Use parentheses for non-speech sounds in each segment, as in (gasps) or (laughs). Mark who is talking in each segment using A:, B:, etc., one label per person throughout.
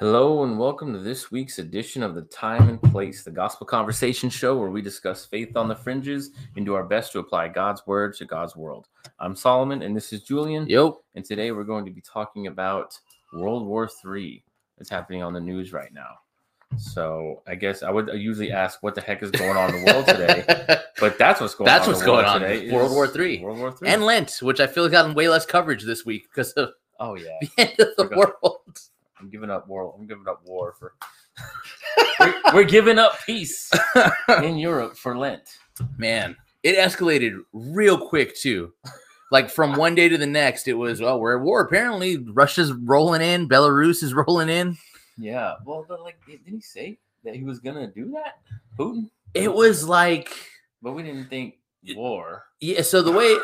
A: welcome to this week's edition of The Time and Place, the gospel conversation show where we discuss faith on the fringes and do our best to apply God's word to God's world. I'm Solomon and this is Julian.
B: Yep.
A: And today we're going to be talking about World War III that's happening on the news right now. So I guess I would usually ask what the heck is going on in the
B: (laughs)
A: world (laughs) today, but that's what's going
B: That's
A: on. in
B: what's
A: the
B: going
A: world
B: on,
A: today
B: World
A: is
B: War Three.
A: World War Three.
B: and Lent, which I feel has gotten way less coverage this week because of (laughs)
A: oh yeah,
B: the end of the
A: Forgot.
B: world.
A: I'm giving up world. I'm giving up war
B: (laughs)
A: for. we're, we're giving up peace in Europe for Lent.
B: Man, it escalated real quick too. Like from one day to the next, it was well, we're at war. Apparently, Russia's rolling in, Belarus is rolling in.
A: Yeah. Well, but like, didn't he say that he was gonna do that, Putin?
B: It was like
A: But we didn't think war.
B: yeah. So the way,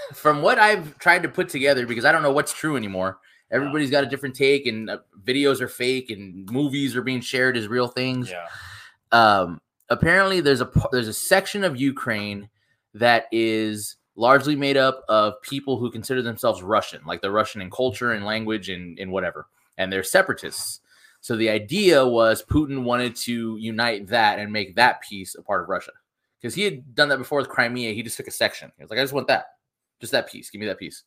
B: (laughs) from what I've tried to put together, because I don't know what's true anymore. Everybody's got a different take, and uh, videos are fake, and movies are being shared as real things.
A: Yeah.
B: um, apparently there's a p- there's a section of Ukraine that is largely made up of people who consider themselves Russian, like the Russian in culture and language and and whatever, and they're separatists. So the idea was Putin wanted to unite that and make that piece a part of Russia because he had done that before with Crimea. He just took a section. He was like, I just want that, just that piece. Give me that piece.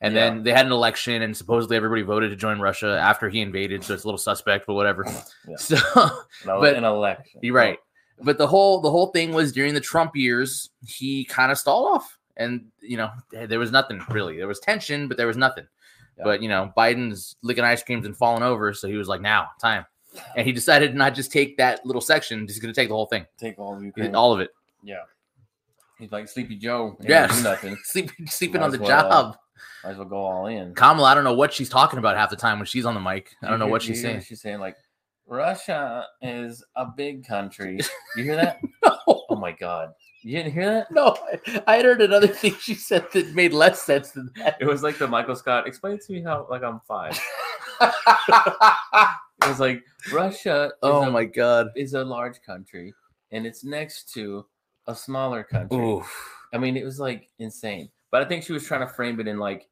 B: And
A: Yeah.
B: then they had an election, and supposedly everybody voted to join Russia after he invaded. So it's a little suspect, but whatever. (laughs)
A: Yeah.
B: So
A: No,
B: But-
A: an election.
B: you're right. But the whole the whole thing was during the Trump years, he kind of stalled off, and you know th- there was nothing really. There was tension, but there was nothing.
A: Yeah.
B: But you know Biden's licking ice creams and falling over, so he was like, "Now time," and he decided to not just take that little section. He's going to take the whole thing,
A: Take all of Ukraine.
B: all of it. (laughs)
A: yeah. He's like Sleepy Joe. He
B: Yeah.
A: don't do nothing.
B: Sleep, sleeping
A: Might
B: on
A: as
B: the
A: well, uh,
B: job.
A: Might as well go all in.
B: Kamala, I don't know what she's talking about half the time when she's on the mic. I don't know
A: You
B: what
A: hear-
B: she's
A: you
B: (laughs)
A: hear
B: saying.
A: She's saying like, Russia is a big country. You
B: (laughs)
A: hear that?
B: No,
A: oh my god, you didn't hear that?
B: no, I heard another (laughs) thing she said that made less sense than that. (laughs)
A: (laughs) It was like the Michael Scott. Explain to me how like I'm five. It was like Russia. Is
B: oh
A: a,
B: my god.
A: is a large country, and it's next to a smaller country.
B: Oof.
A: I mean, it was like insane. But I think she was trying to frame it in like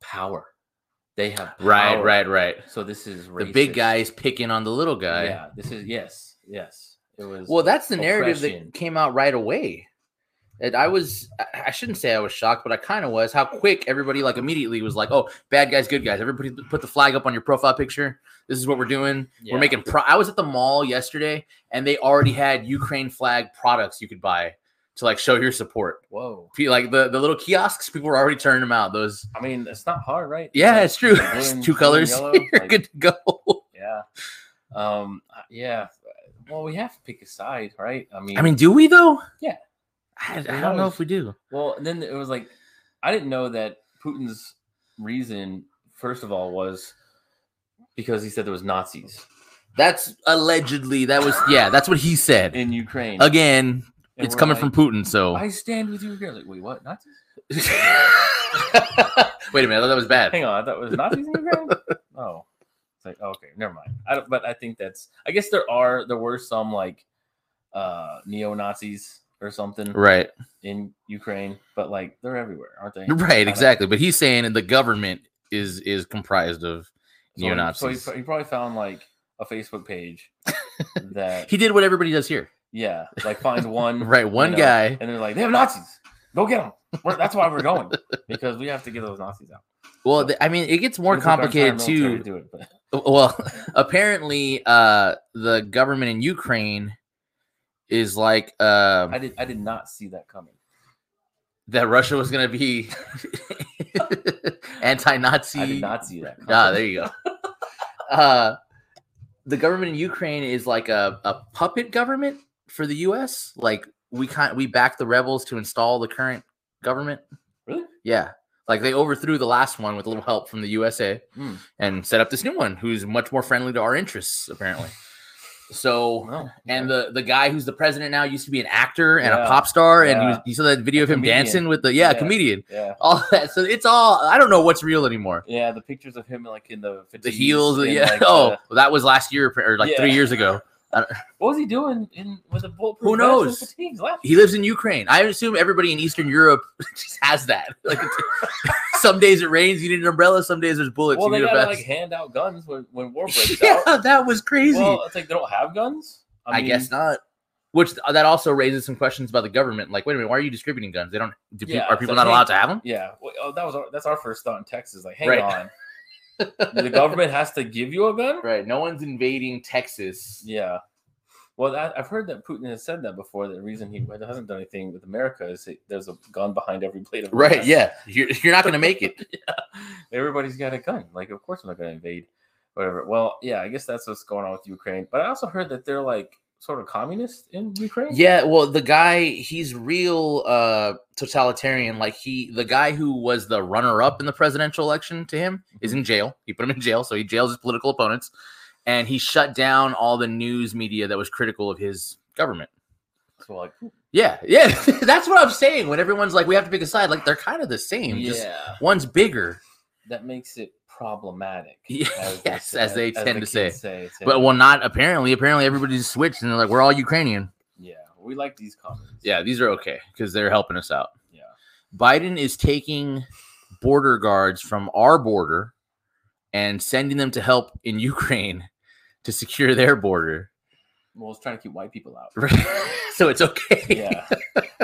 A: power. They have power.
B: Right, right, right.
A: So this is
B: The big
A: racist.
B: guy is picking on the little guy.
A: Yeah, this is yes, yes. It was
B: Well, that's the narrative
A: Oppression.
B: that came out right away. And I was, I- I shouldn't say I was shocked, but I kind of was. How quick everybody, like, immediately was like, oh, bad guys, good guys. Everybody put the flag up on your profile picture. This is what we're doing.
A: Yeah.
B: We're making, pro- I was at the mall yesterday and they already had Ukraine flag products you could buy to like show your support.
A: whoa.
B: Pe- Like the, the little kiosks, people were already turning them out. Those,
A: I mean, it's not hard, right?
B: yeah,
A: Like,
B: it's true.
A: blue
B: It's
A: and- blue
B: two
A: and
B: colors.
A: yellow,
B: (laughs) You're
A: like-
B: good to go.
A: Yeah. Um. Yeah. Well, we have to pick a side, right? I mean,
B: I mean, do we though?
A: Yeah.
B: I, I
A: Who
B: don't know
A: knows?
B: if we do.
A: well, and then it was like, I didn't know that Putin's reason, first of all, was because he said there was Nazis
B: That's allegedly that was yeah. That's what he
A: (laughs)
B: said.
A: in Ukraine.
B: Again,
A: And
B: it's
A: we're
B: coming
A: like,
B: from Putin. So
A: I stand with you. Ukraine. Like, wait, what? Nazis?
B: (laughs) wait a minute, I thought that was bad.
A: Hang on, I thought it was Nazis in (laughs) Ukraine. Oh, it's like okay, never mind. I don't, but I think that's. I guess there are there were some like uh neo Nazis or something
B: Right,
A: in Ukraine, but like they're everywhere, aren't they?
B: right, exactly. But he's saying the government is is comprised of
A: So he-
B: neo Nazis.
A: So he, he probably found like a Facebook (laughs) page that
B: He did what everybody does here.
A: yeah, like
B: (laughs)
A: find one
B: Right, one
A: know,
B: guy.
A: and they're like they have Nazis. Go get them. We're, that's why we're going because we have to get those Nazis out.
B: Well, th- I mean, it gets more
A: It took our entire
B: complicated
A: military
B: too.
A: to do it, but-
B: well (laughs) apparently uh the government in ukraine is like
A: I
B: um
A: did. I did not see that coming.
B: that russia was gonna
A: (laughs)
B: be anti-nazi
A: I did not see that. Coming.
B: ah there you go uh the government in ukraine is like a, a puppet government for the us like we can't we back the rebels to install the current government
A: Really?
B: yeah like they overthrew the last one with a little help from the usa
A: Hmm.
B: and set up this new one who's much more friendly to our interests apparently so
A: Wow.
B: and the the guy who's the president now used to be an actor and
A: Yeah.
B: a pop star and he
A: Yeah.
B: was, you saw that video
A: A
B: of him
A: comedian.
B: dancing with the yeah,
A: Yeah.
B: comedian
A: yeah,
B: all (laughs) that so it's all i don't know what's real anymore
A: yeah, the pictures of him like in the
B: the
A: fatigues
B: heels
A: and,
B: yeah (laughs)
A: like,
B: oh
A: the-
B: well, that was last year or like
A: Yeah.
B: three years ago
A: What was he doing in with a bulletproof?
B: Who
A: vest and
B: knows?
A: fatigues last
B: He lives in Ukraine. I assume everybody in Eastern Europe (laughs) just has that. (laughs) Like some days it rains, you need an umbrella. Some days there's bullets.
A: Well,
B: you
A: they
B: need a
A: gotta
B: vest.
A: like hand out guns when, when
B: (laughs)
A: war breaks out.
B: yeah, that was crazy.
A: Well, it's like they don't have guns.
B: I,
A: mean,
B: guess not. Which uh, that also raises some questions about the government. Like, wait a minute, why are you distributing guns? They don't. Do peop-
A: Yeah,
B: are people
A: so
B: not allowed to have them?
A: Yeah. Well, oh, that was our, that's our first thought in Texas. Like, hang
B: Right. (laughs)
A: on, the government has to give you a gun.
B: Right. No one's invading Texas.
A: Yeah. Well, that, I've heard that Putin has said that before. The reason he hasn't done anything with America is that there's a gun behind every plate
B: (laughs)
A: of
B: Right.
A: rice.
B: Yeah. You're, you're not going to make it.
A: (laughs) Everybody's got a gun. Like, of course, I'm not going to invade. Whatever. Well, yeah, I guess that's what's going on with Ukraine. But I also heard that they're like sort of communist in Ukraine.
B: yeah. Well, the guy, he's real uh totalitarian. Like he, the guy who was the runner-up in the presidential election to him is in jail. He put him in jail, so he jails his political opponents, and he shut down all the news media that was critical of his government.
A: So like, hmm,
B: Yeah, yeah, (laughs) that's what I'm saying. When everyone's like, we have to pick a side, like they're kind of the same.
A: yeah,
B: Just one's bigger,
A: that makes it problematic.
B: Yeah, (laughs) yes,
A: say-
B: as they tend
A: the
B: to say.
A: kids it's
B: but well, not apparently. Apparently, everybody's switched, and they're like, we're all Ukrainian.
A: yeah, we like these comments.
B: Yeah, these are okay because they're helping us out.
A: yeah.
B: Biden is taking border guards from our border and sending them to help in (laughs) Ukraine to secure their border. (laughs)
A: Well, it's trying to keep white people out.
B: so it's okay.
A: Yeah.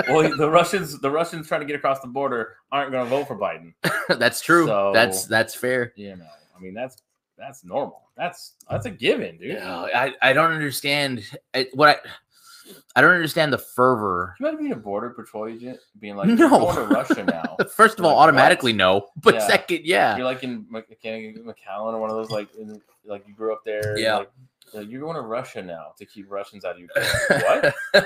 A: well, the Russians, the Russians trying to get across the border aren't going to vote for Biden.
B: (laughs) that's true.
A: So-
B: That's that's fair.
A: You know, I mean, that's that's normal. That's that's a given, dude.
B: Yeah, I, I don't understand I, what I I don't understand the fervor
A: Can you imagine being a border patrol agent being like,
B: No.
A: "You're going to Russia now."
B: First of all,
A: Like, what?
B: automatically no. But
A: Yeah.
B: second, (laughs) yeah.
A: You're like in Mc- McCann- McAllen or one of those like, in, like you grew up there. and,
B: Yeah.
A: like, you're like, you're going to Russia now to keep Russians
B: (laughs)
A: out of Ukraine. what?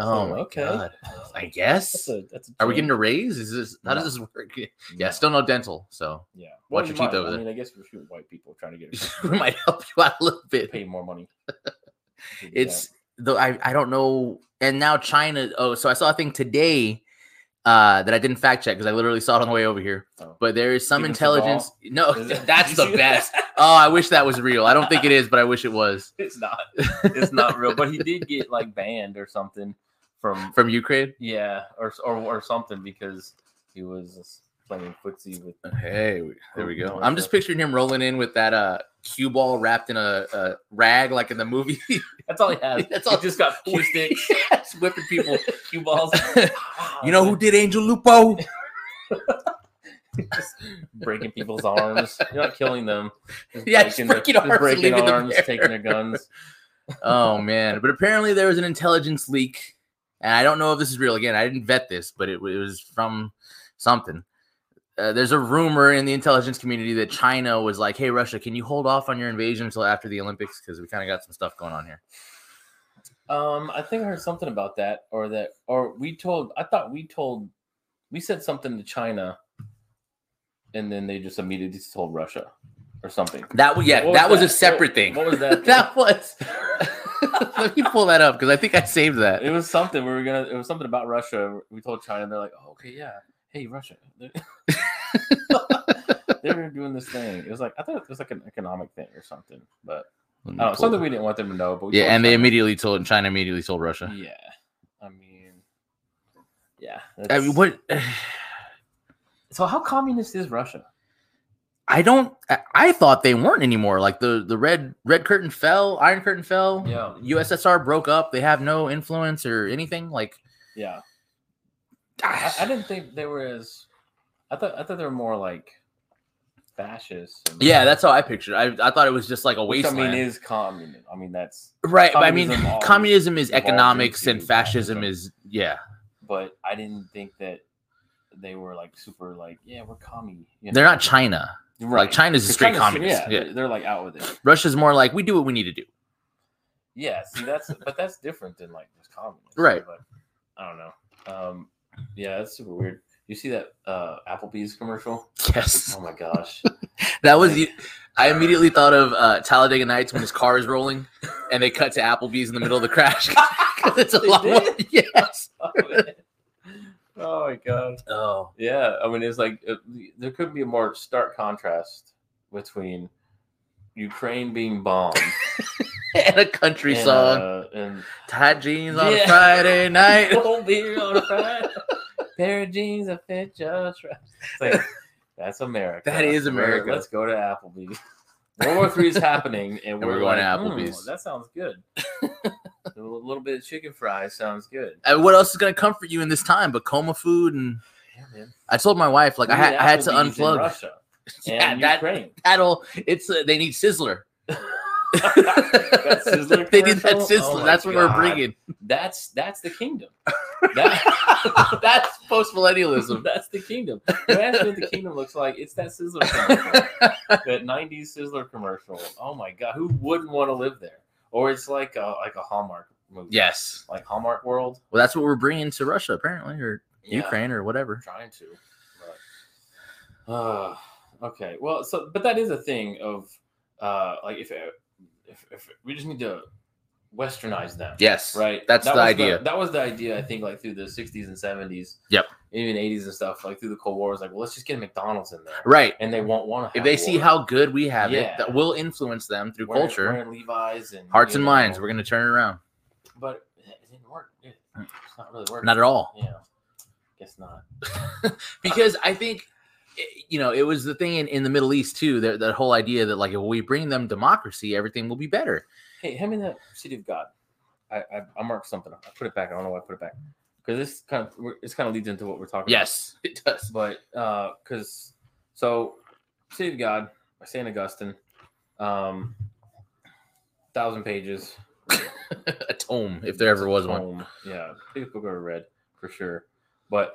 B: Oh
A: Hmm,
B: my
A: okay.
B: god. I guess.
A: That's a, that's a
B: Are we
A: change.
B: getting a raise? Is this how does
A: No.
B: this work? (laughs)
A: No.
B: Yeah, still no dental. So
A: Yeah.
B: Watch your
A: you
B: teeth
A: might.
B: over
A: I
B: there.
A: mean, I guess we're shooting white people trying
B: (laughs)
A: to get it.
B: we might help you out a little bit.
A: pay more money. to do that.
B: It's though I, I don't know. And now China. Oh, so I saw a thing today uh that I didn't fact check because I literally saw it on the way over here.
A: Oh.
B: But there is some
A: Steven
B: intelligence. No,
A: Is
B: (laughs)
A: it-
B: that's
A: Did you
B: the
A: see
B: best. Oh, I wish that was real. I don't think it is, but I wish it was (laughs)
A: it's not. It's not real. But he did get like banned or something from
B: from Ukraine.
A: yeah or or, or something because he was playing footsie with
B: Uh, Hey, we- there we
A: Oh,
B: go. I'm just picturing him rolling in with that uh cue ball wrapped in a, a rag like in the movie. (laughs)
A: That's all he has.
B: That's
A: That's
B: all-
A: all. He just got cue sticks,
B: (laughs) yes, whipping people.
A: cue balls.
B: (laughs)
A: Ah,
B: You know who did Angel Lupo?
A: breaking people's arms? You're not killing them. Just
B: (laughs) Yeah, just
A: their-
B: breaking arms and
A: breaking
B: leaving them
A: arms,
B: there.
A: taking their guns.
B: oh man. But apparently there was an intelligence leak. And I don't know if this is real. Again, I didn't vet this, but it, wa- it was from something. Uh, there's a rumor in the intelligence community that China was like, "Hey, Russia, can you hold off on your invasion until after the Olympics? Because we kind of got some stuff going on here."
A: Um, I think I heard something about that, or that, or we told. I thought we told. We said something to China, and then they just immediately told Russia, or something.
B: That was yeah,
A: What
B: that was a
A: What-
B: separate thing.
A: What was that?
B: (laughs) that was. (laughs) Let me pull that up because I think I saved that.
A: it was something we were gonna. It was something about Russia. We told China, they're like, oh, okay, yeah, hey, Russia. (laughs) They're-
B: (laughs)
A: they were doing this thing. It was like I thought it was like an economic thing or something, but
B: Let me
A: I don't know,
B: pull
A: Oh, something
B: it.
A: we didn't want them to know. But we
B: yeah,
A: told
B: and they
A: China.
B: immediately told China immediately told Russia.
A: Yeah, I mean, yeah.
B: I mean,
A: that's-
B: what?
A: So how communist is Russia?
B: I don't. I, I thought they weren't anymore. Like the the red red curtain fell, Iron Curtain fell.
A: Yeah.
B: USSR broke up. They have no influence or anything. Like
A: Yeah, I, I didn't think they were as. I thought I thought they were more like fascist. and-
B: yeah, that's how I pictured. it. I I thought it was just like a
A: which I
B: wasteland.
A: mean is communist. I mean that's
B: right, but I mean,
A: communism always
B: communism is
A: evolved
B: economics and
A: into
B: fascism
A: fascism.
B: is yeah.
A: but I didn't think that they were like super like yeah we're commie. You
B: They're not China. Like China's a straight communist.
A: Yeah,
B: yeah.
A: They're, they're, like out with it.
B: Russia's more like we do what we need to do.
A: Yeah, see that's but that's different than like just communist.
B: Right.
A: But I don't know. Um, yeah, that's super weird. You see that uh, Applebee's commercial?
B: (laughs) Yes,
A: Oh my gosh.
B: (laughs)
A: (laughs)
B: that was. the- I immediately thought of uh, Talladega Nights when his car is rolling, and they cut to Applebee's in the middle of the crash. (laughs) 'Cause it's a
A: They
B: lot more.
A: did?
B: (laughs) Yes.
A: oh my god.
B: Oh.
A: Yeah, I mean, it's like uh, there could be a more stark contrast between Ukraine
B: (laughs)
A: being bombed.
B: (laughs) and a country
A: and,
B: song.
A: uh,
B: (laughs)
A: and
B: Tight jeans on
A: Yeah.
B: a
A: (laughs)
B: Friday night.
A: cold beer on a Friday. (laughs) Pair of jeans that fit just right.
B: (laughs)
A: It's like, that's America.
B: That is
A: We're-
B: America.
A: Let's go to Applebee's. World War Three
B: (laughs)
A: is happening, and,
B: we're going to
A: like, "Hmm,
B: Applebee's."
A: that sounds
B: (laughs)
A: good. a little bit of chicken fries sounds good.
B: And what else is gonna comfort you in this time but coma food and
A: Yeah, man.
B: I told my wife like I
A: We need
B: had, I had to
A: Applebee's in
B: unplug.
A: Russia
B: Yeah,
A: and
B: that (laughs)
A: Ukraine.
B: that'll it's uh, they need
A: (laughs)
B: Sizzler. (laughs)
A: Sizzler
B: they need that
A: commercial?
B: Sizzler.
A: Oh my
B: that's what we're
A: God. (laughs)
B: bringing. (laughs)
A: That's that's the kingdom. That-
B: that's post millennialism.
A: That's the kingdom. Imagine what the kingdom looks like. It's that Sizzler commercial. that '90s Sizzler commercial. Oh my god, who wouldn't want to live there? Or it's like a, like a Hallmark movie.
B: yes.
A: like Hallmark World.
B: Well, that's what we're bringing to Russia apparently, or
A: Yeah,
B: Ukraine, or whatever.
A: trying to. But, uh, okay, well, so but that is a thing of uh, like if, if if we just need to westernize them.
B: Yes.
A: right?
B: That's
A: That
B: the
A: was
B: idea.
A: that was the idea, I think, like through the 60s and 70s.
B: Yep.
A: Even 80s and stuff, like through the Cold War, it was like, well, let's just get a McDonald's in there.
B: Right.
A: And they won't want to.
B: If they see how good we have
A: Yeah.
B: it, that will influence them through culture,
A: wearing Levi's and
B: hearts
A: you
B: and
A: know,
B: minds. We're going to turn it around.
A: But it didn't work. It, it's not really working.
B: Not at all.
A: Yeah. Guess not.
B: because I think i- you know it was the thing in, in the Middle East too. That that whole idea that like if we bring them democracy, everything will be better.
A: Hey, hand me that City of God. I I, I marked something. up. I put it back. I don't know why I put it back because this kind of we're- this kind of leads into what we're talking. about.
B: Yes, (laughs) it does.
A: but uh because so city of god by saint augustine um thousand pages
B: a tome, if there ever was one.
A: Tome. yeah biggest book i ever read for sure but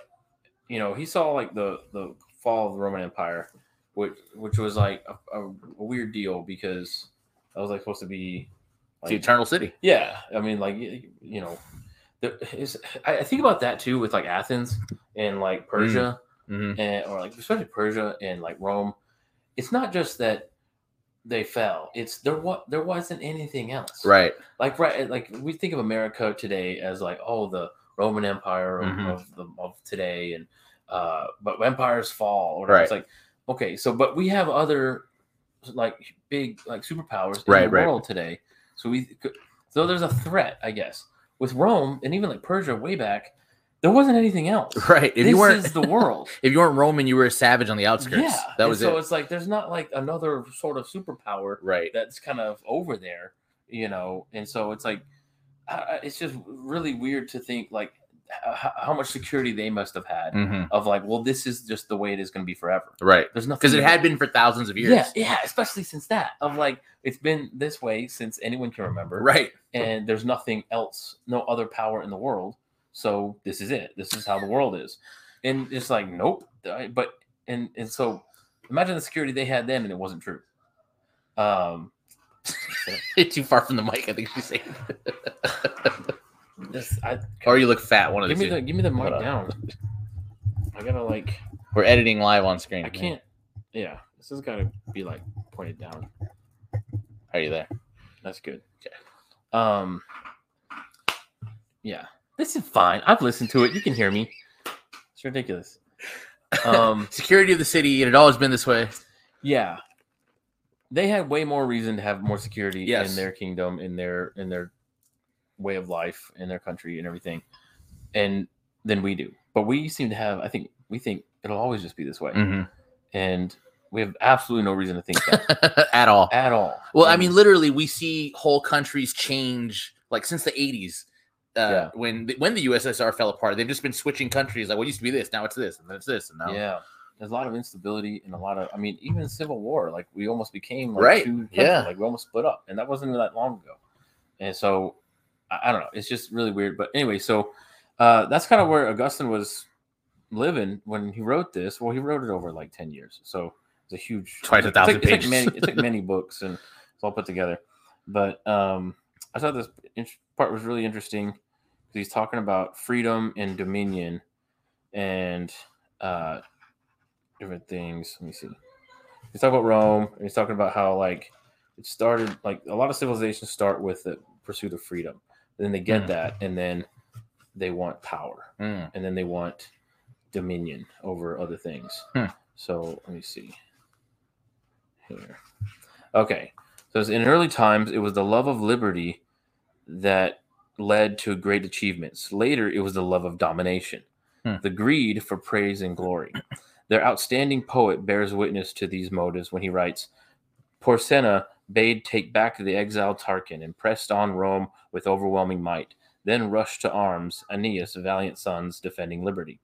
A: you know he saw like the the fall of the roman empire which which was like a, a, a weird deal because that was like supposed to be
B: It's
A: like,
B: the Eternal City.
A: yeah, I mean, like you, you know, there is. I, I think about that too with like Athens and like Persia,
B: Mhm.
A: and or like especially Persia and like Rome. It's not just that they fell; it's there. What there wasn't anything else,
B: Right. (laughs)
A: Like right, eh, like we think of America today as like oh the Roman Empire of,
B: Mhm.
A: of the of today, and uh, but empires fall. Or whatever. It's
B: Right.
A: like okay, so but we have other like big like superpowers in
B: Right,
A: the
B: right.
A: world today. So we so there's a threat, I guess, with Rome and even like Persia way back. There wasn't anything else.
B: Right. If
A: this
B: you weren't
A: is the world.
B: if you weren't Roman, you were a savage on the outskirts.
A: yeah,
B: That
A: And
B: was
A: so
B: it.
A: it's like there's not like another sort of superpower
B: Right.
A: that's kind of over there, you know. And so it's like I- I- it's just really weird to think like how, how much security they must have had
B: hmm
A: of like, well, this is just the way it is going to be forever.
B: Right.
A: There's nothing
B: Because it
A: to-
B: had been for thousands of years.
A: Yeah, yeah, especially since that of like it's been this way since anyone can remember,
B: Right. (laughs)
A: and there's nothing else, no other power in the world. So this is it. This is how the world is, and it's like nope. I- But and and so imagine the security they had then, and it wasn't true. Um,
B: Too far from the mic, I think she's saying.
A: this- I,
B: (laughs) or you look fat, one of the
A: give me
B: two.
A: the give me the mic
B: Hold on.
A: down. I gotta like
B: We're editing live on screen.
A: I can't. Yeah, this has gotta be like pointed down.
B: Are you there?
A: That's good.
B: Okay.
A: Um. Yeah, this is fine. I've listened to it. You can hear me. It's ridiculous. Um.
B: Security of the city, it had always been this way.
A: yeah. They had way more reason to have more security
B: Yes.
A: in their kingdom, in their in their way of life, in their country, and everything, and than we do. But we seem to have. I think we think it'll always just be this way,
B: Mhm.
A: and we have absolutely no reason to think
B: (laughs)
A: that
B: At all.
A: at all.
B: Well, I
A: And-
B: mean, literally, we see whole countries change like since the '80s. Uh,
A: Yeah.
B: When the, when the USSR fell apart, they've just been switching countries. Like, well, it used to be this, now it's this, and then it's this, and now
A: Yeah. There's a lot of instability and a lot of, I mean, even civil war, like we almost became like
B: Right,
A: two countries,
B: yeah.
A: like we almost split up, and that wasn't that long ago. And so, I, I don't know, it's just really weird. But anyway, so uh, that's kind of where Augustine was living when he wrote this. Well, he wrote it over like ten years, so it's a huge,
B: Twice a
A: it's like-
B: thousand
A: it's like
B: pages.
A: many, it's like many books, and it's all put together. But um, I thought this in- part was really interesting because he's talking about freedom and dominion, and uh, different things. Let me see. He's talking about Rome, and he's talking about how like it started. Like a lot of civilizations start with the pursuit of freedom, then they get
B: Mhm.
A: that, and then they want power,
B: Mm.
A: and then they want dominion over other things.
B: Hmm.
A: So let me see here. Okay, says in early times it was the love of liberty that led to great achievements. Later it was the love of domination,
B: Hmm.
A: the greed for praise and glory. Their outstanding poet bears witness to these motives when he writes, Porsenna bade take back the exiled Tarquin and pressed on Rome with overwhelming might. Then rushed to arms Aeneas, valiant sons defending liberty.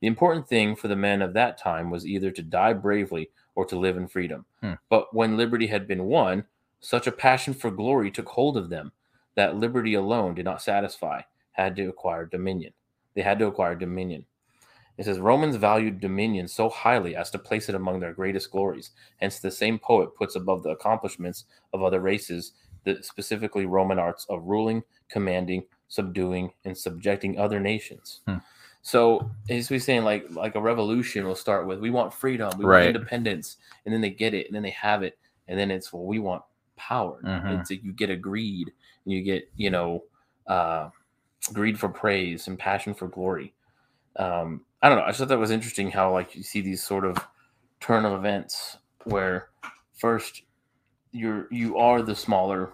A: The important thing for the men of that time was either to die bravely or to live in freedom.
B: Hmm.
A: But when liberty had been won, such a passion for glory took hold of them that liberty alone did not satisfy, had to acquire dominion. They had to acquire dominion. It says Romans valued dominion so highly as to place it among their greatest glories. Hence, the same poet puts above the accomplishments of other races the specifically Roman arts of ruling, commanding, subduing, and subjecting other nations.
B: Hmm.
A: So, as we saying, like like a revolution will start with, we want freedom, we
B: Right.
A: want independence, and then they get it, and then they have it, and then it's well, we want power.
B: Mhm.
A: It's you get a greed, and you get you know uh, greed for praise and passion for glory. Um, I don't know. I just thought that was interesting how like you see these sort of turn of events where first you're you are the smaller,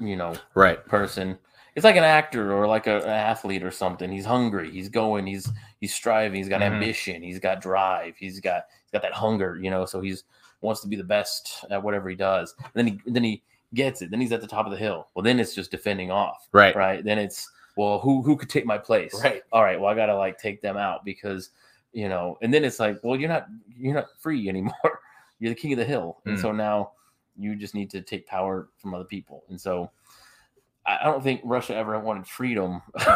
A: you know,
B: Right.
A: person. It's like an actor or like a, an athlete or something. He's hungry. He's going. He's he's striving. He's got
B: Mhm.
A: ambition. He's got drive. He's got he's got that hunger. You know, so he's wants to be the best at whatever he does. And then he then he gets it. Then he's at the top of the hill. Well, then it's just defending off,
B: Right.
A: right? Then it's well, who who could take my place?
B: Right.
A: All right. Well, I gotta like take them out because you know. And then it's like, well, you're not you're not free (laughs) anymore. You're the king of the hill, and
B: Mm.
A: so now you just need to take power from other people. And so I I don't think Russia ever wanted freedom (laughs)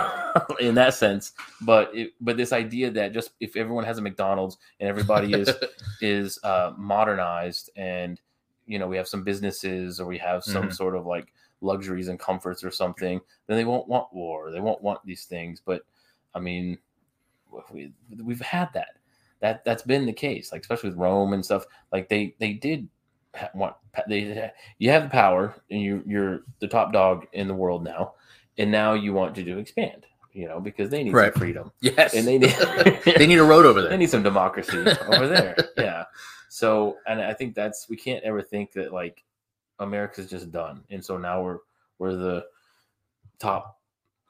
A: in that sense, but it, but this idea that just if everyone has a McDonald's and everybody is is uh, modernized and you know we have some businesses or we have some
B: Mhm.
A: sort of like luxuries and comforts or something, then they won't want war. They won't want these things. But I mean, we, we've had that. That that's been the case, like especially with Rome and stuff. Like they they did ha- want they you have the power and you you're the top dog in the world now, and now you want to do expand, you know, because they need
B: Right.
A: some freedom
B: yes.
A: and they need
B: (laughs) they need a road over
A: they
B: there.
A: need some democracy
B: (laughs)
A: over there. Yeah. So, and I think that's we can't ever think that like America's just done, and so now we're we're the top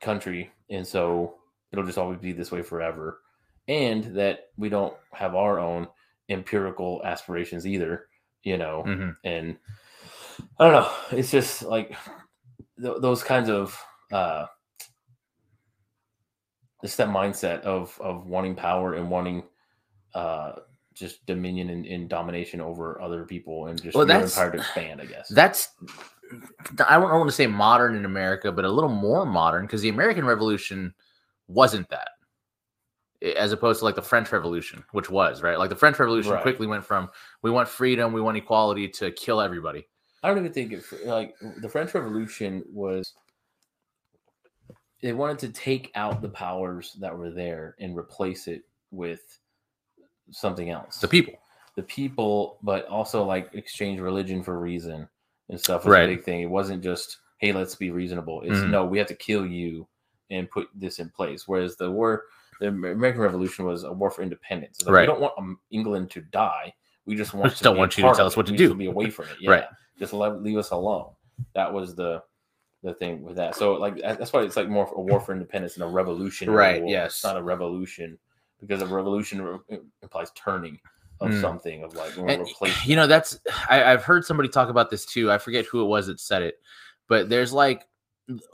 A: country, and so it'll just always be this way forever, and that we don't have our own empirical aspirations either. You know,
B: Mhm.
A: and I don't know. It's just like th- those kinds of uh, just that mindset of of wanting power and wanting uh, just dominion and, and domination over other people and just
B: Well,
A: your
B: that's-
A: empire to expand. I guess
B: That's I don't want to say modern in America, but a little more modern because the American Revolution wasn't that, i- as opposed to like the French Revolution, which was right. Like the French Revolution
A: Right.
B: quickly went from we want freedom, we want equality to kill everybody.
A: I don't even think it, like the French Revolution was. They wanted to take out the powers that were there and replace it with something else.
B: The people.
A: the people, but also like exchange religion for reason and stuff was
B: Right.
A: a big thing. It wasn't just hey, let's be reasonable. It's
B: Mhm.
A: no, we have to kill you and put this in place. Whereas the war, the Amer- American Revolution was a war for independence. It's Like,
B: Right.
A: We don't want um, England to die. We just want
B: just
A: to
B: don't
A: be a
B: want you to
A: part
B: tell
A: of
B: us
A: it.
B: what to
A: We just
B: do.
A: wanna Be
B: (laughs)
A: away from it. Yeah.
B: Right.
A: Just let, leave us alone. That was the the thing with that. So like that- that's why it's like more of a war for independence and a revolution.
B: Right,
A: War.
B: yes.
A: It's not a revolution because a revolution re- implies turning of
B: Mm.
A: something of like we're gonna
B: And, (sighs)
A: replace
B: you know, that's I, I've heard somebody talk about this too. I forget who it was that said it, but there's like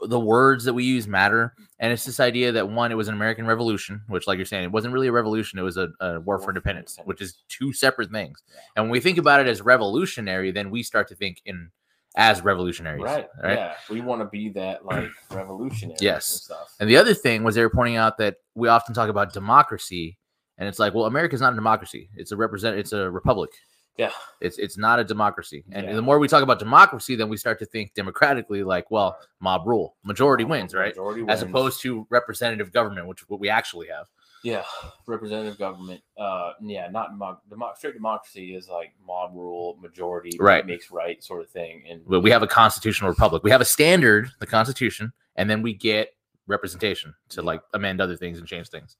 B: the words that we use matter, and it's this idea that one, it was an American Revolution, which, like you're saying, it wasn't really a revolution; it was a, a war for independence, which is two separate things.
A: Yeah.
B: And when we think about it as revolutionary, then we start to think in as revolutionaries,
A: right,
B: All (laughs) right.
A: yeah we want to be that
B: (clears throat)
A: like revolutionary
B: Yes.
A: and stuff
B: And the other thing was they were pointing out that we often talk about democracy, and it's like, well, America's not a democracy; it's a represent, it's a republic.
A: yeah
B: It's it's not a democracy. And
A: Yeah.
B: the more we talk about democracy, then we start to think democratically, like, well, mob rule, majority wins, right?
A: Majority
B: As
A: wins.
B: opposed to representative government, which is what we actually have.
A: yeah representative government uh yeah not democ- demo- straight democracy is like mob rule majority
B: Right.
A: makes right sort of thing and
B: But we have a constitutional republic. We have a standard, the Constitution, and then we get representation to like amend other things and change things.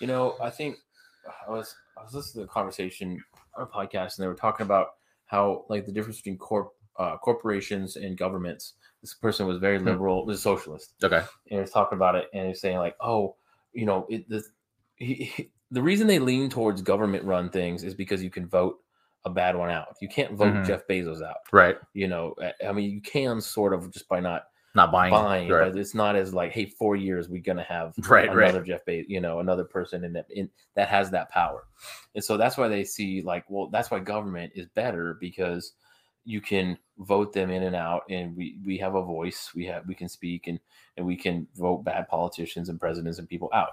A: You know, I think I was I was listening to a conversation on a podcast, and they were talking about how like the difference between corp uh, corporations and governments. This person was
B: Hmm.
A: very liberal, was a socialist,
B: Okay.
A: and he was talking about it, and he was saying like, oh, you know, it, the he, he- the reason they lean towards government-run things is because you can vote a bad one out. You can't vote
B: Mhm.
A: Jeff Bezos out.
B: Right.
A: You know, I- I mean, you can sort of just by not
B: Not buying.
A: buying,
B: Right.
A: but it's not as like, hey, four years we're gonna have
B: (laughs) Right.
A: another
B: Right.
A: Jeff Bezos, you know, another person in that in that has that power. And so that's why they see like, well, that's why government is better because you can vote them in and out and we we have a voice, we have we can speak and and we can vote bad politicians and presidents and people out.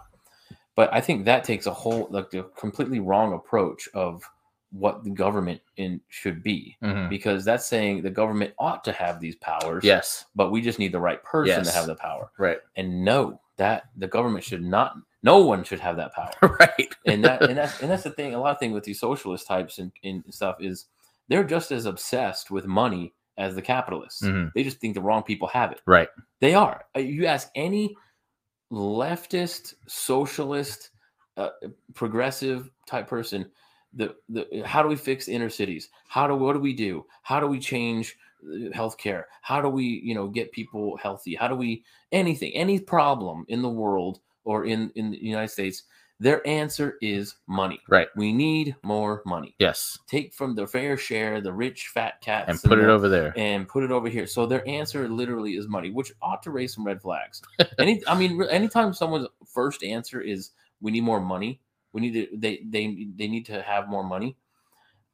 A: But I think that takes a whole like a completely wrong approach of what the government in should be
B: Mhm.
A: because that's saying the government ought to have these powers
B: Yes.
A: but we just need the right person to
B: Yes.
A: have the power.
B: Right.
A: And no, that the government should not. No one should have that power.
B: (laughs) right.
A: And that and that's and that's the thing. A lot of thing with these socialist types and, and stuff is they're just as obsessed with money as the capitalists.
B: Mhm.
A: They just think the wrong people have it.
B: Right.
A: They are. Uh, You ask any leftist, socialist, uh, progressive type person, the, the how do we fix inner cities? How do what do we do? How do we change uh, healthcare? How do we you know get people healthy? How do we anything any problem in the world or in in the United States? Their answer is money.
B: Right.
A: We need more money.
B: Yes.
A: Take from the fair share, the rich fat cats,
B: And put it
A: the-
B: over there.
A: and put it over here. So their answer literally is money, which ought to raise some red flags. Any, I mean, re- anytime someone's first answer is we need more money, we need to they they they need to have more money.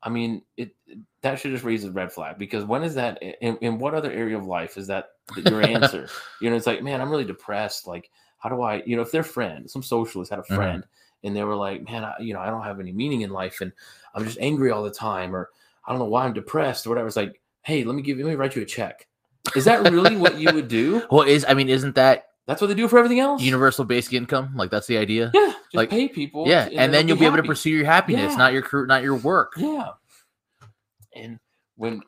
A: I mean, it that should just raise a red flag because when is that? In, in what other area of life is that your answer? you know, it's like, man, I'm really depressed. Like, how do I? You know, if their friend, some socialist, had a
B: Mhm.
A: friend. And they were like, man, I, you know, I don't have any meaning in life, and I'm just angry all the time, or I don't know why I'm depressed, or whatever. It's like, hey, let me give you, let me write you a check. Is that really what you
B: (laughs)
A: would do?
B: Well, is I mean, isn't that
A: That's what they do for everything else.
B: universal basic income? Like that's the idea.
A: yeah, just
B: like-
A: pay people.
B: Yeah, and, then
A: they'll
B: you'll be able to
A: happy.
B: pursue your happiness,
A: Yeah.
B: not your career, not your work.
A: (laughs) Yeah, and when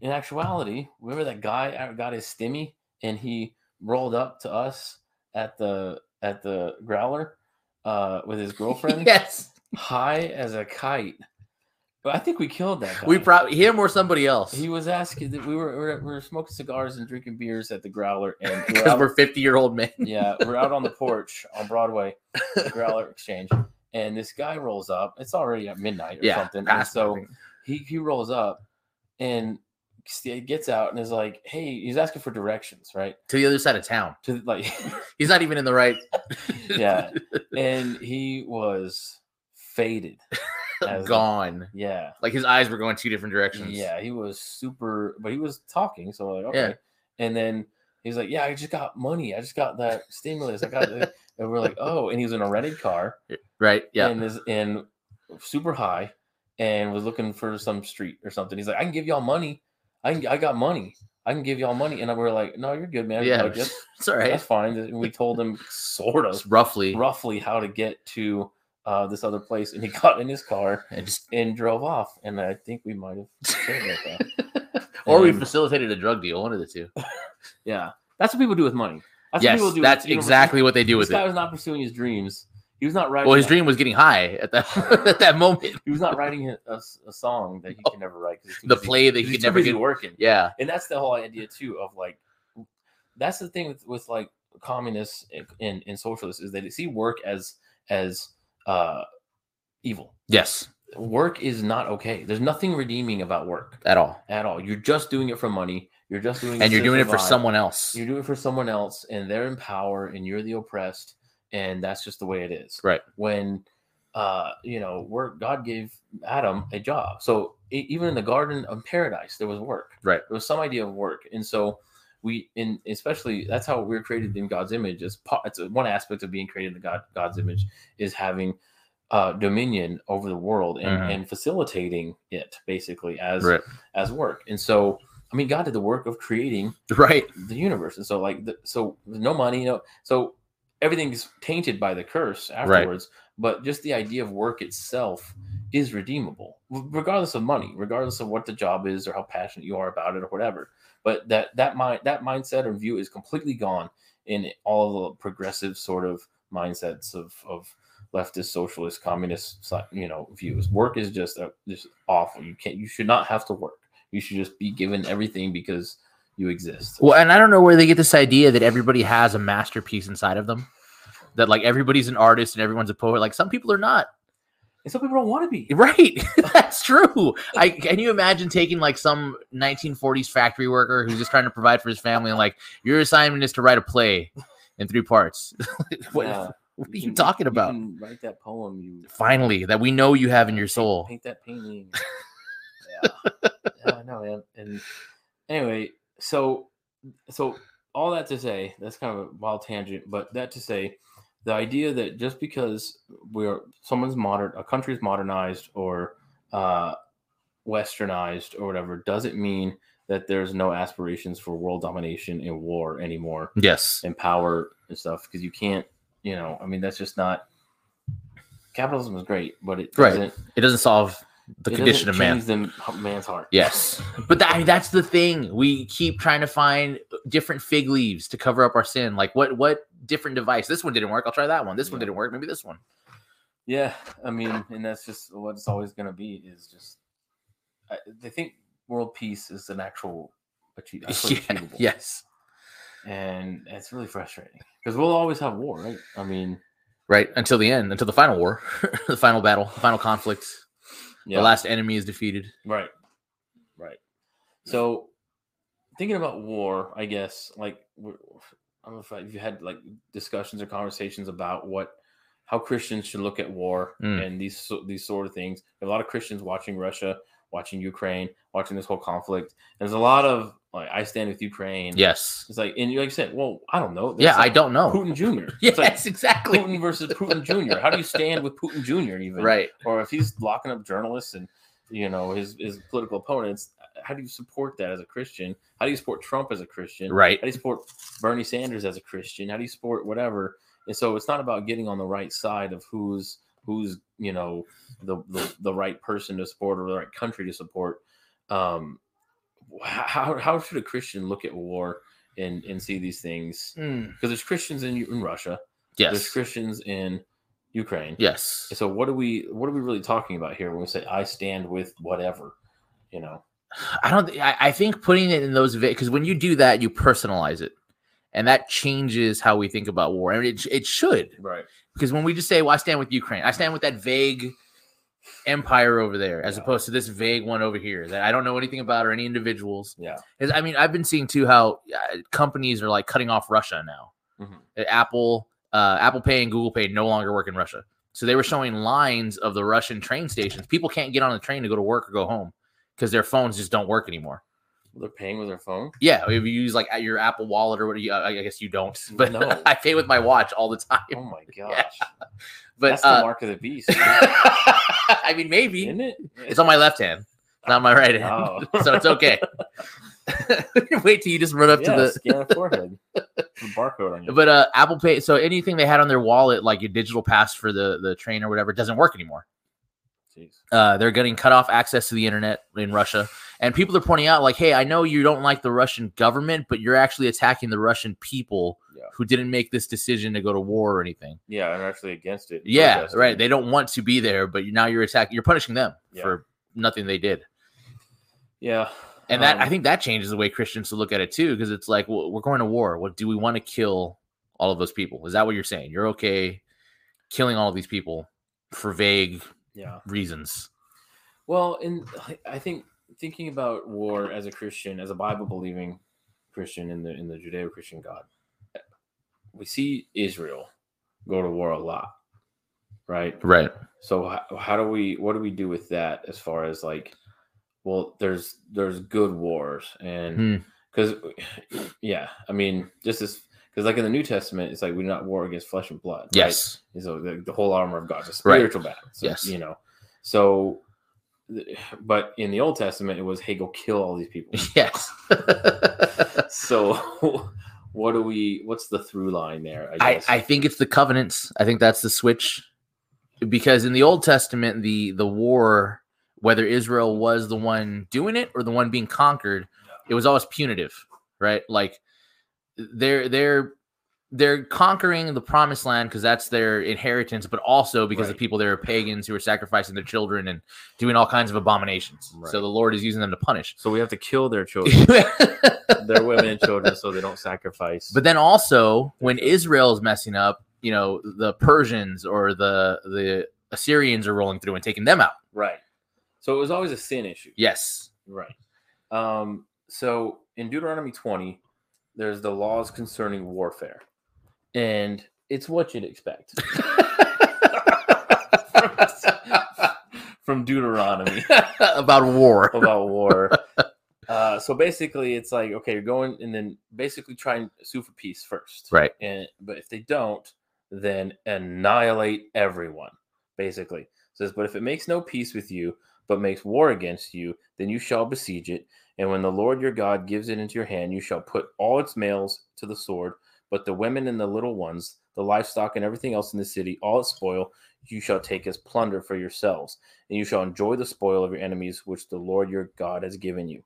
A: in actuality, remember that guy out- got his stimmy and he rolled up to us at the at the growler uh, with
B: (laughs)
A: his girlfriend,
B: Yes,
A: high as a kite. But I think we killed that guy.
B: we probably him or somebody else (laughs)
A: He was asking that we were, we were we were smoking cigars and drinking beers at the growler,
B: (laughs)
A: and we were
B: because
A: out
B: we're fifty year old men.
A: yeah, we're out on the porch on Broadway,
B: (laughs)
A: the Growler Exchange, and this guy rolls up. It's already at midnight (laughs) or
B: Yeah,
A: something. and
B: past
A: so
B: nothing.
A: he he rolls up and s- gets out and is like, "Hey," he's asking for directions, right?
B: to the other side of town.
A: To like, (laughs)
B: He's not even in the right. (laughs)
A: yeah, and he was
B: (laughs)
A: faded, as the-
B: gone.
A: yeah,
B: Like his eyes were going two different directions.
A: Yeah, he was super, but he was talking. So we're like,
B: Yeah.
A: okay. And then he's like, yeah, I just got money. I just got that stimulus. I got the, and we're like, oh, and he was in a rented car
B: Right. Yeah.
A: and is and super high and was looking for some street or something. He's like, I can give y'all money. I can, I got money. I can give y'all money. And we're like, no, you're good, man.
B: yeah. (laughs)
A: Like, "Yep,
B: it's all right.
A: That's fine. And we told him sort of
B: Just roughly.
A: roughly how to get to uh, this other place. And he (laughs) got in his car
B: And just,
A: and drove off. And I think we
B: (laughs)
A: might have saved that guy.
B: or we
A: And-
B: facilitated a drug deal. One of the two.
A: Yeah, that's what people do with money. That's
B: yes,
A: what people do.
B: that's
A: with, you know,
B: exactly what they do
A: This
B: with
A: guy
B: it.
A: was not pursuing his dreams. He was not writing.
B: Well, his
A: a-
B: dream was getting high at that (laughs) at that moment.
A: He
B: (laughs)
A: was not writing a, a s- a song that he can never write. 'cause he's too
B: Oh, The
A: busy-
B: play that he
A: he's
B: could
A: too
B: never
A: busy
B: get.
A: working.
B: Yeah.
A: and that's the whole idea too of like, that's the thing with with like communists and and, and socialists is they see work as as uh evil.
B: Yes.
A: Work is not okay. There's nothing redeeming about work
B: At all.
A: at all. You're just doing it for money. You're just doing
B: And
A: to
B: you're doing it for
A: survive.
B: someone else.
A: You're doing it for someone else, and they're in power, and you're the oppressed, and that's just the way it is.
B: Right.
A: When, uh, you know, work. God gave Adam a job, so e- even in the Garden of Paradise, there was work.
B: Right.
A: There was some idea of work, and so we, in especially that's how we're created in God's image. It's, pa- it's one aspect of being created in God, God's image is having uh, dominion over the world and,
B: Mhm.
A: and facilitating it basically as
B: Right.
A: as work. And so, I mean, God did the work of creating
B: (laughs) Right.
A: the universe. And so like the, so there's no money, no so everything's tainted by the curse afterwards. But just the idea of work itself is redeemable, w- regardless of money, regardless of what the job is or how passionate you are about it or whatever. But that that mind that mindset or view is completely gone in all the progressive sort of mindsets of of leftist, socialist, communist, so- you know, views. Work is just a, just awful. You can't you should not have to work. You should just be given everything because you exist.
B: Well, and I don't know where they get this idea that everybody has a masterpiece inside of them. That like everybody's an artist and everyone's a poet. Like some people are not.
A: And some people don't want to be.
B: (laughs) Right. (laughs) That's true. I can you imagine taking like some 1940s factory worker who's just trying to provide for his family and like your assignment is to write a play in three parts. (laughs) what,
A: Yeah.
B: what are
A: You
B: you
A: can-
B: talking
A: You
B: about?
A: can write that poem. You
B: Finally, that we know you have in your soul.
A: paint
B: (laughs)
A: that painting. yeah. yeah, I know, man. And anyway, so so all that to say, that's kind of a wild tangent, but that to say, the idea that just because we're someone's modern, a country's modernized or uh, westernized or whatever, doesn't mean that there's no aspirations for world domination and war anymore
B: Yes.
A: and power and stuff because you can't you know i mean that's just not capitalism is great but it
B: Right.
A: doesn't
B: It doesn't solve the
A: it
B: condition
A: doesn't
B: of man.
A: change them- h- man's heart (laughs)
B: Yes. But that, I mean, that's the thing. We keep trying to find different fig leaves to cover up our sin. Like what what different device? This one didn't work. I'll try that one. This one
A: Yeah.
B: didn't work. Maybe this one.
A: yeah i mean and that's just what it's always going to be is just I, they think world peace is an actual
B: (laughs)
A: achieve, actually
B: Yeah,
A: achievable
B: Yes.
A: and it's really frustrating because we'll always have war right i mean
B: Right. Until the end, until the final war, (laughs) the final battle, the final conflict.
A: yeah
B: The last enemy is defeated.
A: right right so thinking about war i guess like we're- i don't know if, I, if you had like discussions or conversations about what how christians should look at war
B: Mm.
A: and these so- these sort of things a lot of christians watching russia watching ukraine watching this whole conflict there's a lot of like i stand with ukraine
B: Yes.
A: it's like and you like said well i don't know
B: Yeah,
A: That's
B: I
A: like
B: don't know.
A: putin jr
B: (laughs) yes,
A: it's like
B: exactly.
A: putin versus putin jr how do you stand with putin jr even
B: Right.
A: or if he's locking up journalists and you know his his political opponents how do you support that as a christian how do you support trump as a christian
B: Right.
A: how do you support bernie sanders as a christian how do you support whatever and so it's not about getting on the right side of who's who's you know the the, the right person to support or the right country to support um how how should a christian look at war and and see these things
B: Mm.
A: because there's christians in in russia there's
B: Yes.
A: christians in ukraine
B: Yes.
A: so what are we what are we really talking about here when we say I stand with whatever? You know.
B: I don't. thi- I, I think putting it in those because when you do that, you personalize it, and that changes how we think about war. I mean, it, sh- it should
A: Right.
B: because when we just say, "Well, I stand with Ukraine," I stand with that vague empire over there, as
A: Yeah.
B: opposed to this vague one over here that I don't know anything about or any individuals.
A: Yeah.
B: 'Cause, I mean, I've been seeing too how uh, companies are like cutting off Russia now.
A: Mhm.
B: Uh, Apple, uh, Apple Pay, and Google Pay no longer work in Russia. So they were showing lines of the Russian train stations. People can't get on the train to go to work or go home because their phones just don't work anymore.
A: They're paying with their phone.
B: Yeah, if you use like your Apple Wallet or what, you- uh, I I guess you don't. (laughs) But
A: No.
B: I pay with my watch all the time.
A: Oh
B: (laughs)
A: my gosh.
B: But
A: That's the
B: uh,
A: mark of the beast,
B: (laughs) I mean, maybe
A: isn't it?
B: it's on my left hand, not my right hand,
A: (laughs)
B: (laughs)
A: Oh.
B: so it's okay. Wait till you just run up
A: yeah,
B: to the
A: scan
B: (laughs)
A: a forehead. The barcode on you.
B: But uh, Apple Pay, so anything they had on their wallet, like your digital pass for the the train or whatever, doesn't work anymore.
A: Jeez.
B: Uh, they're getting cut off access to the internet in Russia, and people are pointing out, like, hey, I know you don't like the Russian government, but you're actually attacking the Russian people
A: Yeah.
B: who didn't make this decision to go to war or anything.
A: Yeah, and actually against it.
B: Yeah,
A: protesting.
B: right. They don't want to be there, but you- now you're attacking, you're punishing them
A: Yeah.
B: for nothing they did,
A: yeah.
B: and that
A: um,
B: I think that changes the way Christians to look at it too, because it's like, well, we're going to war. What do we want to kill all of those people? Is that what you're saying? You're okay killing all of these people for vague
A: yeah.
B: reasons?
A: Well, and I- I think thinking about war as a Christian, as a Bible believing Christian in the in the Judeo Christian God, we see Israel go to war a lot, right?
B: Right.
A: So how, how do we what do we do with that as far as like, well, there's there's good wars and because yeah, I mean just as because like in the New Testament, it's like we do not war against flesh and blood. right?
B: Yes. (laughs)
A: And so the, the whole armor of God is a
B: Right.
A: spiritual battle. So,
B: Yes.
A: You know, so, th- but in the Old Testament, it was, hey, go kill all these people.
B: (laughs) Yes.
A: so, (laughs) what do we, what's the through line there? I
B: I,
A: guess.
B: I think it's the covenants. I think that's the switch. Because in the Old Testament, the the war, whether Israel was the one doing it or the one being conquered, it was always punitive, right? Like their their they're conquering the promised land because that's their inheritance, but also because
A: Right.
B: the people there are pagans who are sacrificing their children and doing all kinds of abominations.
C: Right.
B: So the Lord is using them to
A: (laughs)
B: punish.
C: So we have to kill their
B: (laughs)
C: children,
B: but
C: their women and children, so they don't sacrifice.
B: then also when Israel is messing up, you know, the Persians or the the Assyrians are rolling through and taking them out.
A: Right. So it was always a sin issue.
B: Yes. (laughs)
A: Right. Um, so in Deuteronomy 20, there's the laws concerning warfare, and it's what
B: (laughs)
A: you'd expect (laughs) from Deuteronomy
B: About war. (laughs)
A: about war. Uh, so basically, it's like okay, you're going and then basically try and sue for peace first,
B: Right.
A: And but if they don't, then annihilate everyone. Basically, It says, but if it makes no peace with you, but makes war against you, then you shall besiege it. And when the Lord your God gives it into your hand, you shall put all its males to the sword, but the women and the little ones, the livestock and everything else in the city, all its spoil, you shall take as plunder for yourselves, and you shall enjoy the spoil of your enemies, which the Lord your God has given you.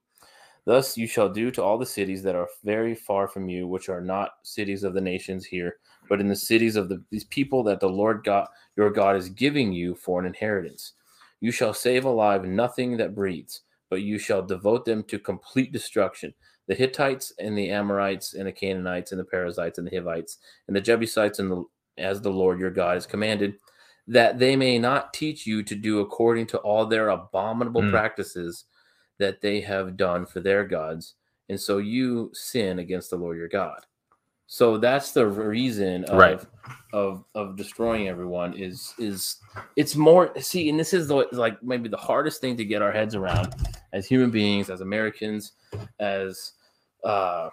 A: Thus you shall do to all the cities that are very far from you, which are not cities of the nations here, but in the cities of the, these people that the Lord God your God is giving you for an inheritance. You shall save alive nothing that breathes, but you shall devote them to complete destruction. The Hittites and the Amorites and the Canaanites and the Perizzites and the Hivites and the Jebusites and the as the Lord your God has commanded, that they may not teach you to do according to all their abominable
B: Mm.
A: practices that they have done for their gods, and so you sin against the Lord your God. So that's the reason of
B: Right.
A: of of destroying everyone is is it's more see, and this is the like maybe the hardest thing to get our heads around as human beings, as Americans, as uh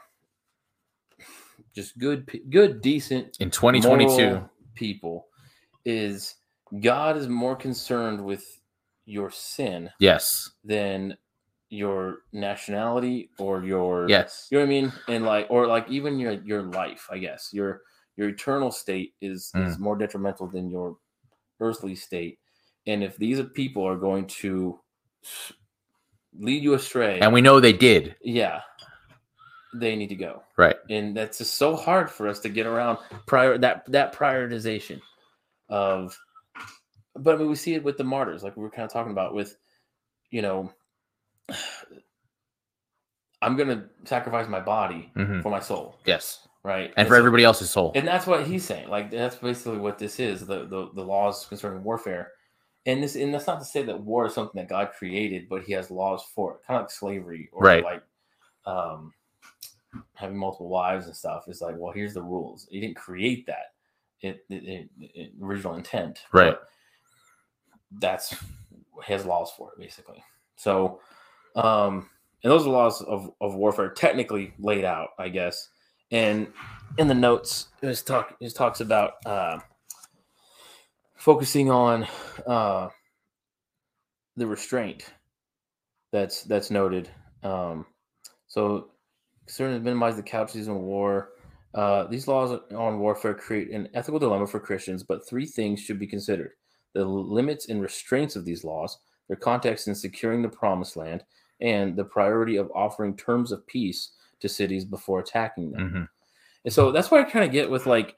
A: just good pe- good decent
B: In 2022.
A: moral people is God is more concerned with your sin
B: Yes.
A: than your nationality or your
B: Yes.
A: you know what I mean? And like or like even your your life, I guess. Your your eternal state is
B: Hmm.
A: is more detrimental than your earthly state. And if these people are going to s- lead you astray,
B: And we know they did.
A: yeah they need to go
B: Right.
A: and that's just so hard for us to get around prior that that prioritization of but i mean we see it with the martyrs like we were kind of talking about with you know (sighs) i'm gonna sacrifice my body
B: Mhm.
A: for my soul
B: Yes.
A: right
B: And for
A: everybody.
B: everybody else's soul.
A: And that's what he's saying. Like that's basically what this is, the the, the laws concerning warfare. And this and that's not to say that war is something that God created, but he has laws for it. Kind of like slavery or
B: Right.
A: like um having multiple wives and stuff is like, well, here's the rules. He didn't create that. It, it, it, it- original intent.
B: Right.
A: but That's his laws for it, basically. So um and those are laws of, of warfare technically laid out, I guess. And in the notes, it was talk it talks about uh, focusing on uh, the restraint that's that's noted. Um, so, concerning to minimize the couches in war, uh, these laws on warfare create an ethical dilemma for Christians. But three things should be considered: the limits and restraints of these laws, their context in securing the promised land, and the priority of offering terms of peace to cities before attacking them.
B: Mhm.
A: And so that's what I kind of get with like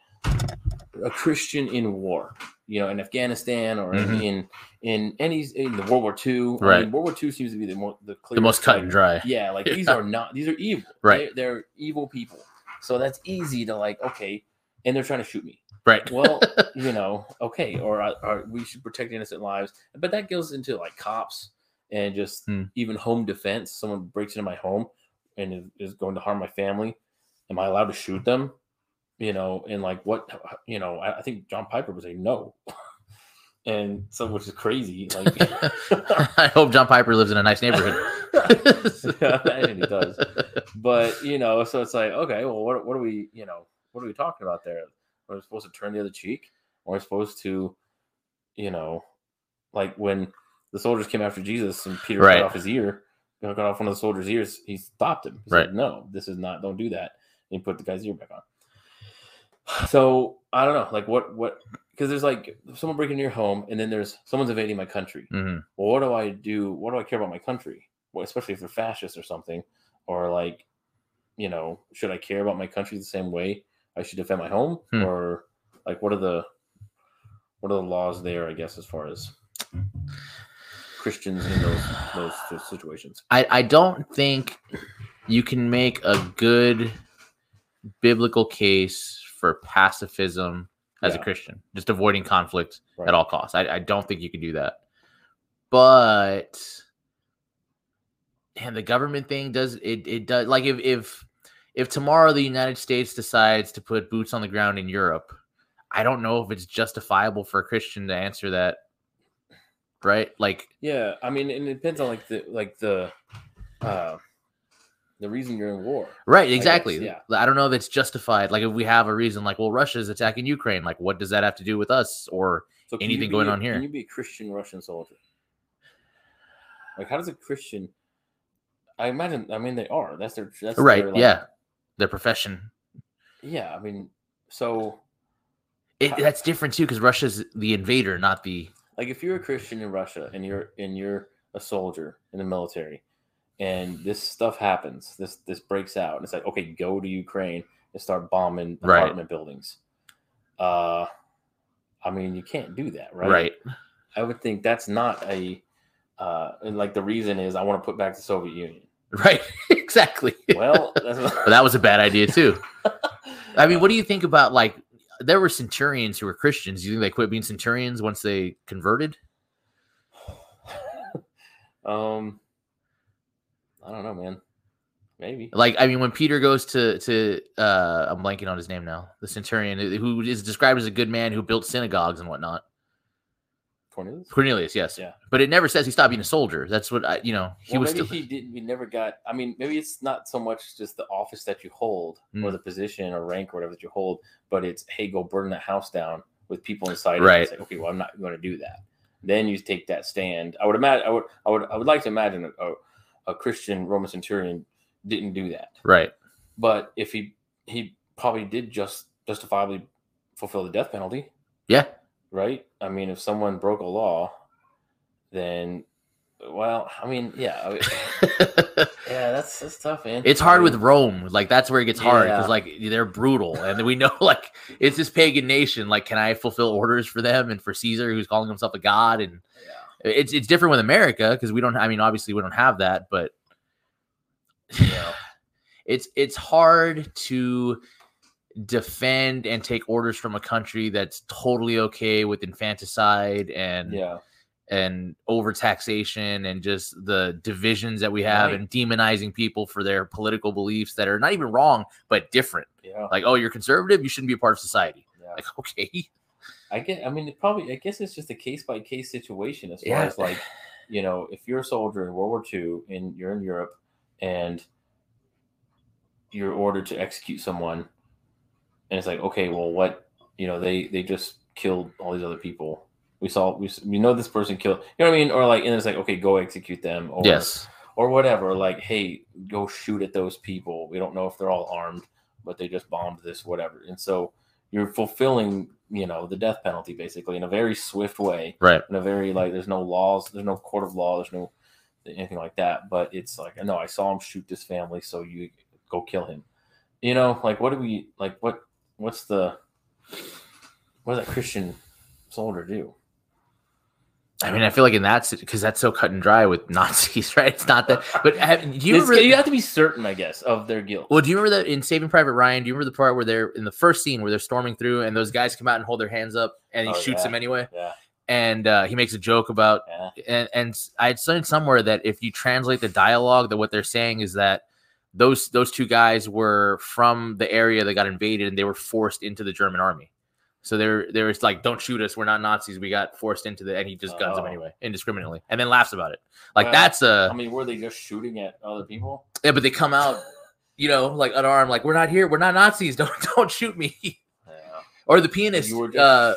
A: a Christian in war, you know, in Afghanistan or
B: Mhm.
A: in in any in the World War II. I
B: Right.
A: mean, World War II seems to be the more the,
B: The most (laughs)
A: clearest,
B: cut and
A: like,
B: dry.
A: Yeah, like these
B: Yeah.
A: are not these are evil.
B: Right.
A: They're, they're evil people. So that's easy to like okay, and they're trying to shoot me. (laughs)
B: Right. (laughs)
A: Well, you know, okay, or, I- or we should protect innocent lives, but that goes into like cops and just
B: Hmm.
A: even home defense. Someone breaks into my home and is, is going to harm my family. Am I allowed to shoot them? You know, and like what you know, I, I think John Piper would say no, (laughs) and so which is crazy. Like,
B: I hope John Piper lives in a nice (laughs)
A: (laughs)
B: neighborhood. (laughs)
A: Yeah, I imagine he does. but you know, so it's like, okay, well, what, what are we, you know, what are we talking about there? Are we supposed to turn the other cheek? Or are we supposed to, you know, like when the soldiers came after Jesus and Peter
B: Right.
A: cut off his ear, you know, cut off one of the soldiers' ears, he stopped him. He's
B: Right.
A: like, no, this is not, don't do that. And he put the guy's ear back on. (sighs) So I don't know, like what, what, because there's like someone breaking into your home and then there's someone's invading my country
B: Mhm.
A: well, what do I do? What do I care about my country? Well, especially if they're fascist or something, or like, you know, should I care about my country the same way I I should defend my home,
B: Hmm.
A: or like what are the what are the laws there? I guess as far as Christians in those those two situations.
B: I, I don't think you can make a good biblical case for pacifism as a
A: Yeah.
B: Christian, just avoiding conflict
A: Right.
B: at all costs. I, I don't think you can do that. But and the government thing does it it does like if if if tomorrow the United States decides to put boots on the ground in Europe, I don't know if it's justifiable for a Christian to answer that. Right? Like
A: Yeah, I mean, and it depends on like the like the uh, the reason you're in war.
B: Right,
A: guess,
B: exactly.
A: yeah.
B: I don't know if it's justified. Like if we have a reason, like well, Russia's attacking Ukraine. Like what does that have to do with us? Or
A: So can you
B: Anything
A: be
B: going
A: a-
B: on here?
A: Can you be a Christian Russian soldier? Like, how does a Christian? I imagine. I mean, they are. That's their. That's
B: right,
A: Their, like-
B: yeah, their profession.
A: Yeah. I mean, so
B: It,
A: I-
B: that's different too because Russia's the invader, not the
A: like, if you're a Christian in Russia and you're and you're a soldier in the military, and this stuff happens, this this breaks out, and it's like, okay, go to Ukraine and start bombing
B: Right.
A: apartment buildings. Uh, I mean, you can't do that,
B: right. (laughs)
A: I would think that's not a uh, and like the reason is I want to put back the Soviet Union.
B: Right, (laughs) exactly.
A: Well, that's not,
B: But that was a bad idea too. I mean, what do you think about like there were centurions who were Christians? You think they quit being centurions once they converted?
A: (laughs) um, I don't know, man. Maybe
B: Like, I mean, when Peter goes to to uh, I'm blanking on his name now, the centurion who is described as a good man who built synagogues and whatnot.
A: Cornelius.
B: Cornelius, yes.
A: Yeah.
B: But it never says he stopped being a soldier. That's what I, you know, he
A: well,
B: was
A: maybe
B: still.
A: he didn't. We never got. I mean, maybe it's not so much just the office that you hold or
B: Mm.
A: the position or rank or whatever that you hold, but it's hey, go burn that house down with people inside. it.
B: Right.
A: It's like, okay, well, I'm not going to do that. Then you take that stand. I would imagine. I would. I would. I would like to imagine a, a, a Christian Roman centurion didn't do that.
B: right.
A: But if he he probably did just justifiably fulfill the death penalty,
B: Yeah. (laughs)
A: right? I mean, if someone broke a law, then well, I mean, yeah, I mean, yeah, that's that's tough, man.
B: it's hard with Rome. Like, that's where it gets hard
A: Yeah.
B: because, like, they're brutal. And we know, (laughs) like, it's this pagan nation. Like, can I fulfill orders for them and for Caesar, who's calling himself a god? And it's, it's different with America because we don't, I mean, obviously we don't have that, but (laughs)
A: Yeah.
B: it's, it's hard to defend and take orders from a country that's totally okay with infanticide and
A: yeah,
B: and overtaxation and just the divisions that we have
A: Right.
B: and demonizing people for their political beliefs that are not even wrong but different.
A: yeah,
B: Like, oh, you're conservative, you shouldn't be a part of society. (laughs)
A: yeah.
B: Like, okay,
A: I get. I mean, it probably. I guess it's just a case by case situation as far
B: Yeah.
A: as like, you know, if you're a soldier in World War II and you're in Europe, and you're ordered to execute someone, and it's like, okay, well, what? You know, they they just killed all these other people. We saw. We s- we know this person killed. You know what I mean? Or like, and it's like, okay, go execute them. Or,
B: yes,
A: Or whatever. Like, hey, go shoot at those people. We don't know if they're all armed, but they just bombed this whatever. And so you're fulfilling, you know, the death penalty basically in a very swift way.
B: right,
A: In a very like, there's no laws. There's no court of law. There's no anything like that. But it's like, no, I saw him shoot this family, so you go kill him. You know, like what do we like? What what's the what does that Christian soldier do?
B: I mean, I feel like in that because that's so cut and dry with (laughs) Nazis, right? It's not that, but have, do you
A: It's-
B: remember?
A: you have to be certain, I guess, of their guilt.
B: Well, do you remember that in Saving Private Ryan? Do you remember the part where they're in the first scene where they're storming through and those guys come out and hold their hands up and he
A: Oh,
B: shoots
A: yeah.
B: them anyway?
A: Yeah.
B: And uh, he makes a joke about
A: Yeah.
B: and and s- I had seen somewhere that if you translate the dialogue, that what they're saying is that those those two guys were from the area that got invaded and they were forced into the German army. So they're they're just like, don't shoot us, we're not Nazis, we got forced into the, and he just guns them
A: Oh.
B: anyway indiscriminately, and then laughs about it. Like
A: Well,
B: that's a
A: I mean, were they just shooting at other people?
B: yeah, but they come out, you know, like unarmed, like we're not here, we're not Nazis, (laughs) don't don't shoot me.
A: Yeah.
B: Or the pianist,
A: You were just
B: uh,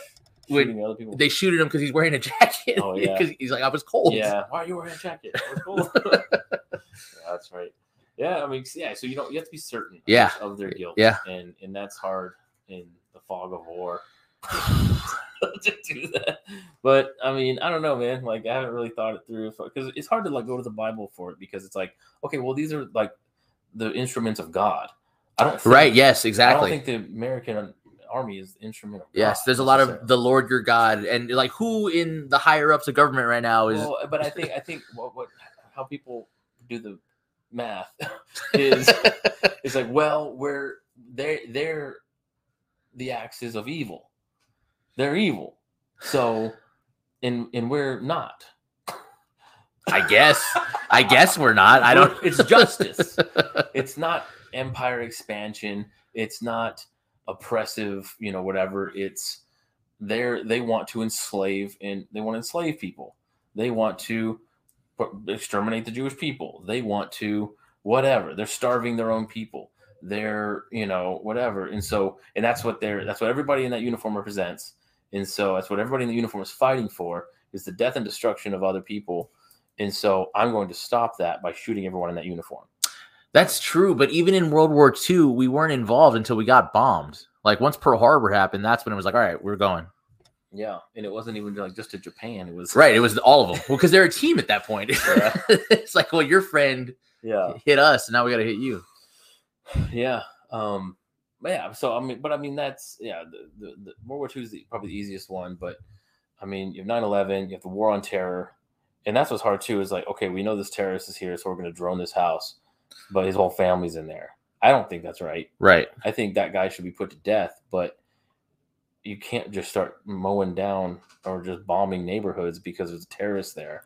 B: when
A: shooting at other people.
B: they shooted him because he's wearing a (laughs) jacket.
A: Oh, yeah.
B: 'Cause he's like, I was cold.
A: yeah. Why are you wearing a jacket? That was cool. (laughs) yeah,
B: (laughs)
A: that's right. Yeah, I mean, yeah. So you don't. You have to be certain. I
B: Yeah.
A: guess, Of their guilt.
B: Yeah.
A: And and that's hard in the fog of
B: (sighs)
A: war (laughs) to do that. But I mean, I don't know, man. Like I haven't really thought it through because it's hard to like go to the Bible for it because it's like, okay, well, these are like the instruments of God. I don't think,
B: Right. Yes.
A: I don't
B: Exactly.
A: think the American army is instrumental.
B: yes. There's a lot of the Lord your God, and like who in the higher ups of government right now is
A: Well, but I think I think what, what how people do the math (laughs) is it's like well we're they they're the axis of evil. They're evil. So and and we're not.
B: I guess. I guess we're not. I don't.
A: It's justice. it's not empire expansion. It's not oppressive, you know, whatever. It's they're they want to enslave and they want to enslave people. They want to pu- exterminate the Jewish people. They want to whatever. They're starving their own people. They're you know whatever. And so and that's what they're that's what everybody in that uniform represents. And so that's what everybody in the uniform is fighting for is the death and destruction of other people. And so I'm going to stop that by shooting everyone in that uniform.
B: (laughs) That's true. But even in World War II, we weren't involved until we got bombed. Like once Pearl Harbor happened, that's when it was like, all right, we're going.
A: Yeah, and it wasn't even like just to Japan. It was
B: Right. It was all of them. Well, because they're a team at that point.
A: Yeah.
B: (laughs) it's like, well, your friend
A: Yeah,
B: hit us, and now we got to hit you.
A: yeah, um, but yeah. So I mean, but I mean that's yeah. The, the, the World War II is the, probably the easiest one, but I mean you have 9-11, you have the War on Terror, and that's what's hard too. Is like okay, we know this terrorist is here, so we're going to drone this house, but his whole family's in there. I don't think that's right.
B: Right.
A: I think that guy should be put to death, but you can't just start mowing down or just bombing neighborhoods because there's a terrorist there.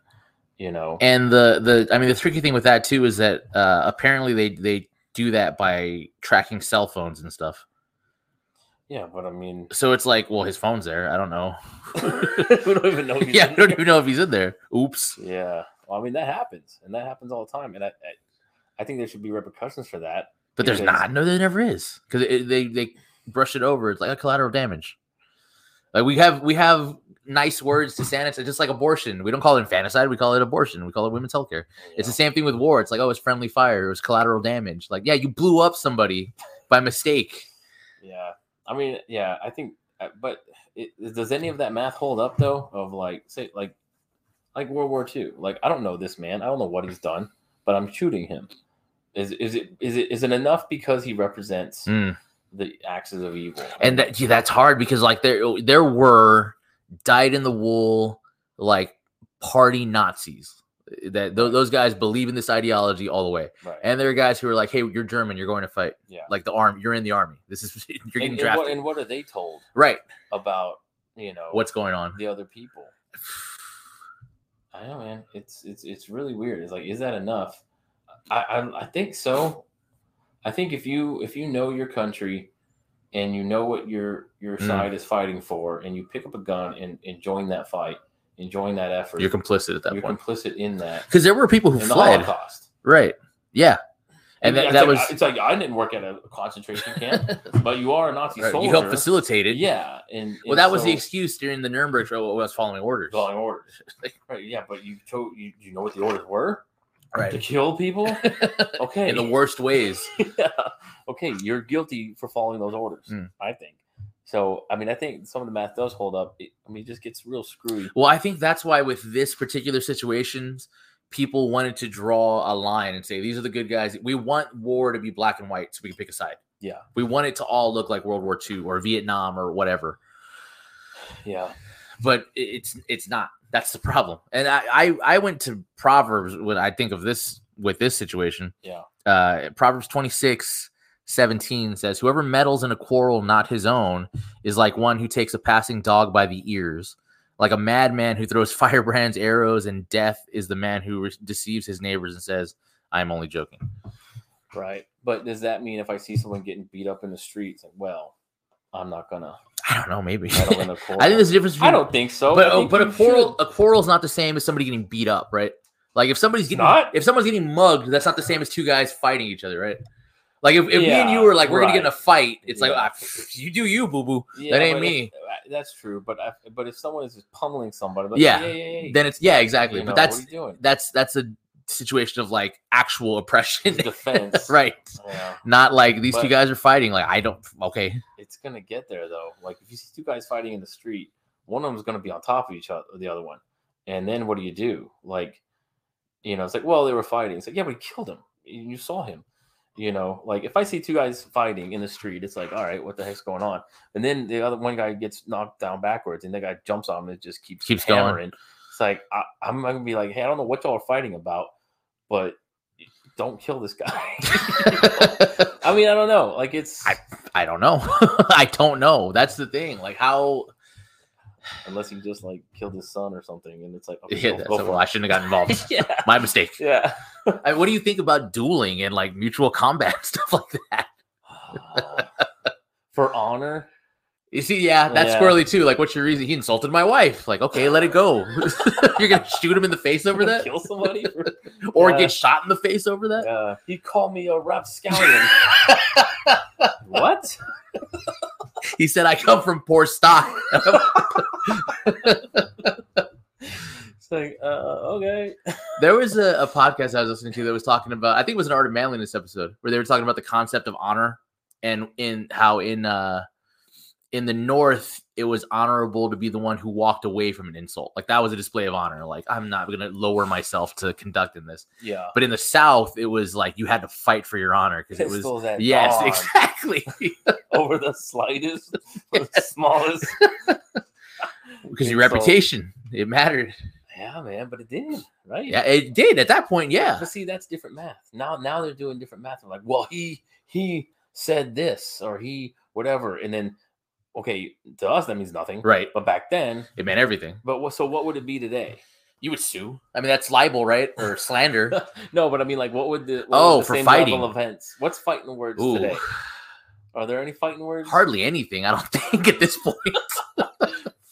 A: You know,
B: And the the I mean, the tricky thing with that too is that uh, apparently they they do that by tracking cell phones and stuff.
A: yeah, but
B: (laughs)
A: I mean, (laughs)
B: So it's like, well, his phone's there. I don't know.
A: we don't even know.
B: (laughs)
A: He's
B: yeah,
A: in
B: I don't
A: there.
B: even know if he's in there. Oops.
A: Yeah, well, I mean that happens, and that happens all the time, and I, I, I think there should be repercussions for that.
B: But there's
A: Because-
B: not. No, there never is because they they brush it over. It's like a collateral damage. Like we have we have nice words to sanitize, just like abortion. We don't call it infanticide. We call it abortion. We call it women's health care.
A: you
B: It's the
A: know?
B: same thing with war. It's like oh, it's friendly fire. It was collateral damage. Like yeah, you blew up somebody by mistake.
A: yeah. I mean, yeah, I think, uh, but it, it- does any of that math hold up though? Of like, say, like, like World War II. Like, I don't know this man. I don't know what he's done, but I'm shooting him. Is is it is it is it enough because he represents
B: Mm.
A: the axis of evil?
B: and that, gee, that's hard because like there there were dyed in the wool like party Nazis that th- those guys believe in this ideology all the way,
A: right.
B: and there are guys who are like, hey, you're German, you're going to fight,
A: yeah.
B: like the arm, you're in the army. This is (laughs) you're getting
A: and, and
B: drafted,
A: what, and what are they told
B: right?
A: about you know
B: What's going on?
A: the other people. I know, man. It's it's it's really weird. It's like, is that enough? I I, I think so. I think if you if you know your country and you know what your your
B: Mm.
A: side is fighting for, and you pick up a gun and, and join that fight, and join that effort,
B: You're complicit at that
A: you're
B: point
A: complicit in that.
B: because there were people who
A: In the
B: fled,
A: Holocaust,
B: right? Yeah, and
A: Yeah,
B: that,
A: it's
B: that
A: like-
B: was
A: it's like I didn't work at a concentration camp, but you are a Nazi
B: (laughs) right,
A: soldier.
B: you helped facilitate it.
A: Yeah, and,
B: Well,
A: and
B: that was the
A: so-
B: excuse during the Nuremberg trial was following orders.
A: following (laughs) orders. right, yeah, but you chose you, you know what the orders were to
B: Right.
A: kill people. (laughs) Okay,
B: In
A: (laughs)
B: the worst ways.
A: yeah. okay, you're guilty for following those orders.
B: Mm.
A: I think. So I mean, I think some of the math does hold up. It, I mean, it just gets real screwy.
B: Well, I think that's why with this particular situations, people wanted to draw a line and say these are the good guys. We want war to be black and white, so we can pick a side.
A: Yeah.
B: we want it to all look like World War II or Vietnam or whatever,
A: Yeah,
B: but i- it's it's not. That's the problem. And I I, I went to Proverbs when I think of this with this situation.
A: Yeah.
B: uh, Proverbs twenty six. 17 says whoever meddles in a quarrel not his own is like one who takes a passing dog by the ears like a madman who throws (laughs) firebrands, arrows, and death is the man who re- deceives his neighbors and says, "I'm only joking."
A: right. But does that mean if I see someone getting beat up in the streets, like, well, I'm not gonna.
B: I don't know. Maybe (laughs)
A: I don't,
B: I,
A: gonna
B: think there's a difference. Between,
A: I don't think so.
B: But
A: I
B: oh,
A: think
B: but a
A: you
B: quarrel
A: should.
B: a quarrel's not the same as somebody getting beat up, right? Like if somebody's getting
A: Not?
B: if someone's getting mugged, that's not the same as two guys fighting each other, right? Like if, if me and you
A: Yeah,
B: were like we're gonna get in a
A: right.
B: fight, it's like
A: Yeah.
B: ah, pff, you do you, boo boo.
A: Yeah,
B: ain't
A: but
B: me.
A: if- uh, that's true. But I, but if someone is just pummeling somebody, like,
B: Yeah,
A: yeah, yeah, yeah,
B: Then it's yeah, exactly.
A: you know,
B: but
A: what
B: that's
A: are you doing?
B: that's that's a situation of like actual oppression, (laughs)
A: It's defense,
B: right?
A: Yeah.
B: Not like these two
A: But-
B: guys are fighting. Like I don't okay.
A: (laughs)
B: (laughs)
A: it's gonna get there though. Like if you see two guys fighting in the street, one of them's gonna be on top of each other, the other one, and then what do you do? Like, you know, it's like, well, they were fighting. It's like, yeah, but he killed him. You you saw him. You know, like if I see two guys fighting in the street, it's like, all right, what the heck's going on? And then the other one guy gets knocked down backwards, and the guy jumps on him and just keeps
B: Keeps going.
A: hammering. It's like I, I'm gonna be like, hey, I don't know what y'all are fighting about, but don't kill this guy. (laughs) I mean, I don't know. Like it's
B: I don't know. (laughs) I don't know. That's the thing. Like how
A: unless he just like killed his son or something, and it's like, okay,
B: yeah,
A: go-
B: that's
A: go
B: a-
A: for
B: well, I shouldn't have gotten
A: (laughs)
B: involved.
A: it. yeah,
B: My mistake.
A: yeah.
B: I, what do you think about dueling and (laughs) like mutual combat stuff like that?
A: for
B: (laughs)
A: honor,
B: You see, yeah, that's
A: Yeah.
B: squirrely too. Like, what's your reason? He insulted my wife. Like, okay, let it go. (laughs) You're gonna shoot him in the face
A: (laughs)
B: over that, (laughs)
A: kill somebody.
B: or
A: Yeah.
B: get shot in the face over that.
A: Yeah. He called me
B: (laughs)
A: a rapscallion. what?
B: He said, "I come from poor stock."
A: It's like, uh, okay.
B: There was a, a podcast I was listening to that was talking about, I think it was an Art of Manliness episode, where they were talking about the concept of honor and in how in uh in the North it was honorable to be the one who walked away from an insult. Like that was a display of honor. Like I'm not gonna lower myself to conduct in this.
A: Yeah.
B: But in the South, it was like you had to fight for your honor because it was
A: Pistols at
B: yes,
A: dawn
B: exactly. (laughs)
A: over the slightest, (laughs) the smallest.
B: Because your
A: Insult.
B: reputation, it mattered.
A: Yeah, man, but it did, right?
B: Yeah, it did at that point, yeah.
A: But see, that's different math. Now, now they're doing different math. I'm like, well, he he said this or he whatever, and then okay, to us that means nothing,
B: Right.
A: but back then,
B: It meant everything.
A: but what, so what would it be today?
B: You would sue. I mean that's libel, right? Or slander.
A: No, but I mean, like, what would the what would
B: Oh,
A: the
B: for
A: same
B: fighting.
A: level events? What's fighting words
B: Ooh.
A: today? Are there any fighting words?
B: hardly anything i don't (laughs) think at this point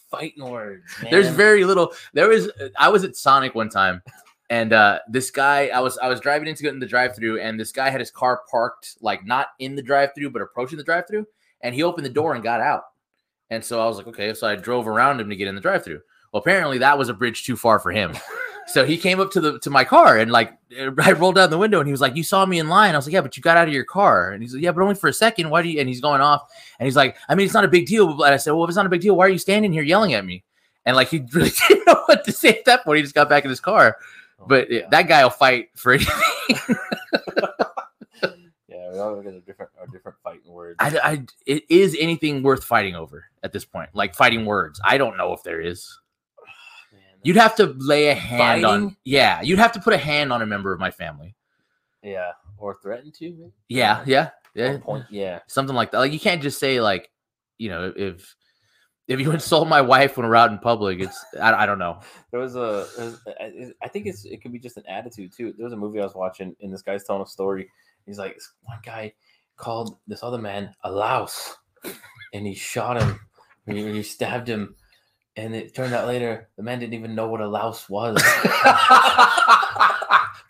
A: fighting words.
B: there's
A: man.
B: very little there was i was at sonic one time and uh this guy i was i was driving into in the drive-through and this guy had his car parked like not in the drive-through but approaching the drive-through and he opened the door and got out and so i was like okay so i drove around him to get in the drive-through well apparently that was a bridge too far for him so he came up to the to my car and like I rolled down the window and he was like, "You saw me in line." I was like, "Yeah, but you got out of your car." And he's like, "Yeah, but only for a second. Why do you?" And he's going off and he's like, "I mean, it's not a big deal." But I said, "Well, if it's not a big deal, why are you standing here yelling at me?" And like he really (laughs) didn't know what to say at that point. He just got back in his car.
A: Oh,
B: But
A: yeah,
B: that guy will fight for anything.
A: yeah, we all got a different our different fighting words.
B: (laughs) I, I, it is anything worth fighting over at this point. Like fighting words. I don't know if there is.
A: Man,
B: You'd have to lay a hand on.
A: Fighting?
B: Yeah, you'd have to put a hand on a member of my family.
A: yeah, or threaten to maybe?
B: Yeah, yeah,
A: Or
B: yeah.
A: Point. Yeah,
B: something like that. Like you can't just say like, you know, if if you (laughs) insult my wife when we're out in public, it's I, I don't
A: (laughs)
B: know. (laughs)
A: there was a. there was- I- I- I think it's it could be just an attitude too. There was a movie I was watching, and this guy's telling a story. He's like, this one guy called this other man a louse, and he shot him, and he, he stabbed him, and it turned out later the man didn't even know what a louse was.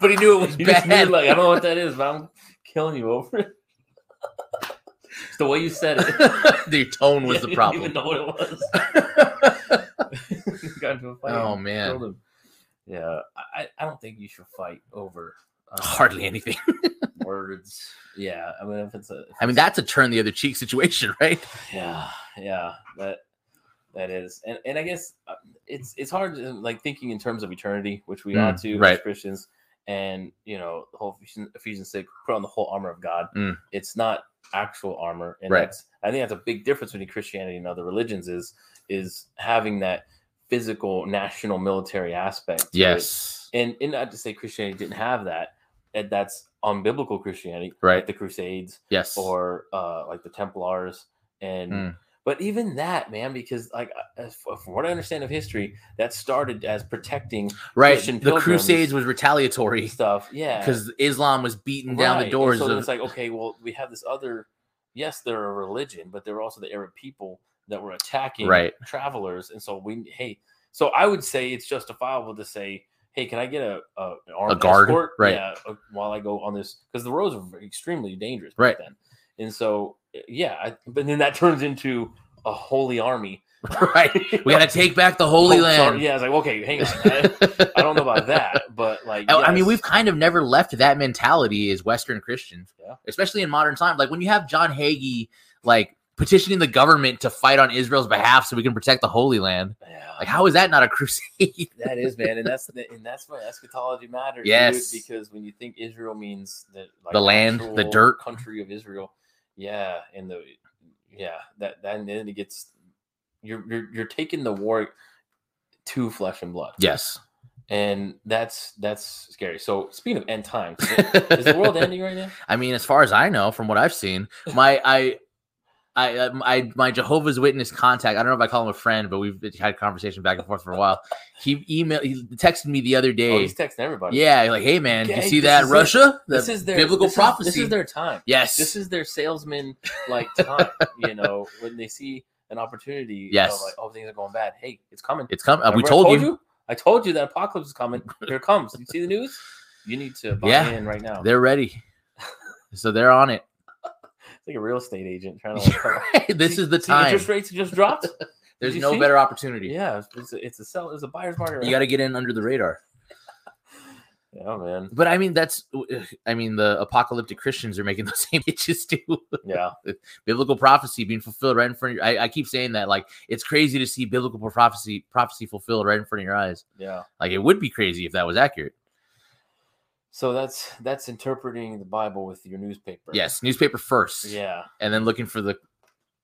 B: but he knew (laughs) it
A: (laughs)
B: was
A: You just
B: bad.
A: knew, like, I don't know what that is, but I'm killing you over it. it's the way you said (laughs) it.
B: (laughs) the tone was the
A: You didn't even
B: problem.
A: know what it was. (laughs) Got into a fight
B: Oh
A: and
B: man,
A: killed him. Yeah, I, I- I don't think you should fight over um,
B: hardly anything.
A: words. Yeah, (laughs) I mean, if it's a, if
B: I mean,
A: it's-
B: that's a turn the other cheek situation,
A: (laughs)
B: right?
A: yeah, yeah, that that is, and and I guess uh, it's it's hard to, like thinking in terms of eternity, which we
B: Mm,
A: ought to as
B: right.
A: Christians, and you know the whole Ephesians, Ephesians six, put on the whole armor of God.
B: Mm.
A: It's not actual armor, and
B: Right.
A: that's I think that's a big difference between Christianity and other religions is is having that physical national military aspect. to it.
B: Yes,
A: and and not to say Christianity didn't have that, and that's unbiblical Christianity,
B: right.
A: like the Crusades
B: Yes,
A: or uh, like the Templars, and
B: Mm.
A: but even that man, because like as, from what I understand of history, that started as protecting
B: right.
A: Christian
B: the
A: pilgrims.
B: Crusades was retaliatory
A: stuff, yeah,
B: because Islam was beating
A: Right,
B: down the
A: and
B: doors
A: So then
B: (laughs) of
A: it's like okay, well, we have this other. Yes, they're a religion, but they're also the Arab people that were attacking
B: Right.
A: travelers, and so we hey, so I would say it's justifiable to say, hey, can I get a a, an armed
B: A guard,
A: escort?
B: right.
A: Yeah, uh, while I go on this because the roads were extremely dangerous back
B: Right.
A: then, and so uh, yeah, I, but then that turns into a holy army.
B: right.
A: (laughs)
B: We gotta take back the Holy
A: Oh, sorry,
B: Land. (laughs)
A: Yeah, it's like okay, hang on, I, I don't know about that, but like
B: (laughs) I I mean,
A: yes.
B: we've kind of never left that mentality as Western Christians,
A: Yeah.
B: especially in modern times. Like when you have John Hagee, like petitioning the government to fight on Israel's behalf so we can protect the Holy Land.
A: Yeah.
B: Like, how is that not a (laughs) crusade?
A: that is man, and that's the, and that's why eschatology matters. dude,
B: Yes.
A: because when you think Israel means the like,
B: The land, the
A: actual
B: dirt.
A: country of Israel, yeah, and the yeah that that and then it gets you're you're, you're taking the war to flesh and blood,
B: (laughs) yes.
A: and that's that's scary. So speaking of
B: (laughs)
A: end times, is the world
B: I
A: ending right now?
B: mean, as far as I know, from what I've seen, my I. I, uh, I, my Jehovah's Witness contact. I don't know if I call him a friend, but we've had conversation back and forth for a while. He emailed, he texted me the other
A: Oh,
B: day.
A: he's texting everybody.
B: yeah, like, hey man, did
A: Okay,
B: you see
A: this
B: that
A: is it.
B: Russia? The
A: this is their
B: biblical
A: this is-
B: prophecy.
A: this is their time.
B: yes,
A: this is their salesman
B: (laughs)
A: like time, you know, when they see an opportunity.
B: Yes.
A: Of like, oh, things are going bad. Hey, it's coming.
B: it's coming. Uh, we
A: Remember I
B: told, you.
A: I told you that apocalypse
B: (laughs)
A: is coming. Here it comes. You see the news? You need to buy
B: Yeah.
A: in right now.
B: they're ready, so they're on it. (laughs)
A: it's like a real estate agent trying to. Like, (laughs)
B: this
A: See-
B: is the
A: see,
B: time.
A: Interest rates just
B: (laughs)
A: dropped.
B: There's
A: you
B: no
A: see?
B: better opportunity.
A: yeah, it's- it's a, it's a sell. It's a buyer's market.
B: You
A: right
B: got to get in under the radar.
A: now. yeah,
B: (laughs)
A: man.
B: But I mean, that's, (sighs) I mean, the apocalyptic Christians are making (laughs) those same bitches too.
A: Yeah,
B: biblical prophecy being fulfilled right in front of your I, I keep saying that like it's crazy to see biblical prophecy prophecy fulfilled right in front of your eyes.
A: yeah.
B: Like it would be crazy if that was accurate.
A: So that's that's interpreting the Bible with your newspaper.
B: Yes, newspaper first,
A: Yeah.
B: and then looking for the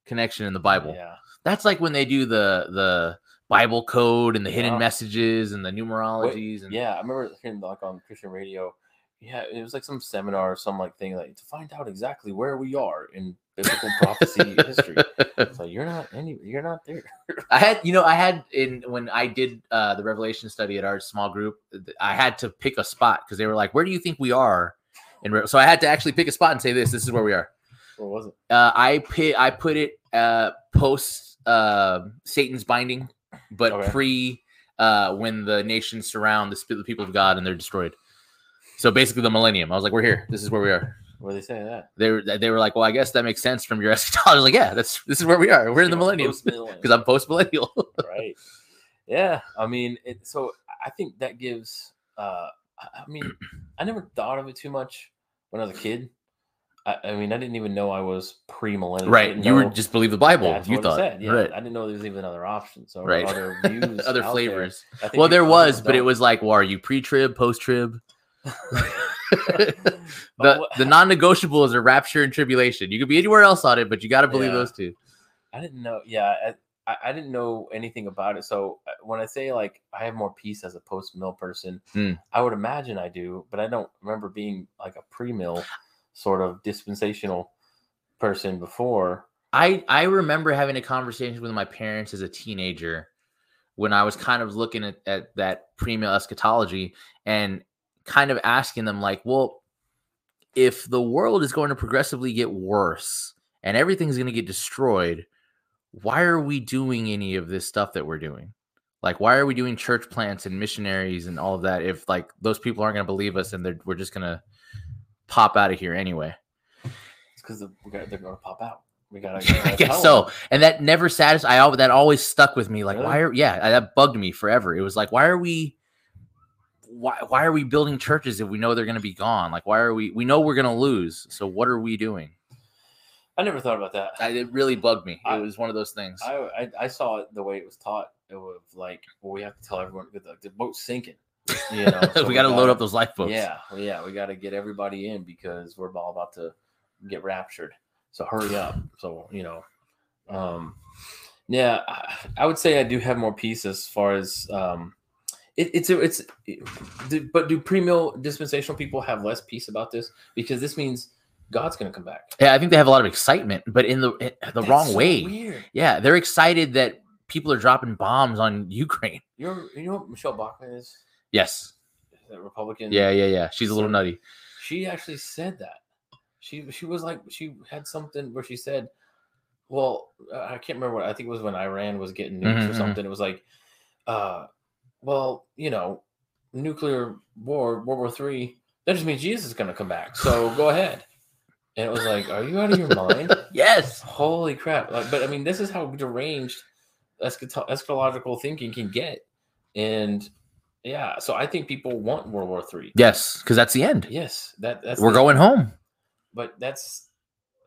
B: connection in the Bible.
A: Yeah.
B: That's like when they do the the Bible code and the hidden
A: Yeah.
B: messages and the numerologies and
A: Yeah, I remember hearing like on Christian radio. Yeah, it was like some seminar or some like thing like to find out exactly where we are in biblical prophecy history. It's like you're not any, you're not there.
B: (laughs)
A: (laughs)
B: I had, you know, I had in when I did uh, the Revelation study at our small group, th- I had to pick a spot because they were like, "Where do you think we are?" And re- so I had to actually pick a spot and say, "This, this is where we are."
A: Or was it?
B: Uh, I pit, I put it uh, post uh, Satan's binding, but
A: Okay.
B: pre uh, when the nations surround the, sp- the people of God and they're destroyed. So basically, the millennium. I was like, "We're here. This is where we are."
A: Where they say that?
B: They were, they were like, "Well, I guess that makes sense from your (laughs) eschatology." I was like, "Yeah, that's this is where we are. We're in the millennium (laughs) because
A: Because
B: I'm post
A: (laughs)
B: millennial."
A: right. Yeah, I mean, it, so I think that gives. uh I I mean, I never thought of it too much when I was a kid. I, I mean, I didn't even know I was pre-millennial. I
B: Right.
A: didn't
B: You were
A: know-
B: just believe the Bible.
A: That's
B: you
A: what it
B: thought.
A: said, Yeah,
B: Right.
A: I didn't know there was even another option. So
B: Right.
A: other views,
B: (laughs) Other
A: out
B: flavors.
A: There. I think
B: Well,
A: we
B: there
A: probably
B: was, but it
A: don't. (laughs)
B: was (laughs) like, well, are you pre trib, post (laughs) trib? the
A: But what-
B: the non negotiables are rapture and tribulation. You could be anywhere else on it, but you got to believe
A: Yeah.
B: those two.
A: I didn't know. Yeah, I, I, I didn't know anything about it. So uh, when I say like I have more peace as a post mill person,
B: Hmm.
A: I would imagine I do, but I don't remember being like a pre mill sort of dispensational person before.
B: I I remember having a conversation with my parents as a teenager when I was kind of looking at, at that premium eschatology and kind of asking them like, well, if the world is going to progressively get worse and everything's going to get destroyed, why are we doing any of this stuff that we're doing? Like, why are we doing church plants and missionaries and all of that if like those people aren't going to believe us and they're, we're just going to pop out of here anyway?
A: It's because the, we got- they're going to pop out. We got.
B: (laughs) I guess so. And that never satisfied. I always that always stuck with me. Like, why are yeah, I- that bugged me forever. It was like, why are we why why are we building churches if we know they're gonna be gone? Like, why are we we know we're gonna lose? So what are we doing?
A: I never thought about that.
B: I, it really bugged me. It
A: I-
B: was one of those things.
A: I, I I saw it the way it was taught. It was like, well, we have to tell everyone that the, the boat's sinking. You
B: (laughs)
A: know, so
B: (laughs) we gotta load
A: gotta-
B: up those lifeboats.
A: Yeah, well, yeah, we got to get everybody in because we're all about to get raptured. So hurry
B: (laughs)
A: up. So you know, um, yeah, I, I would say I do have more peace as far as um, it, it's a, it's, it- do- but do pre mill dispensational people have less peace about this because this means God's going to come back
B: Yeah, I think they have a lot of excitement, but in the in the
A: That's
B: wrong
A: so
B: way.
A: Weird.
B: Yeah, they're excited that people are dropping bombs on (laughs) Ukraine.
A: You know, you know what Michelle Bachman is?
B: Yes.
A: That Republican.
B: Yeah, yeah, yeah. She's a little
A: So-
B: nutty.
A: she actually said that she she was like she had something where she said well uh, i can't remember what i think it was when iran was getting nukes
B: Mhm,
A: or
B: mhm.
A: something it was like uh well you know nuclear war world war three that just means jesus is going to come back so go ahead and it was like are you out of your mind
B: Yes.
A: holy crap like, but i mean this is how deranged eschato- eschatological thinking can get and yeah so i think people want world war three
B: Yes, because that's the end.
A: yes that that's
B: We're
A: the-
B: going home.
A: but that's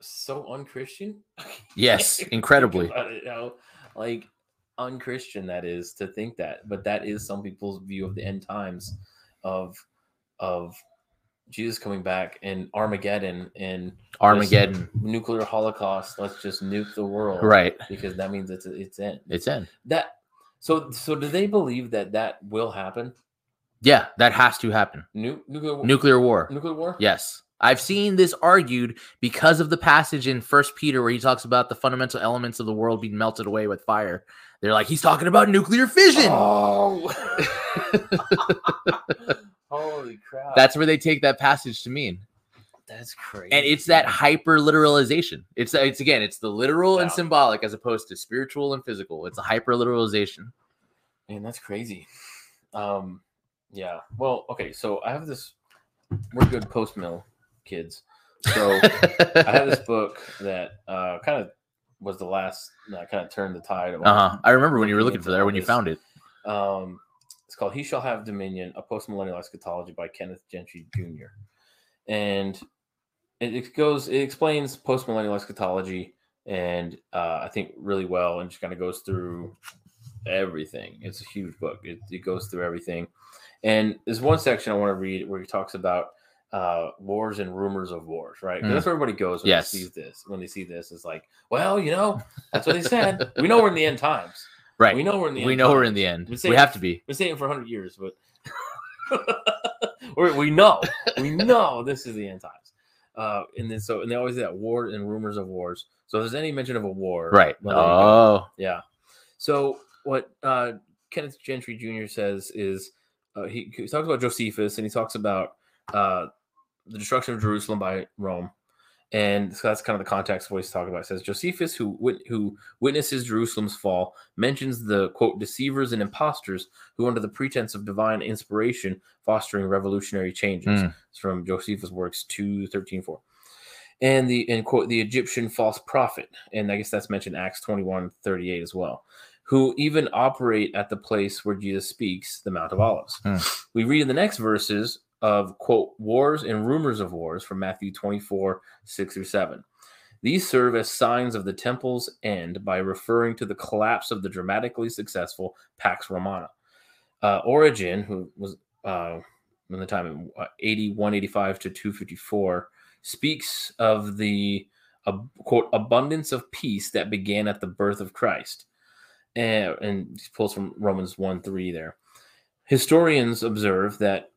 A: so unchristian (laughs)
B: Yes, incredibly.
A: Think about it, how, like unchristian that is to think that but that is some people's view of the end times of of jesus coming back and armageddon and
B: Armageddon.
A: nuclear holocaust let's just nuke the world
B: Right.
A: because that means it's it's in
B: It's in.
A: that so so do they believe that that will happen
B: Yeah, that has to happen.
A: Nu- nuclear war,
B: Nuclear war.
A: nuclear war
B: Yes. I've seen this argued because of the passage in First Peter where he talks about the fundamental elements of the world being melted away with fire. They're like, he's talking about nuclear fission. (laughs)
A: oh (laughs) holy crap
B: That's where they take that passage to mean.
A: that's crazy
B: And it's that hyper literalization. It's uh, it's again, it's the literal and
A: Yeah.
B: symbolic as opposed to spiritual and physical. It's a hyper literalization.
A: Man, that's crazy. Um, yeah. Well, okay. So I have this. We're good post mill kids.
B: (laughs)
A: So I have this book that uh, kind of was the last that kind of turned the tide. Of all-
B: Uh-huh. I remember when you were
A: looking
B: looking for
A: into
B: that
A: all
B: when you
A: this.
B: found it.
A: Um, it's called "He Shall Have Dominion: A Postmillennial Eschatology" by Kenneth Gentry Jr. And it, it goes, it explains postmillennial eschatology, and uh, I think really well, and just kind of goes through everything. It's a huge book. It, it goes through everything, and there's one section I want to read where he talks about uh, wars and rumors of wars. Right? 'Cause
B: Mm.
A: That's where everybody goes when
B: Yes.
A: they see this. When they see this, it's like, well, you know, that's
B: (laughs)
A: what they said. we know we're in the end times.
B: Right.
A: We
B: We
A: know we're in the
B: know,
A: end
B: we're
A: times
B: in the end.
A: We say-
B: We have to be.
A: been saying it for 100 years, but (laughs) we we know, we know this is the end times. Uh, and then so, and they always do that war and rumors of wars. So if there's any mention of a war,
B: Right.
A: well, there you go.
B: Oh.
A: yeah. So what uh, Kenneth Gentry Jr. says is uh, he, he talks about Josephus and he talks about uh, the destruction of Jerusalem by Rome. And so that's kind of the context of what he's talking about. It says Josephus, who wit- who witnesses Jerusalem's fall, mentions the quote deceivers and imposters who, under the pretense of divine inspiration, fostering revolutionary changes.
B: Mm.
A: It's from Josephus' works two thirteen four, and the and quote the Egyptian false prophet, and I guess that's mentioned Acts twenty one thirty eight as well, who even operate at the place where Jesus speaks, the Mount of Olives.
B: Hmm.
A: We read in the next verses of quote wars and rumors of wars from Matthew twenty four six through seven. These serve as signs of the temple's end by referring to the collapse of the dramatically successful Pax Romana. Uh, Origen, who was uh, in the time uh, 80, 185 to 254, speaks of the uh, quote abundance of peace that began at the birth of Christ. And, and he pulls from Romans 1 3 there. Historians observe that,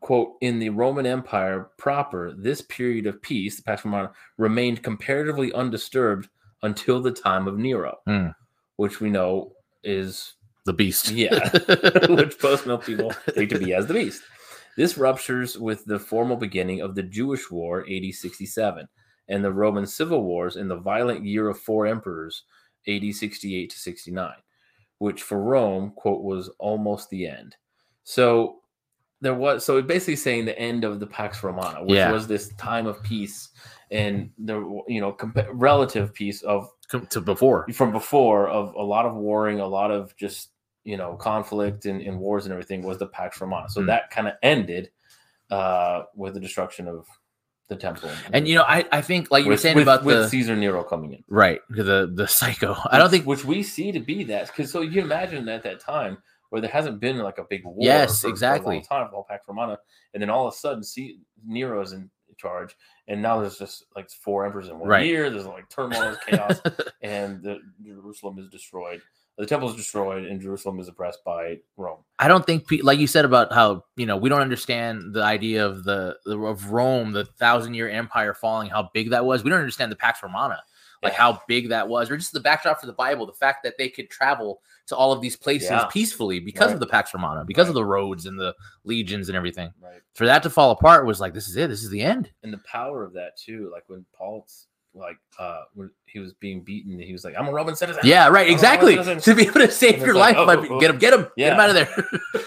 A: quote, in the Roman Empire proper, this period of peace, the Pax Romana, remained comparatively undisturbed until the time of Nero,
B: Hmm.
A: which we know is
B: The beast. (laughs)
A: Yeah. (laughs) which post mill people take to be as the beast. This ruptures with the formal beginning of the Jewish War 8067 and the Roman Civil Wars in the violent year of four emperors 8068 to 69, which for Rome, quote, was almost the end. So there was so it basically saying the end of the Pax Romana, which
B: Yeah.
A: was this time of peace and the you know compa- relative peace of
B: Come to before.
A: from before of a lot of warring, a lot of just you know conflict and, and wars and everything was the Pax Romana. So
B: Hmm.
A: that kind of ended uh, with the destruction of the temple.
B: And you know, I, I think like you were
A: with,
B: saying
A: with-
B: about
A: with
B: the
A: Caesar Nero coming in.
B: right the the psycho. I don't think
A: which we see to be that because so you can imagine at that time where there hasn't been like a big war.
B: Yes,
A: for- for a long
B: exactly.
A: time for all Pax Romana, and then all of a sudden, see Nero's in charge, and now there's just like four emperors in one
B: Right.
A: year. There's like
B: (laughs)
A: turmoil, there's chaos, and the, Jerusalem is destroyed. The temple is destroyed, and Jerusalem is oppressed by Rome.
B: I don't think pe- like you said about how you know we don't understand the idea of the, the of Rome, the thousand year empire falling, how big that was. We don't understand the Pax Romana, like
A: Yeah.
B: how big that was, or just the backdrop for the Bible, the fact that they could travel to all of these places
A: Yeah.
B: peacefully because
A: Right.
B: of the Pax Romana, because of
A: Right.
B: the roads and the legions and everything.
A: Right,
B: For that to fall apart was like this is it, this is the
A: (laughs)
B: end.
A: and the power of that too. Like when Paul's like uh when he was being beaten, he was like, "I'm a Roman citizen."
B: Yeah, right,
A: Oh,
B: exactly.
A: it
B: (laughs)
A: doesn't-
B: To be able to save
A: it's
B: your
A: like,
B: life, by
A: oh,
B: be-
A: oh.
B: get him, get him, get him
A: Yeah.
B: out of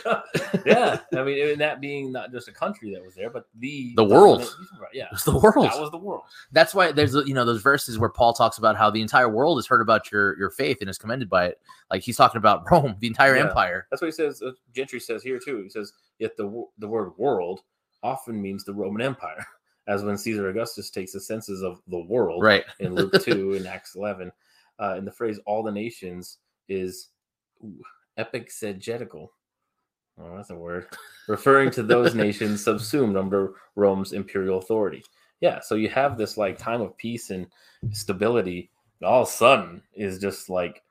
B: there. (laughs)
A: yeah, I mean, and that being not just a country that was there, but the
B: The world.
A: Yeah,
B: It's the world.
A: that was the world.
B: that's why there's you know those verses where Paul talks about how the entire world has heard about your your faith and is commended by it. Like he's talking about (laughs) Rome, the entire
A: Yeah.
B: empire.
A: That's what he says. Uh, Gentry says here too. He says, "Yet the wo- the word world often means the Roman Empire." (laughs) as when Caesar Augustus takes the census of the world
B: Right.
A: in Luke 2 and Acts 11. Uh, and the phrase all the nations is ooh, epixegetical. Oh, that's a word. Referring to those nations subsumed under Rome's imperial authority. Yeah, so you have this like time of peace and stability. And all of a sudden is just like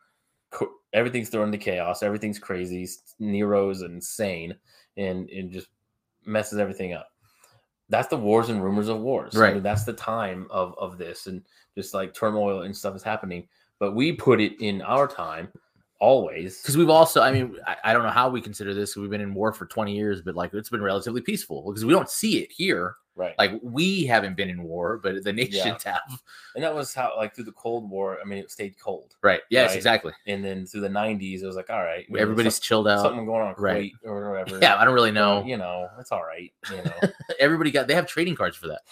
A: co- everything's thrown into chaos. Everything's crazy. Nero's insane and it just messes everything up. That's the wars and rumors of wars. I
B: Right.
A: mean, that's the time of of this and just like turmoil and stuff is happening. But we put it in our time always.
B: Because we've also, I mean, I, I don't know how we consider this. 'cause We've been in war for 20 years, but like it's been relatively peaceful because we don't see it here.
A: Right.
B: Like we haven't been in war, but the (laughs) nations have.
A: and that was how like through the Cold War, I mean it stayed cold.
B: Right. Yes,
A: Right.
B: exactly.
A: And then through the nineties it was like, all right, you know,
B: Everybody's chilled out.
A: some- something going on in
B: right.
A: Kuwait or whatever.
B: (laughs) Yeah, I don't really know.
A: You know, it's all right, you know.
B: (laughs) Everybody got they have trading cards for that.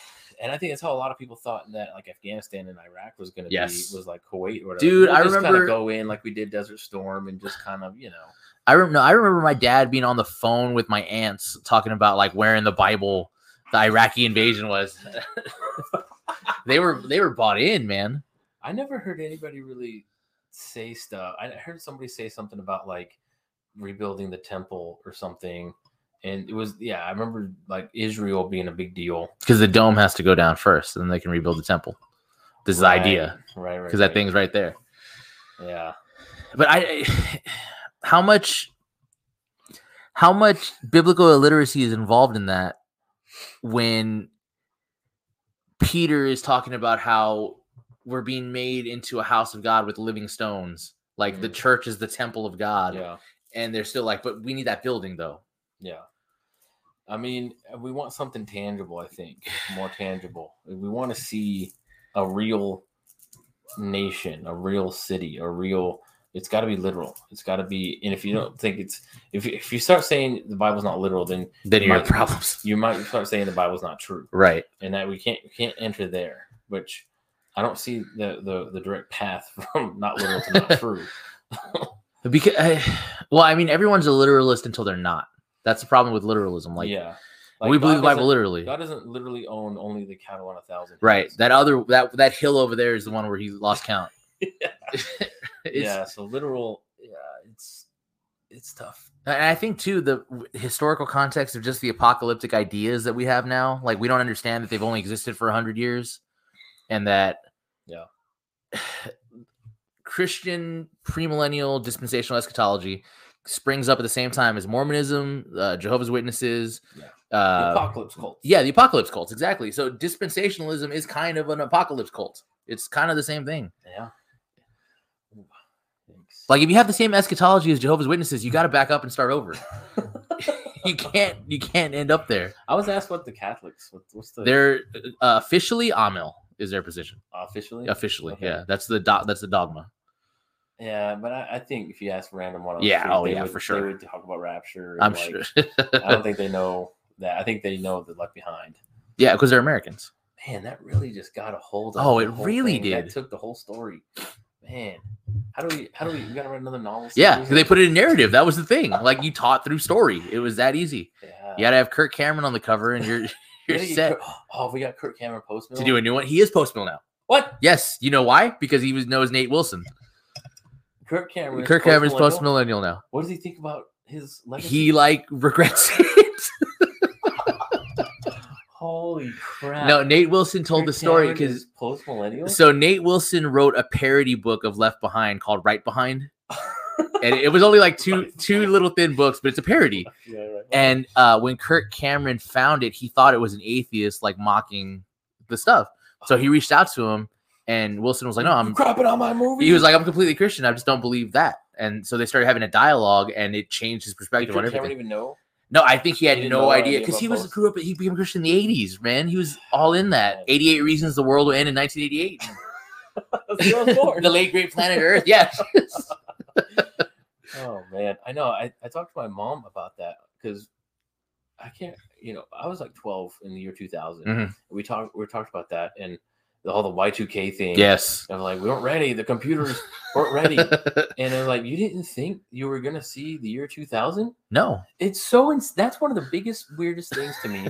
A: and I think that's how a lot of people thought that like Afghanistan and Iraq was going to
B: Yes.
A: be was like Kuwait or whatever.
B: Dude, I
A: just kinda
B: remember-
A: go in like we did Desert Storm and just kind of you know
B: I remember. I remember my dad being on the phone with my aunts talking about like where in the Bible the Iraqi invasion was. (laughs) they were they were bought in, man.
A: I never heard anybody really say stuff. I heard somebody say something about like rebuilding the temple or something, and it was yeah. I remember like Israel being a big deal.
B: Because the dome has to go down first, and then they can rebuild the temple. This is the
A: Right,
B: idea
A: right? Right?
B: because that
A: right.
B: thing's right there.
A: yeah.
B: But I, (sighs) how much, how much biblical illiteracy is involved in that when Peter is talking about how we're being made into a house of God with living stones, like the
A: Mhm.
B: church is the temple of God,
A: Yeah.
B: and they're still like, but we need that building though.
A: Yeah. I mean, we want something tangible, I think, more tangible. We want to see a real nation, a real city, a real it's got to be literal. It's got to be and if you don't think it's if if you start saying the Bible's not literal, then
B: Then
A: you
B: your
A: might- (laughs)
B: problems,
A: you might start saying the Bible's not true
B: right?
A: and that we can't we can't enter there, which I don't see the the, the direct path (laughs) from not literal to
B: (laughs)
A: not true.
B: Because, well, I mean, everyone's a literalist until they're not. That's the problem with literalism. Like,
A: yeah.
B: we
A: God
B: believe the Bible
A: doesn't-
B: literally.
A: God doesn't literally own only the cattle on a thousand.
B: Right.
A: hills.
B: That other that that hill over there is the one where he lost
A: (laughs)
B: count. (laughs) It's-
A: yeah. So literal. Yeah. It's it's tough.
B: And I think too the w- historical context of just the apocalyptic ideas that we have now, like we don't understand that they've only existed for hundred years, and that
A: Yeah.
B: (sighs) Christian premillennial dispensational eschatology springs up at the same time as Mormonism, uh, Jehovah's Witnesses,
A: Yeah. The
B: uh,
A: apocalypse cult.
B: yeah, the apocalypse cults exactly. So dispensationalism is kind of an apocalypse cult. It's kind of the same thing.
A: Yeah. Ooh, Thanks.
B: Like if you have the same eschatology as Jehovah's Witnesses, you got to back up and start over. (laughs) you can't you can't end up there.
A: (laughs) I was asked what the Catholics. What, what's the
B: They're uh, officially Amil is their position.
A: officially?
B: Officially,
A: Okay.
B: yeah. That's the do- that's the dogma.
A: Yeah, but I, I think if you ask random one, on
B: Yeah,
A: the street,
B: oh,
A: they
B: yeah,
A: would-
B: for sure.
A: They would talk about rapture. and,
B: I'm
A: like,
B: sure.
A: I don't think they know that. I think they know the Left Behind.
B: (laughs) yeah, because they're
A: (laughs)
B: Americans.
A: Man, that really just got a hold of.
B: Oh,
A: the
B: it
A: whole
B: really
A: thing. That
B: did.
A: took the whole story. Man, how do we? How do we? We gotta write another novel.
B: Yeah,
A: series?
B: they put it in narrative. That was the thing. Like you taught through story. It was that easy.
A: Yeah.
B: You got to have Kirk Cameron on the cover,
A: (laughs)
B: and you're (laughs)
A: We
B: you're
A: gotta get
B: set
A: Kirk- oh, we got Kurt Cameron Postman
B: to do a new one. He is post mill now.
A: What?
B: Yes, you know why? Because he was knows Nate Wilson.
A: Kurt Cameron. is
B: Kirk Cameron's post
A: post-millennial?
B: millennial now.
A: What does he think about his legacy?
B: He like (laughs) regrets it.
A: Holy crap!
B: No, Nate Wilson told the story because
A: post millennial.
B: so Nate Wilson wrote a parody book of Left Behind called Right
A: (laughs)
B: Behind, and it was only like two two little thin books, but it's a parody.
A: yeah, right.
B: And uh, when Kirk Cameron found it, he thought it was an atheist like mocking the stuff, so he reached out to him, and Wilson was like, "No, I'm."
A: crapping on my movie.
B: He was like, "I'm completely Christian. I just don't believe that." And so they started having a dialogue, and it changed his
A: Did
B: perspective on
A: Kirk Cameron
B: everything.
A: even know?
B: No, I think he had
A: He didn't know
B: no idea
A: any
B: because he
A: about
B: was
A: both.
B: grew up. He became a Christian in the '80s, man. He was all in that.
A: Man.
B: 88 Reasons the World Will End in 1988.
A: That's what I was (laughs) born.
B: the late great planet Earth. Yeah.
A: Oh man, I know. I, I talked to my mom about that because I can't. You know, I was like 12 in the year 2000.
B: Mhm.
A: We talked. We talked about that and the, all the Y2K thing.
B: (laughs)
A: (laughs)
B: yes.
A: I'm like, we weren't ready. The computers weren't ready. And they're like, you didn't think you were gonna see the year 2000?
B: no.
A: It's so ins- that's one of the biggest weirdest things to me.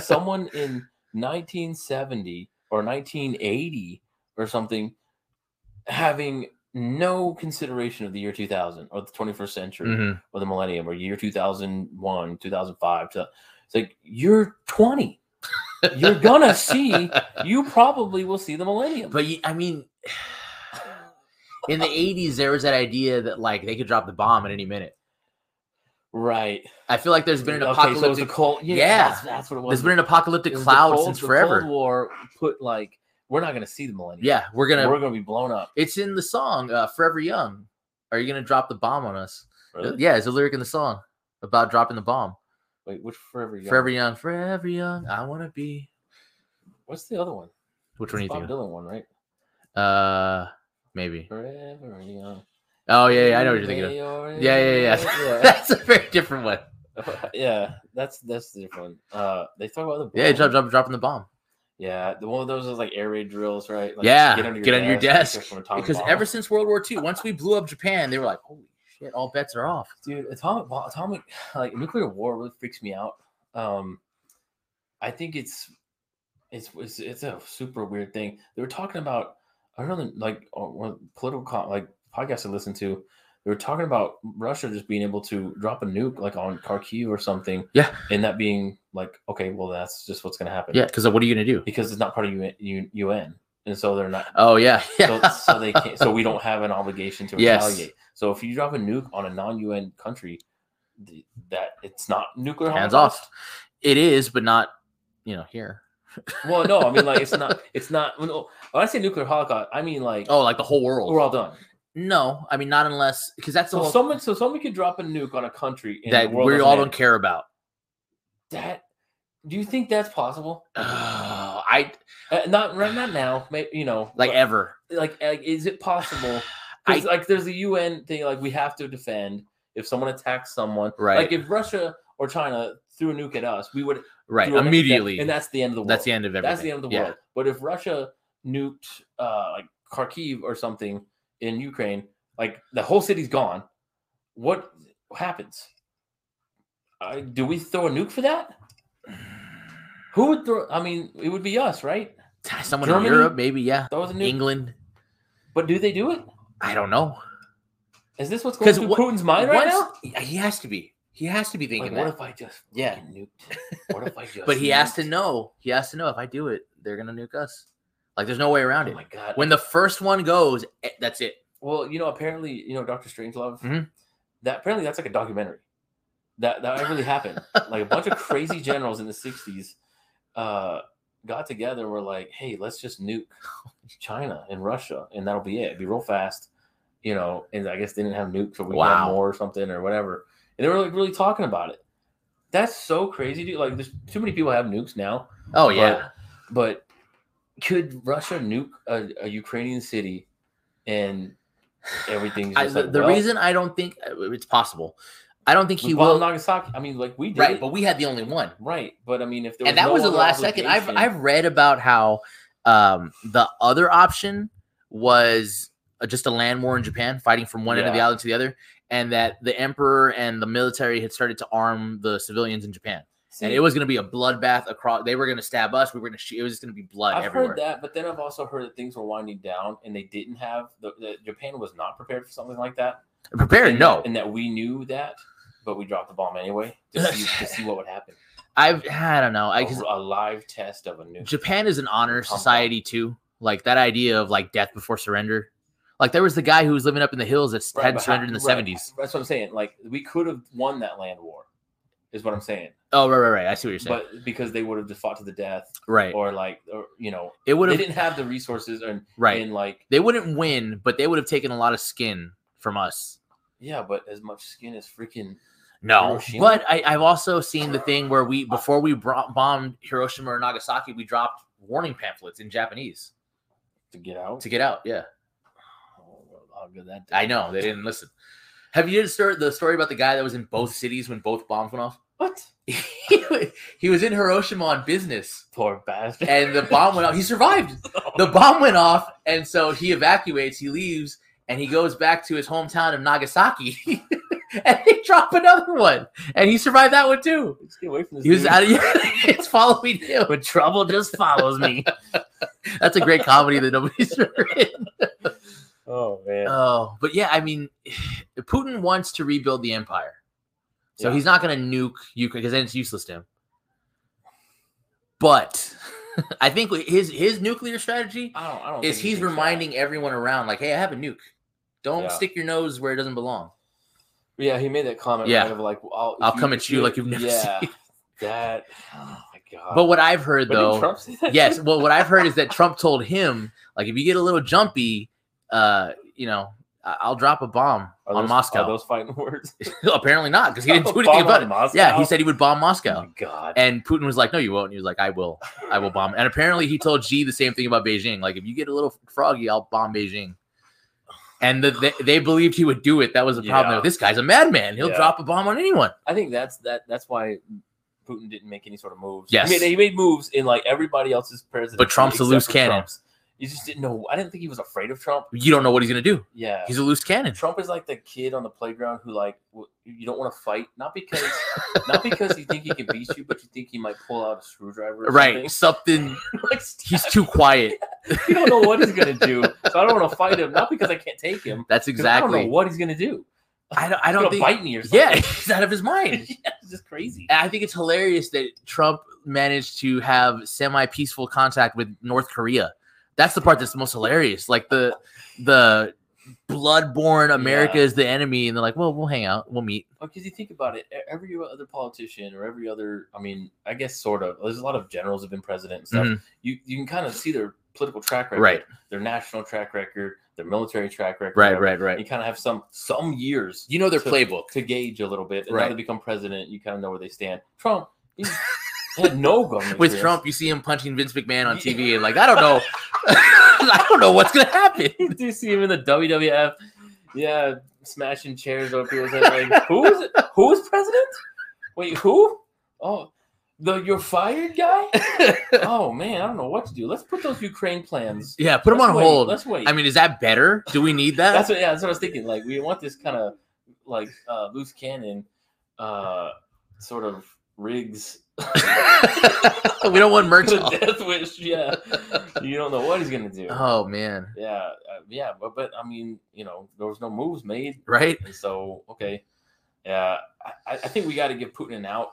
A: Someone in 1970 or 1980 or something having no consideration of the year 2000 or the 21st century
B: Mhm.
A: or the millennium or year 2001 2005 so it's like you're 20 you're gonna see
B: (laughs)
A: you probably will see the millennium
B: But you- I mean, (sighs) in the '80s, there was that idea that like they could drop the bomb at any minute.
A: right
B: I feel like there's been an
A: Mm, okay, so it was the
B: apocalyptic.
A: cold yeah,
B: Yeah.
A: That's, that's what it was
B: there's been an apocalyptic
A: It was
B: cloud
A: Cold-
B: since
A: the
B: forever.
A: cold war put like we're not gonna see the millennium
B: Yeah, we're gonna.
A: we're gonna be blown up
B: it's in the song uh, "Forever Young." Are you gonna drop the bomb on us?
A: Really?
B: Yeah, it's a lyric in the song about dropping the bomb.
A: wait which forever young?
B: Forever young, forever young, I wanna be.
A: what's the other one
B: Which one do you
A: Bob
B: think?
A: Dylan one right
B: of? Uh, maybe.
A: forever young
B: Oh yeah, yeah, I know what you're thinking of.
A: of
B: Yeah, yeah, yeah.
A: (laughs)
B: (laughs) That's a very different one.
A: yeah, yeah that's that's the different one uh they talk about the
B: Yeah,
A: bomb.
B: drop, drop, dropping the bomb.
A: Yeah, the one of those is like air raid drills, right? Like,
B: Yeah, get under your desk,
A: protect from atomic
B: Because
A: bomb. (laughs)
B: ever since World War II, once we blew up Japan, they were like, "Holy shit, all bets are off."
A: dude, atomic bomb, atomic (sighs) like nuclear war really freaks me out. Um, I think it's it's it's, it's a super weird thing. They were talking about I don't know, like on one of the political co- like podcast I listened to. They were talking about Russia just being able to drop a nuke like on Kharkiv or something.
B: Yeah.
A: and that being like, okay, well, that's just what's going to happen.
B: Yeah, because what are you gonna do?
A: because it's not part of UN, UN and so they're not.
B: Oh yeah, (laughs)
A: so, so they can't, so we don't have an obligation to
B: Yes.
A: retaliate. So if you drop a nuke on a non-UN country, th- that it's not nuclear (laughs)
B: hands
A: holocaust.
B: off. It is, but not you know here.
A: Well, no, I mean like
B: (laughs)
A: it's not. It's not. When, when I say nuclear holocaust, I mean like
B: Oh, like the whole
A: we're
B: world.
A: all done.
B: No, I mean not unless because that's the
A: So
B: whole
A: someone, so someone could drop a nuke on a country and
B: that
A: the world
B: we
A: doesn't
B: all
A: end.
B: don't care about.
A: That do you think that's possible?
B: Oh, (sighs) I
A: Uh, not right, not now. Maybe you know,
B: like
A: but,
B: ever.
A: like, like is it possible?
B: (sighs) 'I-
A: 'Cause, like there's a UN thing. Like we have to defend if someone attacks someone.
B: Right.
A: Like if Russia or China threw a nuke at us, we would
B: right.
A: threw a nuke at-
B: Immediately.
A: and that's the end of the world.
B: that's the end of everything.
A: That's the end of the
B: Yeah.
A: world. But if Russia nuked uh, like Kharkiv or something in Ukraine, like the whole city's gone. What happens? Uh, do we throw a nuke for
B: (sighs)
A: that? Who would throw? I mean, it would be us, right?
B: (sighs) Someone
A: Germany?
B: in Europe, maybe, yeah.
A: Throw the nuke.
B: England.
A: But do they do it?
B: I don't know.
A: Is this what's going
B: 'Cause
A: through
B: what-
A: Putin's mind right now?
B: Once- yeah, He has to be. He has to be
A: Like,
B: thinking
A: what
B: that.
A: if I just
B: Yeah.
A: yeah nuked? What if I just?
B: but he has to
A: nuked?
B: know. He has to know if I do it, they're gonna nuke us. Like there's no way around
A: Oh
B: it.
A: my god!
B: When the first one goes, eh, that's it.
A: Well, you know, apparently, you know, Doctor Strangelove.
B: Mhm.
A: That apparently that's like a documentary. That that really happened. like a bunch of crazy generals in the '60s uh, got together. and Were like, hey, let's just nuke China and Russia, and that'll be it. It'd be real fast, you know. And I guess they didn't have nukes, or we
B: Wow.
A: had more or something or whatever. And they were like really talking about it. That's so crazy, dude. Like, there's too many people have nukes now.
B: Oh yeah.
A: But could Russia nuke a, a Ukrainian city and everything's
B: I-
A: just
B: the
A: like,
B: the
A: well,
B: reason I don't think uh, it's possible. I don't think
A: we
B: he will.
A: bombed Nagasaki. I mean, like we did,
B: right,
A: it.
B: but we had the only one.
A: right. But I mean, if there was
B: and that
A: no
B: was the
A: other
B: last second. I've
A: obligation-
B: I've read about how um, the other option was uh, just a land war in Japan, fighting from one end of the
A: Yeah.
B: island to the other, and that the emperor and the military had started to arm the civilians in Japan, and
A: See,
B: it was going to be a bloodbath across. They were going to stab us. We were going to shoot. It was just going to be blood
A: I've
B: everywhere.
A: heard that, but then I've also heard that things were winding down, and they didn't have the, the Japan was not prepared for something like that.
B: Prepared?
A: and
B: No,
A: that, and that we knew that, but we dropped the bomb anyway
B: (laughs)
A: to see, to see what would happen.
B: I've I don't know. I,
A: A,
B: 'cause
A: a live test of a nuke.
B: Japan is an honor
A: Pump up.
B: society too. Like that idea of like death before surrender. Like there was the guy who was living up in the hills that
A: Right,
B: had
A: but how-
B: surrendered in the
A: right,
B: seventies.
A: That's what I'm saying. Like we could have won that land war, is what I'm saying.
B: Oh right, right, right. I see what you're saying.
A: But because they would have just fought to the death,
B: right.
A: or like, or, you know,
B: It would
A: they
B: have
A: didn't have the resources, and
B: right.
A: and like,
B: They wouldn't win, but they would have taken a lot of skin from us.
A: yeah, but as much skin as freaking
B: No,
A: Hiroshima?
B: but I, I've also seen the thing where we before we brought, bombed Hiroshima or Nagasaki, we dropped warning pamphlets in Japanese
A: to get out.
B: to get out. Yeah,
A: Oh, well, I'll go that
B: I know they didn't listen. Have you heard the story about the guy that was in both cities when both bombs went off? (laughs)
A: What
B: he wa- he was in Hiroshima on business,
A: poor bastard. (laughs)
B: and the bomb went off. He survived. The bomb went off, and so he evacuates. He leaves, and he goes back to his hometown of Nagasaki. (laughs) and they drop another one, and he survived that one too.
A: Let's get away from this.
B: He was
A: dude.
B: out of. (laughs) it's following him.
C: But trouble just follows me.
B: That's a great comedy that nobody's (laughs) ever written.
A: (laughs) oh man.
B: Oh, but yeah, I mean, (sighs) Putin wants to rebuild the empire, so
A: Yeah.
B: he's not going to nuke Ukraine because then it's useless to him. But (laughs) I think his his nuclear strategy
A: I don't. I don't.
B: is
A: think he
B: he's
A: thinks that.
B: reminding everyone around, like, hey, I have a nuke. Don't
A: Yeah.
B: stick your nose where it doesn't belong.
A: Yeah, he made that comment.
B: Yeah.
A: Yeah. Kind of like I'll, if
B: I'll come at
A: if
B: you like you've never
A: yeah, That. Oh my god.
B: But what I've heard
A: But did
B: though,
A: Trump (laughs) say that
B: yes,
A: shit?
B: well, what I've heard is that Trump told him, like, if you get a little jumpy, uh, you know, I- I'll drop a bomb
A: Are
B: on
A: those-
B: Moscow.
A: Are those fighting (laughs) words?
B: (laughs) Apparently not, because
A: (laughs)
B: he didn't do
A: Bomb
B: anything about
A: on
B: it.
A: Moscow?
B: Yeah, he said he would bomb
A: Oh
B: Moscow,
A: my god.
B: and Putin was like, "No, you won't." And he was like, "I will, I will bomb." And apparently, he told Xi the same thing about Beijing. Like, if you get a little froggy, I'll bomb Beijing. And the, they, they believed he would do it. That was the problem.
A: Yeah.
B: This guy's a madman. He'll
A: Yeah.
B: drop a bomb on anyone.
A: I think that's that. That's why Putin didn't make any sort of moves.
B: Yes.
A: he made, he made moves in like everybody else's presidency.
B: But Trump's a
A: except
B: loose
A: for
B: cannon.
A: Trump's. You just didn't know. I didn't think he was afraid of Trump.
B: You don't know what he's gonna do.
A: Yeah,
B: He's a loose cannon.
A: Trump is like the kid on the playground who like w- you don't want to fight,
B: (laughs)
A: not because not because you think he can beat you, but you think he might pull out a screwdriver. Or
B: Right? Something.
A: something. (laughs) like
B: He's too quiet.
A: you don't know what he's gonna do, so I don't want to fight him. Not because I can't take him.
B: That's
A: 'cause I don't know
B: exactly.
A: what he's gonna do.
B: I don't. I
A: He's
B: don't
A: gonna
B: think.
A: bite me or
B: (laughs)
A: something.
B: yeah, he's out of his mind.
A: (laughs)
B: (laughs)
A: yeah, it's just crazy.
B: I think it's hilarious that Trump managed to have semi peaceful contact with North Korea. That's the part that's the most hilarious. Like the the bloodborne America
A: Yeah.
B: is the enemy, and they're like, well, we'll hang out, we'll meet.
A: because you think about it, e- every other politician or every other, I mean, I guess sort of. There's a lot of generals have been president and stuff.
B: Mhm.
A: You you can kind of see their political track record,
B: Right.
A: Their national track record, their military track record,
B: Right,
A: whatever.
B: right, right.
A: You kind of have some some years
B: You know their
A: to-
B: playbook.
A: to gauge a little bit, and
B: Right.
A: now they become president, you kind of know where they stand. Trump he had no
B: (laughs)
A: government
B: With
A: experience.
B: Trump, you see him punching Vince McMahon on TV, and like, I don't know,
A: (laughs)
B: (laughs) I don't know what's gonna happen.
A: you do see him in the WWF, yeah, smashing chairs over people's heads. Like, who's who's president? Wait, who? Oh, the you're
B: (laughs)
A: fired guy. oh man, I don't know what to do. Let's put those Ukraine plans.
B: Yeah, put him
A: Let's
B: on
A: wait.
B: hold.
A: Let's wait.
B: I mean, uh, is that better? Do we need that?
A: that's what. Yeah, that's what I was thinking. Like, we want this kind of like uh, loose cannon, uh, sort of rigs. (laughs)
B: (laughs) we don't want merch.
A: the death
B: (laughs)
A: wish. Yeah, you don't know what he's gonna do.
B: Oh man,
A: Yeah, uh, yeah, but but I mean, you know, there was no moves made.
B: right?
A: And so, okay, yeah, I, I think we got to give Putin an out.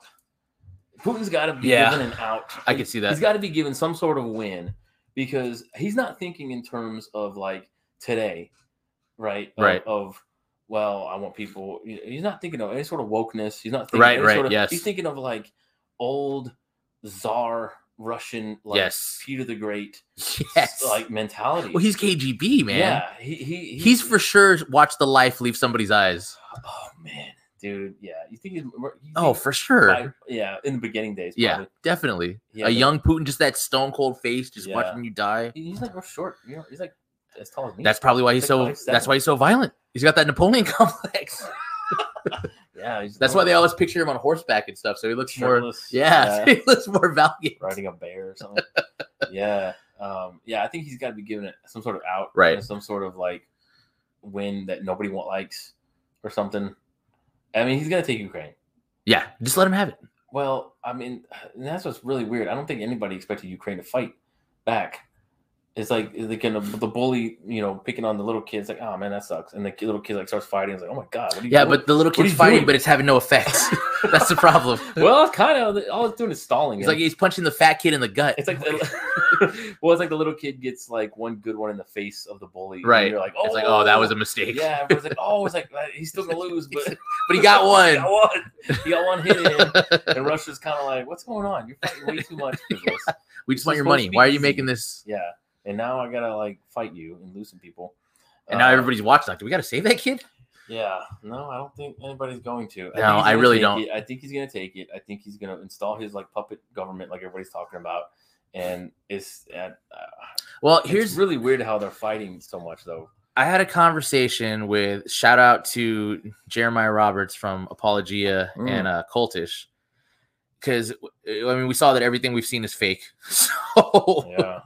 A: Putin's got to be
B: Yeah.
A: given an out.
B: I can see that.
A: He's got to be given some sort of win because he's not thinking in terms of like today, right? Of-
B: Right.
A: Of well, I want people. he- He's not thinking of any sort of wokeness. He's not thinking
B: Right,
A: any
B: right,
A: Sort of,
B: yes.
A: He's thinking of like old czar Russian, like
B: Yes.
A: Peter the Great,
B: Yes.
A: like mentality.
B: Well, he's KGB, man.
A: yeah, he, he
B: He's for sure watched the life leave somebody's eyes.
A: Oh man, dude, yeah. You think he's you think
B: Oh, for sure.
A: by- yeah, in the beginning days.
B: yeah,
A: probably.
B: definitely.
A: Yeah,
B: a
A: but-
B: young Putin, just that stone cold face, just
A: Yeah.
B: watching you die.
A: He- he's like real short. You know, he's like as tall as me.
B: That's probably why he's
A: Like
B: so.
A: five seven.
B: That's why he's so violent. He's got that Napoleon (laughs) complex.
A: yeah. He's
B: That's why they always picture him on horseback and stuff, so he looks more.
A: shirtless,
B: (laughs) Yeah, so he looks more valiant.
A: riding a bear or something. yeah, um, yeah. I think he's got to be given it some sort of out,
B: Right.
A: and Some sort of like win that nobody want likes or something. I mean, he's gonna take Ukraine.
B: Yeah, just let him have it.
A: Well, I mean, (sighs) and that's what's really weird. I don't think anybody expected Ukraine to fight back. It's like the kind of the bully, you know, picking on the little kids, like, oh man, that sucks. And the ki- little kid like starts fighting. It's like, oh my god, what are you
B: Yeah,
A: doing?"
B: but the little
A: What are
B: kid's
A: you
B: fighting,
A: doing?
B: but it's having no effect.
A: (laughs)
B: (laughs) that's the problem.
A: well, it's kind of all it's doing is stalling.
B: He's
A: It's
B: like
A: like
B: he's punching the fat kid in the gut. (laughs)
A: it's like the- (laughs) well, it's like the little kid gets like one good one in the face of the bully. and
B: Right.
A: you're like, oh,
B: It's like, oh, that was a mistake.
A: yeah. Everyone's like, oh, it's like he's still gonna lose, but
B: (laughs) But he got
A: (laughs) he
B: one.
A: got one. He got one hit
B: (laughs)
A: in. And Russia's kind of like, what's going on? You're fighting way too much for this.
B: We just
A: This
B: want
A: is
B: your
A: supposed
B: money.
A: to be
B: Why are you
A: easy.
B: making this?
A: Yeah. And now I gotta like fight you and lose some people.
B: And now
A: Uh,
B: everybody's watching. Like, do we got to save that kid?
A: Yeah. No, I don't think anybody's going to. I think
B: No,
A: he's gonna
B: I really
A: take
B: don't.
A: it. I think he's gonna take it. I think he's gonna install his like puppet government, like everybody's talking about. And it's uh,
B: Well,
A: here's
B: here's
A: really weird how they're fighting so much
B: (laughs)
A: though.
B: I had a conversation with shout out to Jeremiah Roberts from Apologia
A: Mm.
B: and uh, Cultish. uh, Because (laughs) I mean, we saw that everything we've seen is fake. So,
A: Yeah.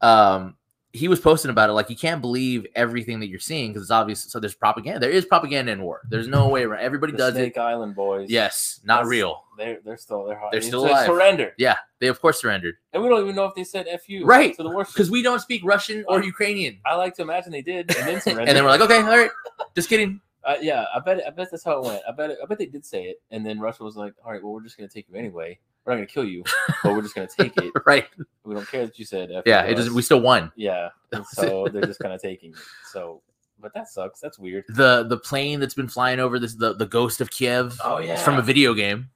B: um, he was posting about it like you can't believe everything that you're seeing because it's obvious. So there's propaganda. There is propaganda in war. There's no way around. Everybody
A: The
B: does
A: Snake
B: it.
A: Island boys.
B: Yes, not
A: That's-
B: real.
A: They're they're still they're hot.
B: They're
A: They
B: still
A: said
B: alive.
A: Surrender.
B: Yeah, they of course surrendered
A: And we don't even know if they said "f you"
B: Right.
A: to the
B: (laughs)
A: worship.
B: because we don't speak Russian or Ukrainian.
A: I like to imagine they did, and then
B: (laughs)
A: surrendered.
B: And then we're like, okay, all right, just kidding. (laughs)
A: uh, yeah, I bet I bet that's how it went. I bet I bet they did say it, and then Russia was like, "All right, well, we're just gonna take you anyway. We're not gonna kill you, but we're just gonna
B: (laughs)
A: take it.
B: Right?
A: We don't care that you said F
B: Yeah, it
A: you to
B: just
A: us."
B: we still won.
A: yeah."
B: (laughs)
A: And so they're just kind of taking it. So, but that sucks. That's weird.
B: The the plane that's been flying over this the the ghost of Kiev.
A: Oh yeah.
B: It's from a video game.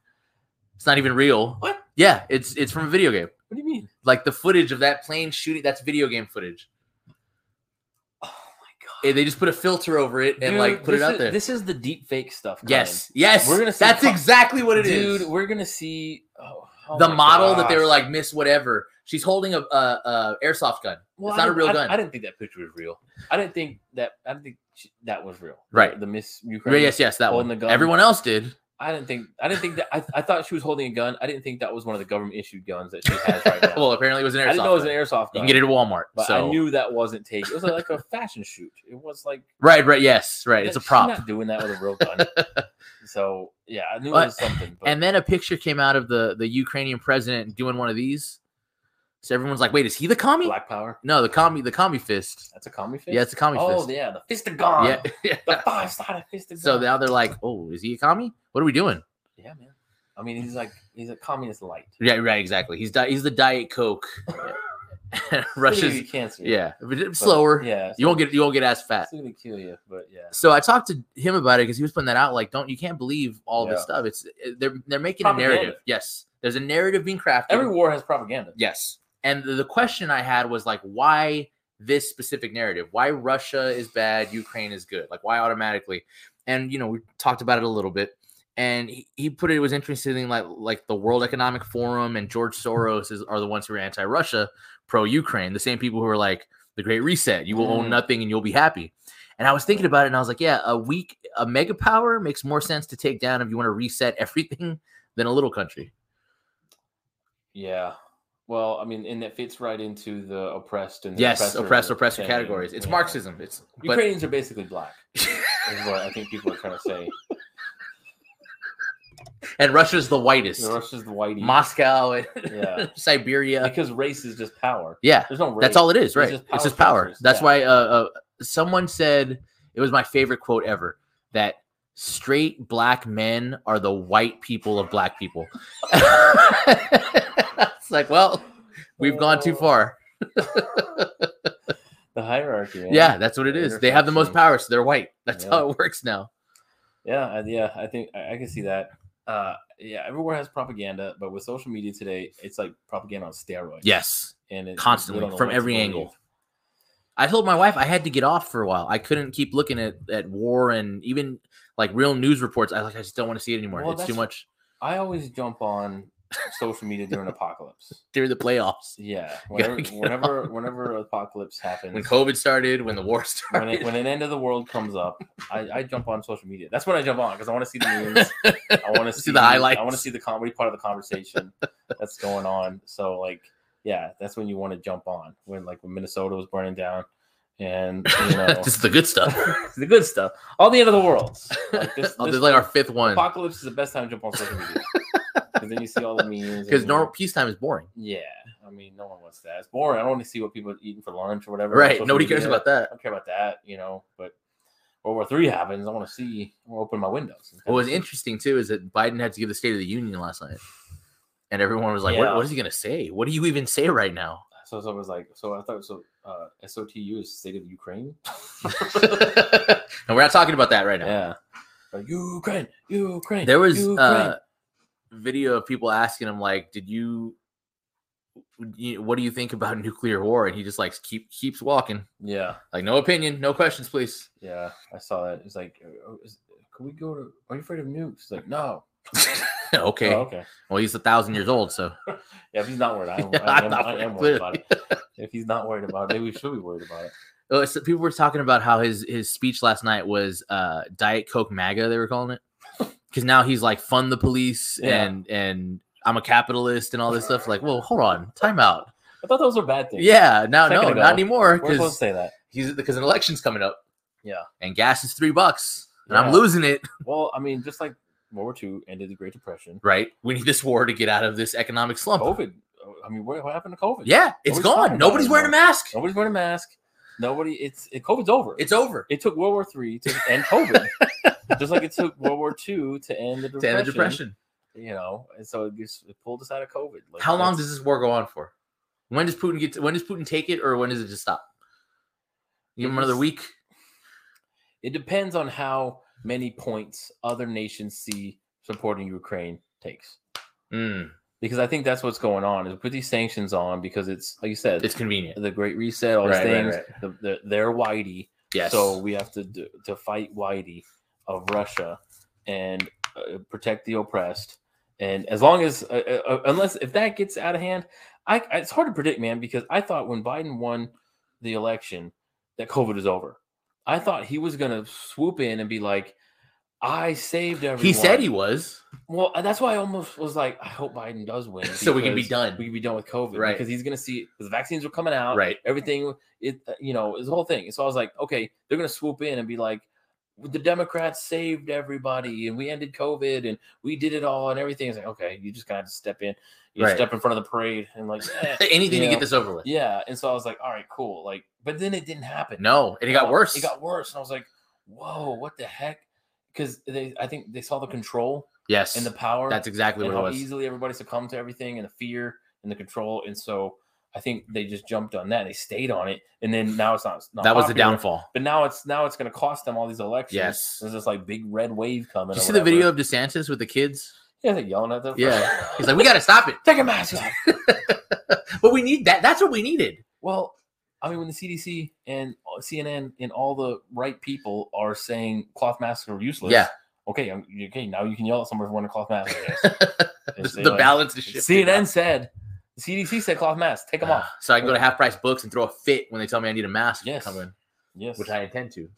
B: It's not even real.
A: What?
B: Yeah, it's it's from a video game.
A: What do you mean?
B: Like the footage of that plane shooting. That's video game footage.
A: Oh
B: Eh, They just put a filter over it and
A: Dude,
B: like put it
A: this
B: out
A: is-
B: there.
A: This is the deep fake stuff. Colin.
B: yes, yes.
A: We're gonna see
B: That's
A: co-
B: exactly what it is.
A: dude. We're gonna see oh, oh
B: the
A: my
B: model that they were
A: gosh.
B: like Miss whatever. She's holding a, a, a airsoft gun.
A: Well,
B: it's
A: I
B: not a
A: didn't-
B: real
A: I-
B: gun.
A: I, didn't think that picture was real. I didn't think that. I didn't think she, that was real.
B: Right.
A: The Miss Ukraine.
B: Yes, yes, that one.
A: Holding the gun.
B: Everyone else did.
A: I didn't think. I didn't think that. I, I thought she was holding a gun. I didn't think that was one of the government issued
B: (laughs)
A: guns that she has right now.
B: well, apparently it was an airsoft.
A: I didn't know it was an
B: gun.
A: airsoft
B: You
A: gun.
B: can get it at Walmart.
A: but
B: so
A: I knew that wasn't taken. It was like a fashion shoot. It was like
B: right, right, yes, right. It's a
A: she's
B: prop.
A: Not doing that with a
B: (laughs)
A: real gun. so yeah, I knew
B: But-
A: it was something. But
B: and then a picture came out of the the Ukrainian president doing one of these. So everyone's like, "Wait, is he the commie?"
A: Black Power.
B: No, the commie, the commie fist.
A: That's a commie fist.
B: Yeah, it's a commie
A: Oh
B: fist.
A: yeah, the fist of God.
B: Yeah, (laughs) yeah.
A: The five sided fist of God.
B: So now they're like, "Oh, is he a commie? What are we doing?"
A: Yeah, man. I mean, he's like he's a communist light.
B: Yeah, right, exactly. He's di- he's the Diet
A: (laughs)
B: Coke. (laughs)
A: Still give
B: Russia's
A: you cancer.
B: yeah, but it's
A: but-
B: slower.
A: Yeah,
B: You won't get you won't get as fat.
A: It's gonna kill you, but yeah.
B: So I talked to him about it because he was putting that out. Like, don't you can't believe all
A: Yeah.
B: this stuff. It's they're they're making a
A: Propaganda.
B: narrative. Yes, there's a narrative being crafted.
A: Every war has propaganda.
B: Yes. And the, the question I had was like, why this specific narrative? Why Russia is bad, Ukraine is good? Like, why automatically? And you know, we talked about it a little bit. And he, he put it, it was interesting, thing like like the World Economic Forum and George Soros is, are the ones who are anti-Russia, pro-Ukraine. The same people who are like the Great Reset. You will
A: Mm.
B: own nothing and you'll be happy. And I was thinking about it, and I was like, yeah, a weak, a mega power makes more sense to take down if you want to reset everything than a little country.
A: Yeah. Well, I mean, and that fits right into the oppressed and the
B: Yes,
A: oppressor
B: oppressed, oppressor
A: thing.
B: categories. It's
A: Yeah.
B: Marxism. It's but-
A: Ukrainians are
B: (laughs)
A: basically black. Is what I think people are trying to say.
B: and Russia's the
A: You
B: whitest.
A: know, Russia's the whitey.
B: Moscow, and (laughs)
A: yeah.
B: Siberia.
A: Because race is just power.
B: Yeah,
A: There's no race.
B: that's all it is,
A: It's
B: right?
A: just
B: it's just
A: power
B: power.
A: structures,
B: That's
A: yeah.
B: why uh, uh, someone said it was my favorite quote ever that straight black men are the white people of black people. (laughs) it's like, well, we've gone too
A: Oh, (laughs)
B: far.
A: The hierarchy. man.
B: Yeah, that's what it is. They have the most
A: Intersection.
B: power, so they're white. That's
A: Yeah.
B: how it works now.
A: Yeah, I- yeah, I think I, I can see that. Uh, yeah, everywhere has propaganda, but with social media today, it's like propaganda on steroids.
B: Yes.
A: and it,
B: Constantly,
A: we don't know
B: from
A: what to
B: every
A: believe.
B: angle. I told my wife I had to get off for a while. I couldn't keep looking at, at war and even like real news reports. I like I just don't want to see it anymore.
A: Well,
B: it's too
A: that's-
B: much
A: I always jump on social
B: (laughs)
A: media during apocalypse.
B: during the playoffs. (laughs)
A: Yeah,
B: gotta
A: whenever
B: get
A: whenever,
B: (laughs)
A: whenever apocalypse happens,
B: When COVID started, when the war (laughs)
A: when,
B: started.
A: it, when an end of the world comes up, I, I jump on social media. That's when I jump on because I want to see the news.
B: (laughs)
A: I want to
B: See
A: see,
B: the highlights.
A: I want to see the comedy part of the conversation that's going on. So like, yeah, that's when you want to jump on when like when Minnesota was burning down, and you know
B: (laughs) Just the good
A: (laughs)
B: stuff.
A: the good stuff, all the end of the world. Like this,
B: Oh,
A: this
B: this is like our fifth one.
A: apocalypse is the best time to jump on social
B: (laughs)
A: media because then you see all the memes.
B: Because
A: and-
B: normal peacetime is boring.
A: Yeah, I mean, no one wants that. It's boring. I don't want to see what people are eating for lunch or whatever. on
B: Right.
A: social
B: Nobody cares
A: media.
B: about that.
A: I don't care about that, you know. But World War Three happens. I want to see. I want to open my windows. and
B: What was
A: kinda see.
B: interesting too Oh, is that Biden had to give the State of the Union last night. And everyone was like,
A: Yeah.
B: what, what is he gonna say? What do you even say right
A: (laughs)
B: now? (laughs)
A: So, so I was like, so I thought so. Uh, SOTU is State of Ukraine.
B: and we're not talking about that right now.
A: Yeah, Like, Uh, Ukraine, (laughs) Ukraine.
B: There was
A: Ukraine.
B: uh, video of people asking him like, "Did you? you- What do you think about (laughs) nuclear war?" And he just like keep keeps walking,
A: yeah,
B: like no opinion, no questions, please. (laughs)
A: yeah. I saw that. It's like, uh, is, can we go to? Are you afraid of nukes? It's like, no.
B: okay.
A: Oh, okay.
B: Well, he's a thousand years old, so
A: Yeah, if he's
B: (laughs)
A: not worried, I'm,
B: Yeah,
A: I
B: I'm
A: am,
B: not
A: I am
B: worried,
A: worried
B: (laughs)
A: about it. If he's not worried about it, maybe we should be worried about it.
B: Oh, so people were talking about how his his speech last night was uh, Diet Coke MAGA. They were
A: (laughs)
B: calling it because now he's like fund the police
A: Yeah.
B: and and I'm a capitalist and all this stuff. Like, well, hold on, time out.
A: I thought those were bad things.
B: Yeah, now no,
A: Second ago,
B: not anymore
A: we're supposed to
B: because
A: say that.
B: he's because an election's coming up.
A: Yeah.
B: and gas is three bucks, and
A: Yeah.
B: I'm losing it.
A: Well, I mean, just like World War II ended the Great Depression,
B: Right, we need this war to get out of this economic slump.
A: COVID. I mean, what, what happened to COVID?
B: Yeah, it's
A: Nobody's talking
B: gone.
A: about
B: Nobody's
A: it
B: wearing a mask.
A: nobody's wearing a mask. Nobody. It's it, COVID's over.
B: It's over.
A: it took World War Three to end
B: (laughs)
A: COVID, just like it took World War Two to end the depression.
B: To end the depression.
A: you know, and so it just it pulled us out of COVID. Like,
B: How long
A: that's-
B: does this war go on for? When does Putin get? To, when does Putin take it, or when does it just stop? Give him another
A: It's-
B: week.
A: it depends on how many points other nations see supporting Ukraine takes?
B: Mm,
A: Because I think that's what's going on. Is put these sanctions on because it's like you said,
B: it's convenient.
A: the Great Reset, all these
B: Right, right,
A: things.
B: right.
A: The, the, they're whitey,
B: Yes.
A: so we have to do, to fight whitey of Russia and uh, protect the oppressed. And as long as, uh, uh, uh, unless if that gets out of hand, I, I it's hard to predict, man. Because I thought when Biden won the election that COVID is over. I thought he was gonna swoop in and be like, "I saved everyone."
B: he said he was.
A: Well, uh, that's why I almost was like, "I hope Biden does win,
B: (laughs) So we can be
A: because
B: done.
A: We can be done with COVID,
B: Right.
A: Because he's gonna see because vaccines were coming out,
B: Right.
A: everything it uh, you know is the whole thing so i was like okay they're gonna swoop in and be like the democrats saved everybody and we ended covid and we did it all and everything it's like okay you just gotta step in you
B: Right.
A: step in front of the parade and like
B: (laughs)
A: eh.
B: Anything to
A: Yeah.
B: get this over with.
A: yeah and so i was like all right cool like but then it didn't happen
B: No, and it got worse.
A: it got worse and i was like whoa what the heck because they i think they saw the control
B: yes.
A: and the power
B: That's exactly
A: and
B: what it
A: how
B: was.
A: easily everybody succumbed to everything and the fear and the control. And so I think they just jumped on that. They stayed on it, and then now it's not. it's not
B: that was the
A: popular.
B: downfall.
A: But now it's now it's going to cost them all these elections.
B: Yes.
A: there's this like big red wave coming.
B: Did you
A: or
B: see the video
A: whatever.
B: of DeSantis with the kids?
A: Yeah, they're yelling at them. (laughs)
B: Yeah. He's like, we got to stop it. (laughs)
A: take a mask off.
B: But we need that. That's what we
A: (laughs)
B: needed.
A: Well, I mean, when the CDC and uh, CNN and all the right people are saying cloth masks are useless.
B: Yeah.
A: Okay, I'm, okay. Now you can yell at someone for wearing a
B: (laughs)
A: cloth mask. I guess.
B: the
A: And say, like,
B: balance is shifting.
A: CNN said, the CDC said cloth masks. Take them off.
B: So I can go to half price books and throw a fit when they tell me I need a mask
A: Yes.
B: to come in,
A: Yes.
B: which I intend to.
A: They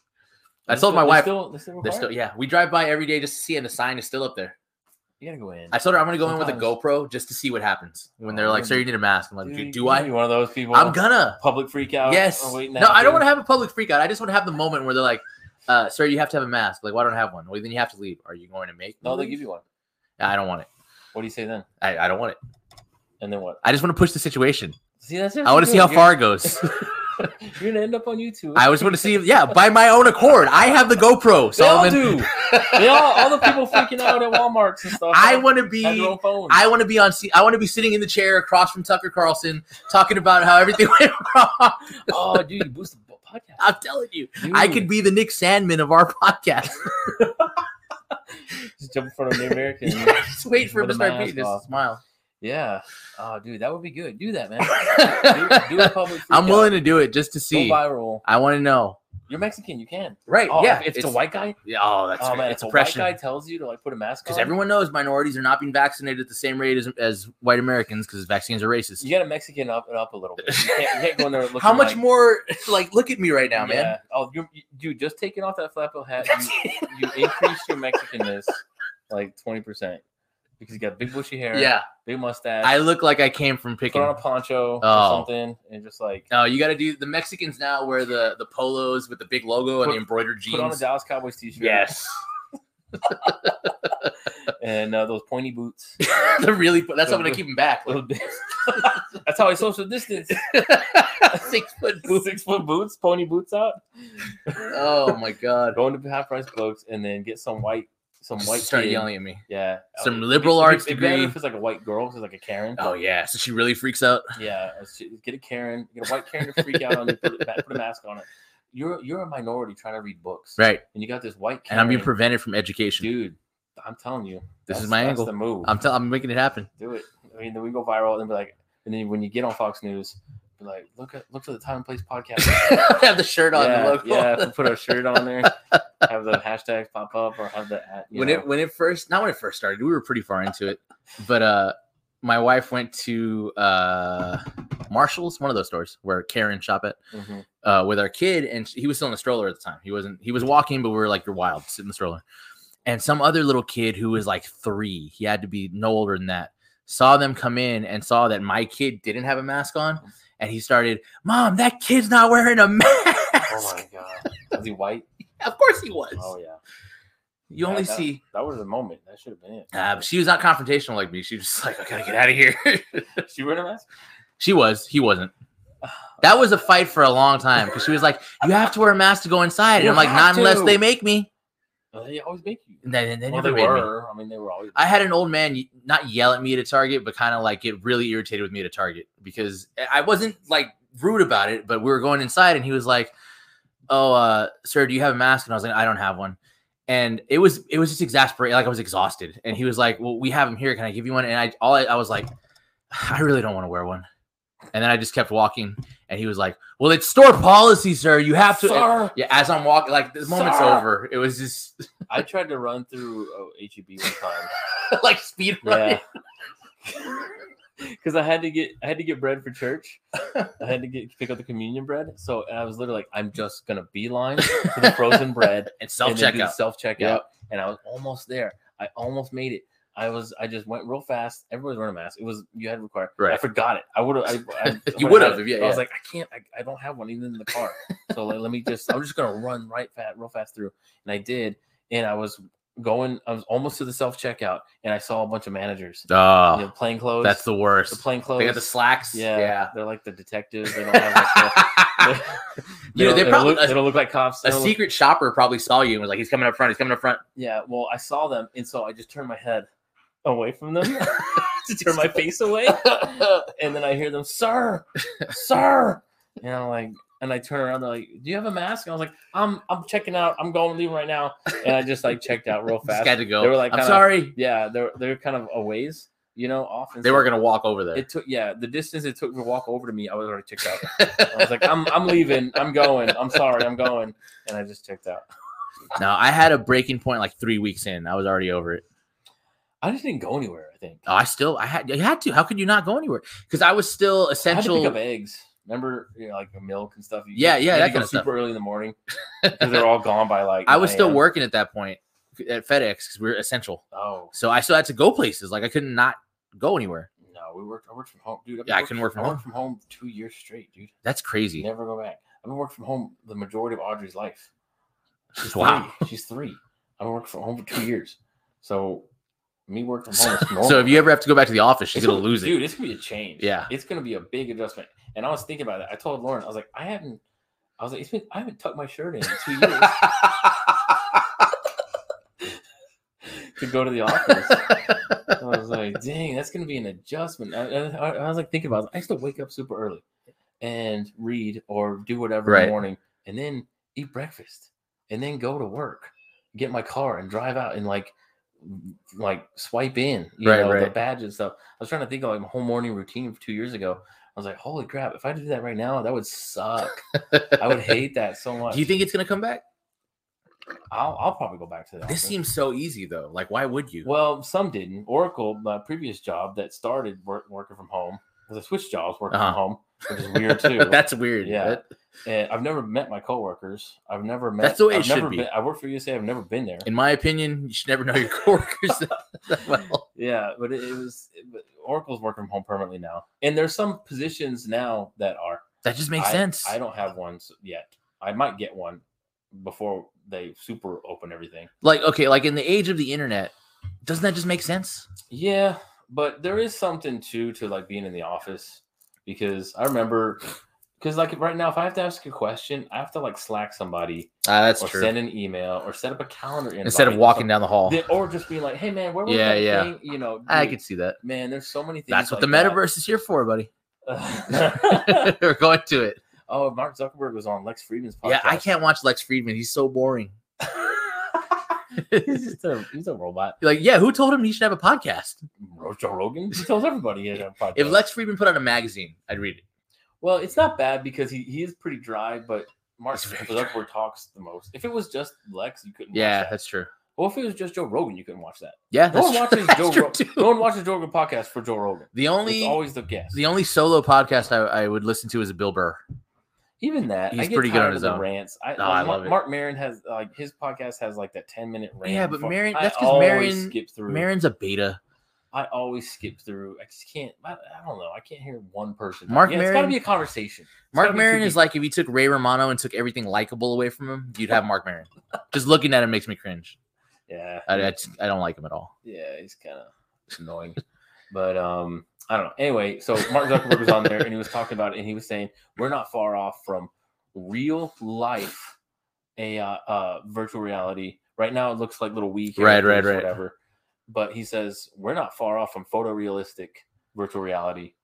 B: I told
A: still-
B: my
A: they
B: wife,
A: Still, they still
B: they're
A: require
B: still,
A: it?
B: yeah, we drive by every day just to see, and the sign is still up there.
A: You gotta go in.
B: I told her I'm going to go in with a
A: Sometimes.
B: GoPro just to see what happens. When they're
A: Oh,
B: like, sir, you need a mask. I'm like,
A: Dude,
B: "Dude,
A: you
B: do I?
A: be one of those people?
B: I'm gonna.
A: public freak out.
B: Yes.
A: Oh, wait,
B: No, I don't
A: napkin.
B: want to have a public freak out. I just want to have the moment where they're like, uh, sir, you have to have a mask. Like, why don't I have one? Well, then you have to leave. Are you going to make
A: No, they give you one.
B: I don't want it.
A: What do you say then?
B: I, I don't want it.
A: And then what?
B: I just want to push the situation.
A: See, that's what
B: I want to
A: you
B: see
A: do.
B: how
A: You're-
B: far it goes. (laughs)
A: You're gonna end up on YouTube.
B: I just want to see,
A: (laughs)
B: yeah, by my own accord. I have the GoPro,
A: they all
B: Solomon.
A: do.
B: (laughs)
A: They all, all the people freaking out at Walmart's and stuff.
B: I want to
A: have their
B: be.
A: own phone.
B: I want to be on. se- I want to be sitting in the chair across from Tucker Carlson, talking about how everything (laughs) went wrong.
A: oh, dude, you boost the podcast.
B: I'm telling you, I could be the Nick Sandman of our (laughs) podcast.
A: just jump in front of the
B: (laughs)
A: American.
B: just wait for him
A: With
B: to
A: a
B: start
A: mask
B: beating us.
A: off.
B: to Smile.
A: yeah. Oh, dude, that would be good. Do
B: (laughs)
A: that, man. do, do a public. Freak
B: I'm willing
A: out.
B: to do it just to see.
A: Go viral.
B: I want to know.
A: You're Mexican. You can.
B: Right?
A: Oh,
B: yeah.
A: If, if it's a white guy,
B: Yeah, oh, that's
A: oh,
B: great.
A: man,
B: it's
A: if A white
B: oppression.
A: guy tells you to like put a mask on.
B: Because everyone knows minorities are not being vaccinated at the same rate as, as white Americans because vaccines are racist.
A: you got to Mexican up it up a little bit. You can't, you can't go in there. Looking
B: How much
A: like,
B: more? (laughs) Like, look at me right now, man.
A: Yeah. Oh, you, you, dude, just taking off that flappo hat, you, you increase your Mexicanness like twenty percent because you got big bushy hair,
B: Yeah,
A: big mustache.
B: I look like I came from
A: put
B: picking.
A: on a poncho
B: Oh.
A: or something, and just like
B: No, you got to do the Mexicans now wear the the polos with the big logo and
A: Put-
B: the embroidered jeans.
A: put on a Dallas Cowboys t-shirt,
B: yes, (laughs)
A: and uh, those
B: (laughs)
A: pointy boots.
B: the really. That's how I'm gonna keep them back.
A: Little bit- (laughs) That's how I social distance.
B: (laughs) Six foot boots.
A: Six foot boots, pony boots out.
B: Oh my god!
A: Go into half price books, and then get some white, some
B: Just
A: white.
B: start
A: kid.
B: yelling at me.
A: Yeah.
B: Some
A: It'd be-
B: liberal
A: it'd be-
B: arts
A: it'd be better
B: degree.
A: If it's like a white girl, if it's like a Karen.
B: Oh yeah, so she really freaks out.
A: Yeah. it's- Get a Karen, get a white Karen to freak out on you, put, a ma- put a mask on it. You're you're a minority trying to read books,
B: Right,
A: and you got this white
B: and
A: Karen.
B: I'm being prevented from education.
A: dude. I'm telling you,
B: This is
A: that's-
B: my
A: that's
B: angle.
A: The move.
B: I'm telling. I'm making it (laughs) happen.
A: Do it. I mean, then we go viral and be like, and then when you get on Fox News, be like, look at look for the time and place podcast.
B: Have the (laughs) shirt on
A: yeah,
B: the logo.
A: yeah. if we put our shirt on there, have the hashtags pop up, or have the at-
B: (laughs)
A: you
B: when
A: know,
B: it when it first not when it first started we were pretty far into it but uh my wife went to uh marshall's one of those stores where karen shop at
A: mhm.
B: uh with our kid and he was still in a stroller at the time he wasn't he was walking but we were like you're wild sit in the stroller and some other little kid who was like three he had to be no older than that saw them come in and saw that my kid didn't have a mask on, and he started, "Mom, that kid's not wearing a (laughs) mask."
A: Oh my god. Was he white?
B: of course he was.
A: Oh yeah.
B: you only
A: Yeah, that-
B: see.
A: That was the moment. That should have been it.
B: Uh, she was not confrontational like me. She was just like, "I gotta get out of here." (laughs)
A: (laughs) She wearing a mask?
B: she was. He
A: (sighs)
B: wasn't. That was a fight for a long time because she was like, "You have to wear a mask to go inside," and
A: You
B: I'm like,
A: have
B: "Not unless
A: to."
B: they make me."
A: Oh, They always make you.
B: And they, they, they
A: Well,
B: never
A: they
B: made me.
A: were. I mean, they were always.
B: I had an old man y- not yell at me at a Target, but kind of like get really irritated with me at a Target because I wasn't like rude about it, but we were going inside and he was like, "Oh, uh, sir, do you have a mask?" And I was like, "I don't have one." And it was it was just exasperating, like I was exhausted. And he was like, "Well, we have them here. Can I give you one?" And I all I, I was like, "I really don't want to wear one." And then I just kept walking, and he was like, "Well, it's store policy, sir. You have to."
A: Sir,
B: Yeah, as I'm walking, like the moment's
A: Sir.
B: over. It was just
A: (laughs)
B: (laughs)
A: I tried to run through oh, HEB one time.
B: like speed running.
A: Yeah. (laughs) Because I had to get I had to get bread for church. I had to get pick up the communion bread. So and I was literally like, I'm just gonna beeline to the
B: (laughs)
A: frozen bread
B: and self checkout.
A: self checkout,
B: Yep.
A: and I was almost there. I almost made it. I was I just went real fast. Everybody was wearing a mask. It was you had to require. I
B: Right.
A: forgot it. I would have.
B: (laughs)
A: I, I,
B: You would've,
A: I,
B: yeah,
A: I was
B: yeah.
A: like, I can't. I, I don't have one even in the car. so like, let me just. I'm just gonna run right fat, real fast through. And I did. And I was going. I was almost to the self checkout, and I saw a bunch of managers.
B: Oh,
A: you know, plain clothes.
B: that's the worst.
A: the plain clothes.
B: they got the slacks.
A: yeah,
B: Yeah.
A: they're like the detectives. They don't have
B: (laughs)
A: like, the,
B: you know,
A: don't-
B: they probably
A: don't look, they
B: a,
A: don't look like cops. They
B: a
A: don't look-
B: secret shopper probably saw you and was like, "He's coming up front. He's coming up front."
A: Yeah, well, I saw them, and so I just turned my head away
B: (laughs)
A: from them, (laughs) to turn my face away, and then I hear them, "Sir, sir," and I'm like, and I turn around, they're like, "Do you have a mask?" And I was like, "I'm, I'm checking out. I'm going, leaving right now," and I just like checked out real
B: (laughs) Just
A: fast.
B: got to go.
A: They were like,
B: "I'm
A: kinda-
B: sorry."
A: Yeah, they're they're kind of a ways, you know, off. and
B: They
A: so
B: were gonna walk over there.
A: It took yeah, the distance it took to walk over to me, I was already checked out. I was like,
B: (laughs)
A: "I'm, I'm leaving. I'm going. I'm sorry. I'm going," and I just checked out.
B: (laughs) no, I had a breaking point like three weeks in. I was already over it.
A: I just didn't go anywhere. I think.
B: Oh, I still, I had, you had to. How could you not go anywhere? Because I was still
A: I had to
B: essential.
A: pick up eggs. Remember, you know, like the milk and stuff. You-
B: Yeah,
A: you
B: yeah,
A: had
B: that
A: to go
B: kinda stuff.
A: super early in
B: (laughs)
A: the morning because they're all gone by like.
B: I was
A: 9
B: still
A: a.m..
B: working at that point at FedEx because we were essential.
A: Oh
B: So I still had to go places. Like I couldn't not go anywhere.
A: no, we worked. I worked from home, dude. I've
B: Yeah, I
A: worked-
B: couldn't work from
A: I worked from home two years straight, dude.
B: That's crazy.
A: Never go back. I've been working from home the majority of Audrey's life. She's
B: Wow.
A: three. She's three. I've worked from home for two years, so me working from home is
B: (laughs)
A: normal.
B: So if you ever have to go back to the office, she's
A: It's
B: gonna lose it.
A: dude. It's gonna be a change.
B: Yeah.
A: it's gonna be a big adjustment. And I was thinking about that. I told Lauren, I was like, I haven't. I was like, it's been. I haven't tucked my shirt in, in two (laughs) years.
B: (laughs)
A: to go to the office. I was like, dang, that's gonna be an adjustment. I, I, I was like thinking about it. I used to wake up super early and read or do whatever in
B: Right.
A: the morning and then eat breakfast and then go to work, get my car and drive out and like like swipe in, you
B: Right,
A: know, the
B: right.
A: badge and stuff. I was trying to think of like my whole morning routine of two years ago. I was like, holy crap, if I did that right now, that would suck. I would hate that so
B: (laughs)
A: much.
B: Do you think it's gonna come back?
A: I'll, I'll probably go back to that.
B: This seems so easy though. Like why would you?
A: Well, some didn't. Oracle, my previous job that started work, working from home, because I switched jobs working
B: Uh-huh.
A: from home, which is
B: (laughs)
A: weird too.
B: that's weird.
A: Yeah.
B: That-
A: and I've never met my coworkers. I've never met.
B: That's the way it
A: I've
B: should
A: never
B: be.
A: Been, I work for USA. I've never been there.
B: in my opinion, you should never know your (laughs) coworkers that, that well.
A: yeah, but it, it was but Oracle's working from home permanently now, and there's some positions now that are
B: That just makes
A: I-
B: sense.
A: I don't have one s- yet. I might get one before they super open everything.
B: like okay, like in the age of the internet, doesn't that just make sense?
A: Yeah, but there is something too to like being in the office because I remember because like right now, if I have to ask a question, I have to like Slack somebody
B: Ah, that's
A: or send an email or set up a calendar invite
B: Instead of
A: or
B: walking down the hall.
A: something. or just being like, "Hey man, where was
B: Yeah,
A: that
B: yeah.
A: thing?" You know,
B: I
A: dude,
B: could see that.
A: man, there's so many things.
B: That's what
A: like
B: the
A: that.
B: metaverse is here for,
A: (laughs)
B: buddy. (laughs) We're going to it.
A: oh, Mark Zuckerberg was on Lex Friedman's podcast.
B: Yeah, I can't (laughs) watch Lex Friedman. He's so boring. (laughs)
A: (laughs) he's just a he's a robot.
B: Like, yeah, who told him he should have a podcast?
A: Joe Rogan. He tells everybody he has a podcast.
B: If Lex Friedman put out a magazine, I'd read it.
A: Well, it's not bad because he, he is pretty dry, but Mark
B: He's very
A: Zuckerberg talks the most. If it was just Lex, you couldn't.
B: Yeah,
A: Watch that.
B: that's true.
A: Well, if it was just Joe Rogan, you couldn't watch that.
B: Yeah,
A: No
B: that's
A: one
B: true. (laughs)
A: watches
B: That's
A: Joe.
B: true,
A: Ro-
B: too.
A: no one watches Joe Rogan podcast for Joe Rogan.
B: The only
A: it's always the guest.
B: the only solo podcast I, I would listen to is a Bill Burr.
A: Even that, I
B: he's
A: get
B: pretty good
A: tired
B: on
A: of
B: his
A: the
B: own.
A: Rants. I,
B: No, I
A: Mark,
B: love it.
A: Mark Maron has like his podcast has like that ten minute rant.
B: Yeah, but
A: before-
B: Maron-
A: I
B: that's 'cause
A: always
B: Maron-
A: skip through.
B: Marin's a beta.
A: I always skip through. I just can't. I, I don't know. I can't hear one person.
B: Mark
A: yeah, it's got to
B: Maron-
A: be a conversation. It's gotta
B: Mark
A: be
B: Maron
A: two
B: is
A: people.
B: like if you took Ray Romano and took everything likable away from him, you'd have Mark Maron. Just looking at him makes me cringe.
A: yeah,
B: I, I, just- I don't like him at all.
A: yeah. He's kind of
B: (laughs)
A: annoying, but um, I don't know. Anyway, so Mark Zuckerberg was on there and he was talking about it, and he was saying we're not far off from real life, a uh, uh, virtual reality. Right now, it looks like little weak,
B: Right, right, right.
A: whatever. But he says we're not far off from photorealistic virtual reality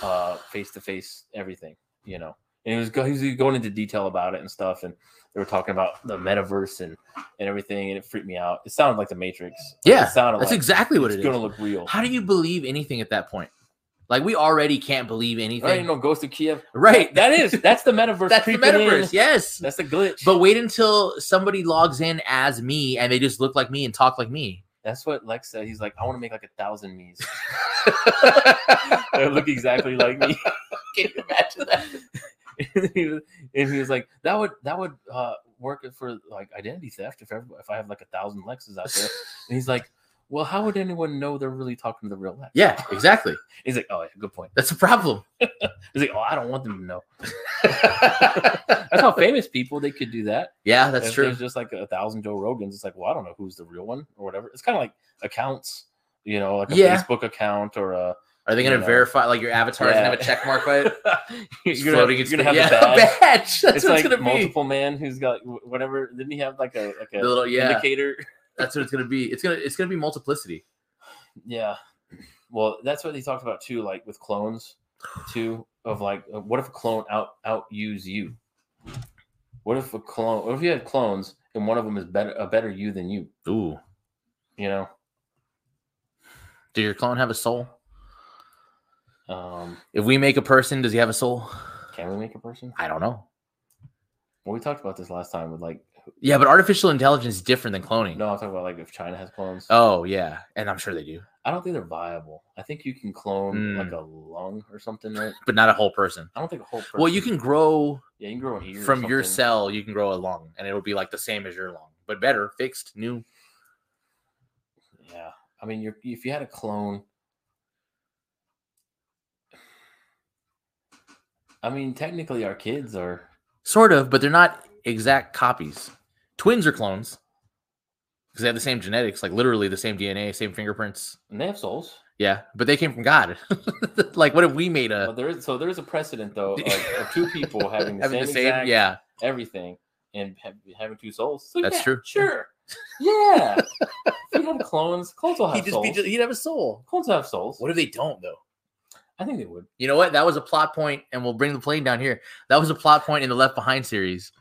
A: uh face to face everything you know and he was, go- he was going into detail about it and stuff and they were talking about the metaverse and and everything and it freaked me out it sounded like the matrix
B: Yeah,
A: it sounded
B: That's
A: like
B: exactly what
A: it's
B: it
A: gonna
B: is.
A: look real
B: How do you believe anything at that point? Like we already can't believe anything.
A: right you know ghost of kiev
B: Right.
A: that is that's the metaverse
B: That's the
A: creeping in.
B: metaverse. Yes.
A: that's the glitch
B: But wait until somebody logs in as me and they just look like me and talk like
A: (laughs)
B: me.
A: that's what lex said he's like i want to make like a thousand me's (laughs) they look exactly like me (laughs)
B: Can you imagine that?
A: and he was- and he was like, "That would that would uh, work for like identity theft if everybody, if I have like a thousand Lexes out there." And he's like, "Well, how would anyone know they're really talking to the real Lex?"
B: (laughs) Yeah, exactly.
A: He's like, "Oh, yeah, good point."
B: That's a problem.
A: He's like, "Oh, I don't want them to know." (laughs) that's how famous people they could do that.
B: Yeah, that's
A: if
B: true.
A: There's just like a thousand Joe Rogans. It's like, well, I don't know who's the real one or whatever. It's kind of like accounts, you know, like a
B: Yeah.
A: Facebook account or a
B: Are they going
A: you
B: to
A: know.
B: verify like your avatar doesn't have a check mark by it? It's
A: (laughs) you're gonna,
B: floating in (laughs)
A: you're gonna have
B: space.
A: the
B: yeah,
A: badge.
B: badge. That's
A: it's
B: what
A: like
B: it's going to be.
A: multiple man who's got wh- whatever. Didn't he have like a like
B: The
A: a
B: little- yeah,
A: indicator? (laughs)
B: that's what it's going to be. It's going to it's going to be multiplicity.
A: Yeah. Well, that's what he talked about too, like with clones, too. Of like, uh, what if a clone out outuse you? What if a clone? What if you had clones and one of them is better a better you than you?
B: Ooh.
A: You know.
B: Do your clone have a soul?
A: Um,
B: If we make a person, does he have a soul?
A: can we make a person?
B: I don't know.
A: Well, we talked about this last time with like,
B: Yeah, but artificial intelligence is different than cloning.
A: no, I'm talking about like if China has clones.
B: Mm. Oh yeah, and I'm sure they do,
A: I don't think they're viable. I think you can clone
B: Mm.
A: like a lung or something, right?
B: but not a whole person.
A: I don't think a whole person.
B: Well, you can grow
A: yeah, you can grow an ear or
B: from your
A: something.
B: cell. You can grow a lung, and it'll be like the same as your lung, but better, fixed, new.
A: Yeah, I mean, you're, if you had a clone, I mean, technically, our kids are.
B: Sort of, but they're not exact copies. Twins are clones because they have the same genetics, like literally the same DNA, same fingerprints.
A: And they have souls,
B: Yeah, but they came from God. (laughs) like, what if we made
A: but
B: a
A: there is so there is a
B: (laughs)
A: precedent though of, of two people having the same, exact
B: Yeah,
A: everything and ha- having two souls. So
B: That's
A: yeah,
B: true.
A: Sure. Yeah. if you had clones, clones will have
B: he'd just
A: Oh, souls.
B: be he'd have a soul.
A: clones will have souls.
B: What if they don't though?
A: I think they would.
B: You know what? That was a plot point, and we'll bring the plane down here. That was a plot point in the Left Behind series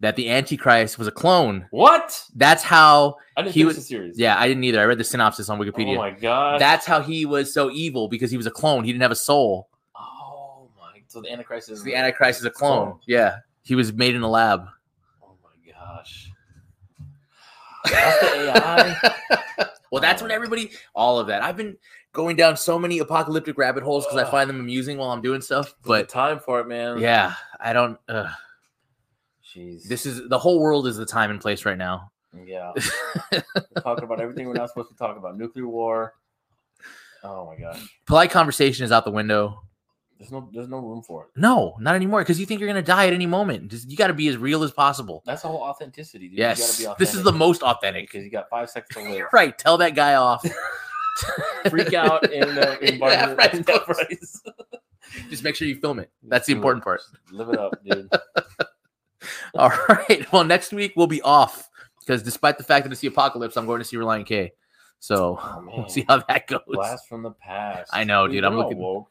B: that the Antichrist was a clone.
A: What?
B: That's how.
A: I didn't
B: He was-
A: finish the series.
B: Yeah, I didn't either. I read the synopsis on
A: Oh
B: Wikipedia.
A: my god.
B: That's how he was so evil because he was a clone. He didn't have a soul.
A: Oh my. So the Antichrist is
B: The Antichrist is a clone.
A: Clone.
B: Yeah, he was made in a lab.
A: Oh my gosh. That's the
B: (laughs)
A: AI.
B: Well, that's when everybody, all of that. I've been going down so many apocalyptic rabbit holes because I find them amusing while I'm doing stuff.
A: but
B: But
A: time for it, man.
B: yeah, I don't. Uh,
A: Jeez.
B: this is the whole world is the time and place right now. (laughs)
A: yeah. We're talking about everything we're not supposed to talk about. Nuclear war. Oh my gosh.
B: Polite conversation is out the window.
A: There's no there's no room for it.
B: No, not anymore. Because you think you're gonna die at any moment. Just, you got to be as real as possible.
A: That's the whole authenticity. Dude.
B: yes,
A: You gotta be
B: this is the most authentic.
A: because you got
B: (laughs)
A: five seconds to live.
B: You're right. Tell that guy off.
A: Freak out
B: (laughs)
A: in the
B: Yeah,
A: environment.
B: right.
A: in
B: (laughs)
A: that place.
B: Just make sure you film it. That's the
A: Dude,
B: important part.
A: (laughs) Live it up,
B: (laughs)
A: dude.
B: All right. Well, next week we'll be off because despite the fact that it's the apocalypse, I'm going to see Reliant K. So (laughs)
A: Oh, man.
B: we'll see how that goes.
A: Blast from the past.
B: I know, dude. I'm
A: we're all
B: looking-
A: woke.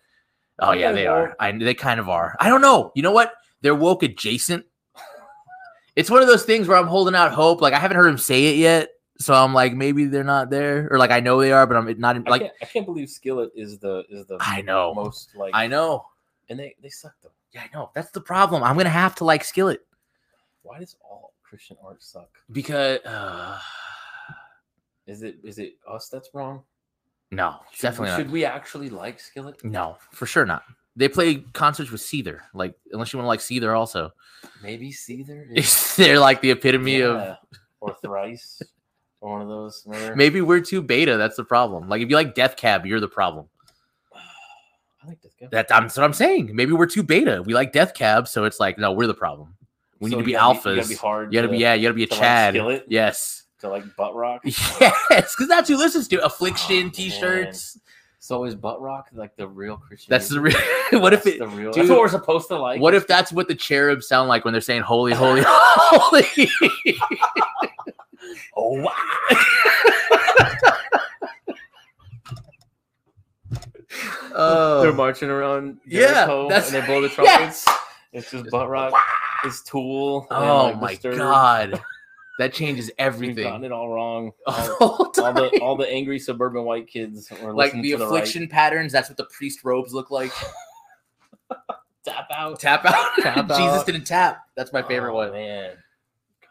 B: Oh yeah,
A: Okay,
B: they
A: well-
B: are. I they kind of are. I don't know. You know what? They're woke adjacent. (laughs) It's one of those things where I'm holding out hope. Like I haven't heard them say it yet, so I'm like maybe they're not there, or like I know they are, but I'm not in-
A: I
B: like
A: can't, I can't believe Skillet is the is the
B: I know.
A: most like
B: I know.
A: and they they suck though.
B: Yeah, I know. That's the problem. I'm gonna have to like Skillet
A: Why does all Christian art suck?
B: because (sighs) uh,
A: Is it is it us that's wrong?
B: no,
A: Should-
B: definitely not.
A: Should we actually like Skillet?
B: No, for sure not. They play concerts with Seether, like unless you want to like Seether also.
A: Maybe Seether is
B: (laughs)
A: (laughs)
B: uh, They're like the epitome of
A: Yeah. or Thrice or one of those. Remember?
B: Maybe we're too beta. That's the problem. Like if you like Death Cab, you're the problem.
A: (sighs) I like this guy.
B: That, that's what I'm saying. Maybe we're too beta. We like Death Cab, so it's like no, we're the problem. We
A: So
B: need to be
A: you gotta you
B: alphas.
A: gotta be hard.
B: You gotta
A: to,
B: be yeah. You gotta be a
A: to, like,
B: Chad.
A: skillet?
B: yes. (laughs)
A: to like butt rock.
B: Yes, because that's who listens to
A: Oh,
B: Affliction
A: man.
B: T-shirts.
A: So is butt rock like the real Christian?
B: That's the
A: music?
B: real. (laughs) what if
A: That's
B: it?
A: the real?
B: dude,
A: that's what we're supposed to like.
B: What if that's what the cherubs sound like when they're saying
A: (laughs)
B: "Holy, holy, (laughs) holy"?
A: Oh wow!
B: Oh.
A: They're marching around.
B: Yeah,
A: Jericho
B: that's-
A: and they
B: (laughs)
A: blow the
B: Yes!
A: trumpets. It's just butt rock. It's Tool. and,
B: Oh
A: like,
B: my
A: Disturbed. (laughs)
B: god, that changes
A: We've
B: (laughs)
A: gotten
B: everything.
A: it all wrong. All,
B: All
A: all
B: time.
A: the all the angry suburban white kids were
B: like
A: listening
B: the
A: to the
B: affliction patterns. That's what the priest robes look
A: (gasps)
B: like.
A: right. tap out.
B: tap out. (laughs)
A: Tap
B: Jesus
A: out.
B: didn't tap. That's my favorite
A: Oh,
B: one.
A: Man,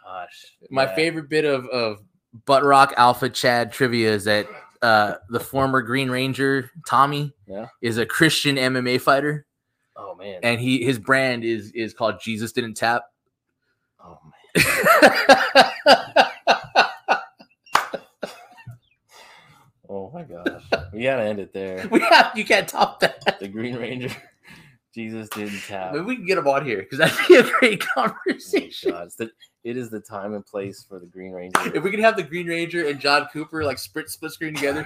A: gosh,
B: My
A: Yeah.
B: favorite bit of of butt rock alpha Chad trivia is that uh, the former Green Ranger Tommy
A: Yeah.
B: is a Christian MMA fighter,
A: Oh man.
B: and he his brand is is called Jesus didn't
A: (laughs)
B: tap. (laughs)
A: oh man. Oh
B: (laughs)
A: my gosh. we gotta end it there.
B: we have you can't top that.
A: The Green Ranger. (laughs) Jesus didn't tap.
B: Maybe we can get him on here because that'd be a great (laughs)
A: Oh my
B: conversation.
A: God. It's the, it is the
B: (laughs)
A: time and place for the Green Ranger.
B: if we could have the Green Ranger and John Cooper like split split screen together,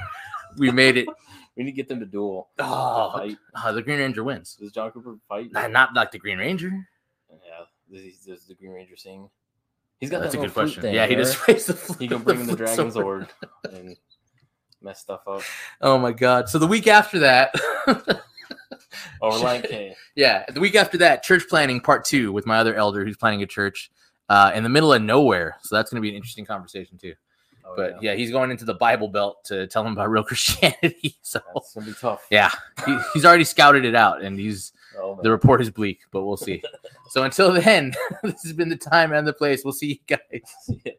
B: we made it.
A: We need to get them to duel.
B: (laughs) Oh,
A: Fight.
B: oh, the Green Ranger wins.
A: Does John Cooper fight?
B: Not, not like the Green Ranger.
A: Yeah. Does, he, does the Green Ranger sing? He's got
B: That's
A: that
B: a
A: little
B: good
A: flute
B: question.
A: thing,
B: yeah, he
A: remember?
B: just (laughs) plays the.
A: (laughs) He
B: flute-
A: can bring in
B: (laughs)
A: the
B: flute
A: Dragon
B: sword.
A: Zord and mess stuff
B: (laughs)
A: up.
B: Oh my god! So the week after that, (laughs)
A: Oh, Or Lion King.
B: yeah, the week after that, church planning part two with my other elder who's planning a church uh, in the middle of nowhere. So that's going to be an interesting conversation too.
A: Oh,
B: But yeah. he's going into the Bible Belt to tell him about real (laughs) Christianity. So
A: That's gonna be tough.
B: yeah, he, he's already scouted it out, and he's
A: Oh, man.
B: the report is (laughs) bleak, but we'll see. so until then, this has been the time and the place. We'll see you guys.
A: (laughs) See ya.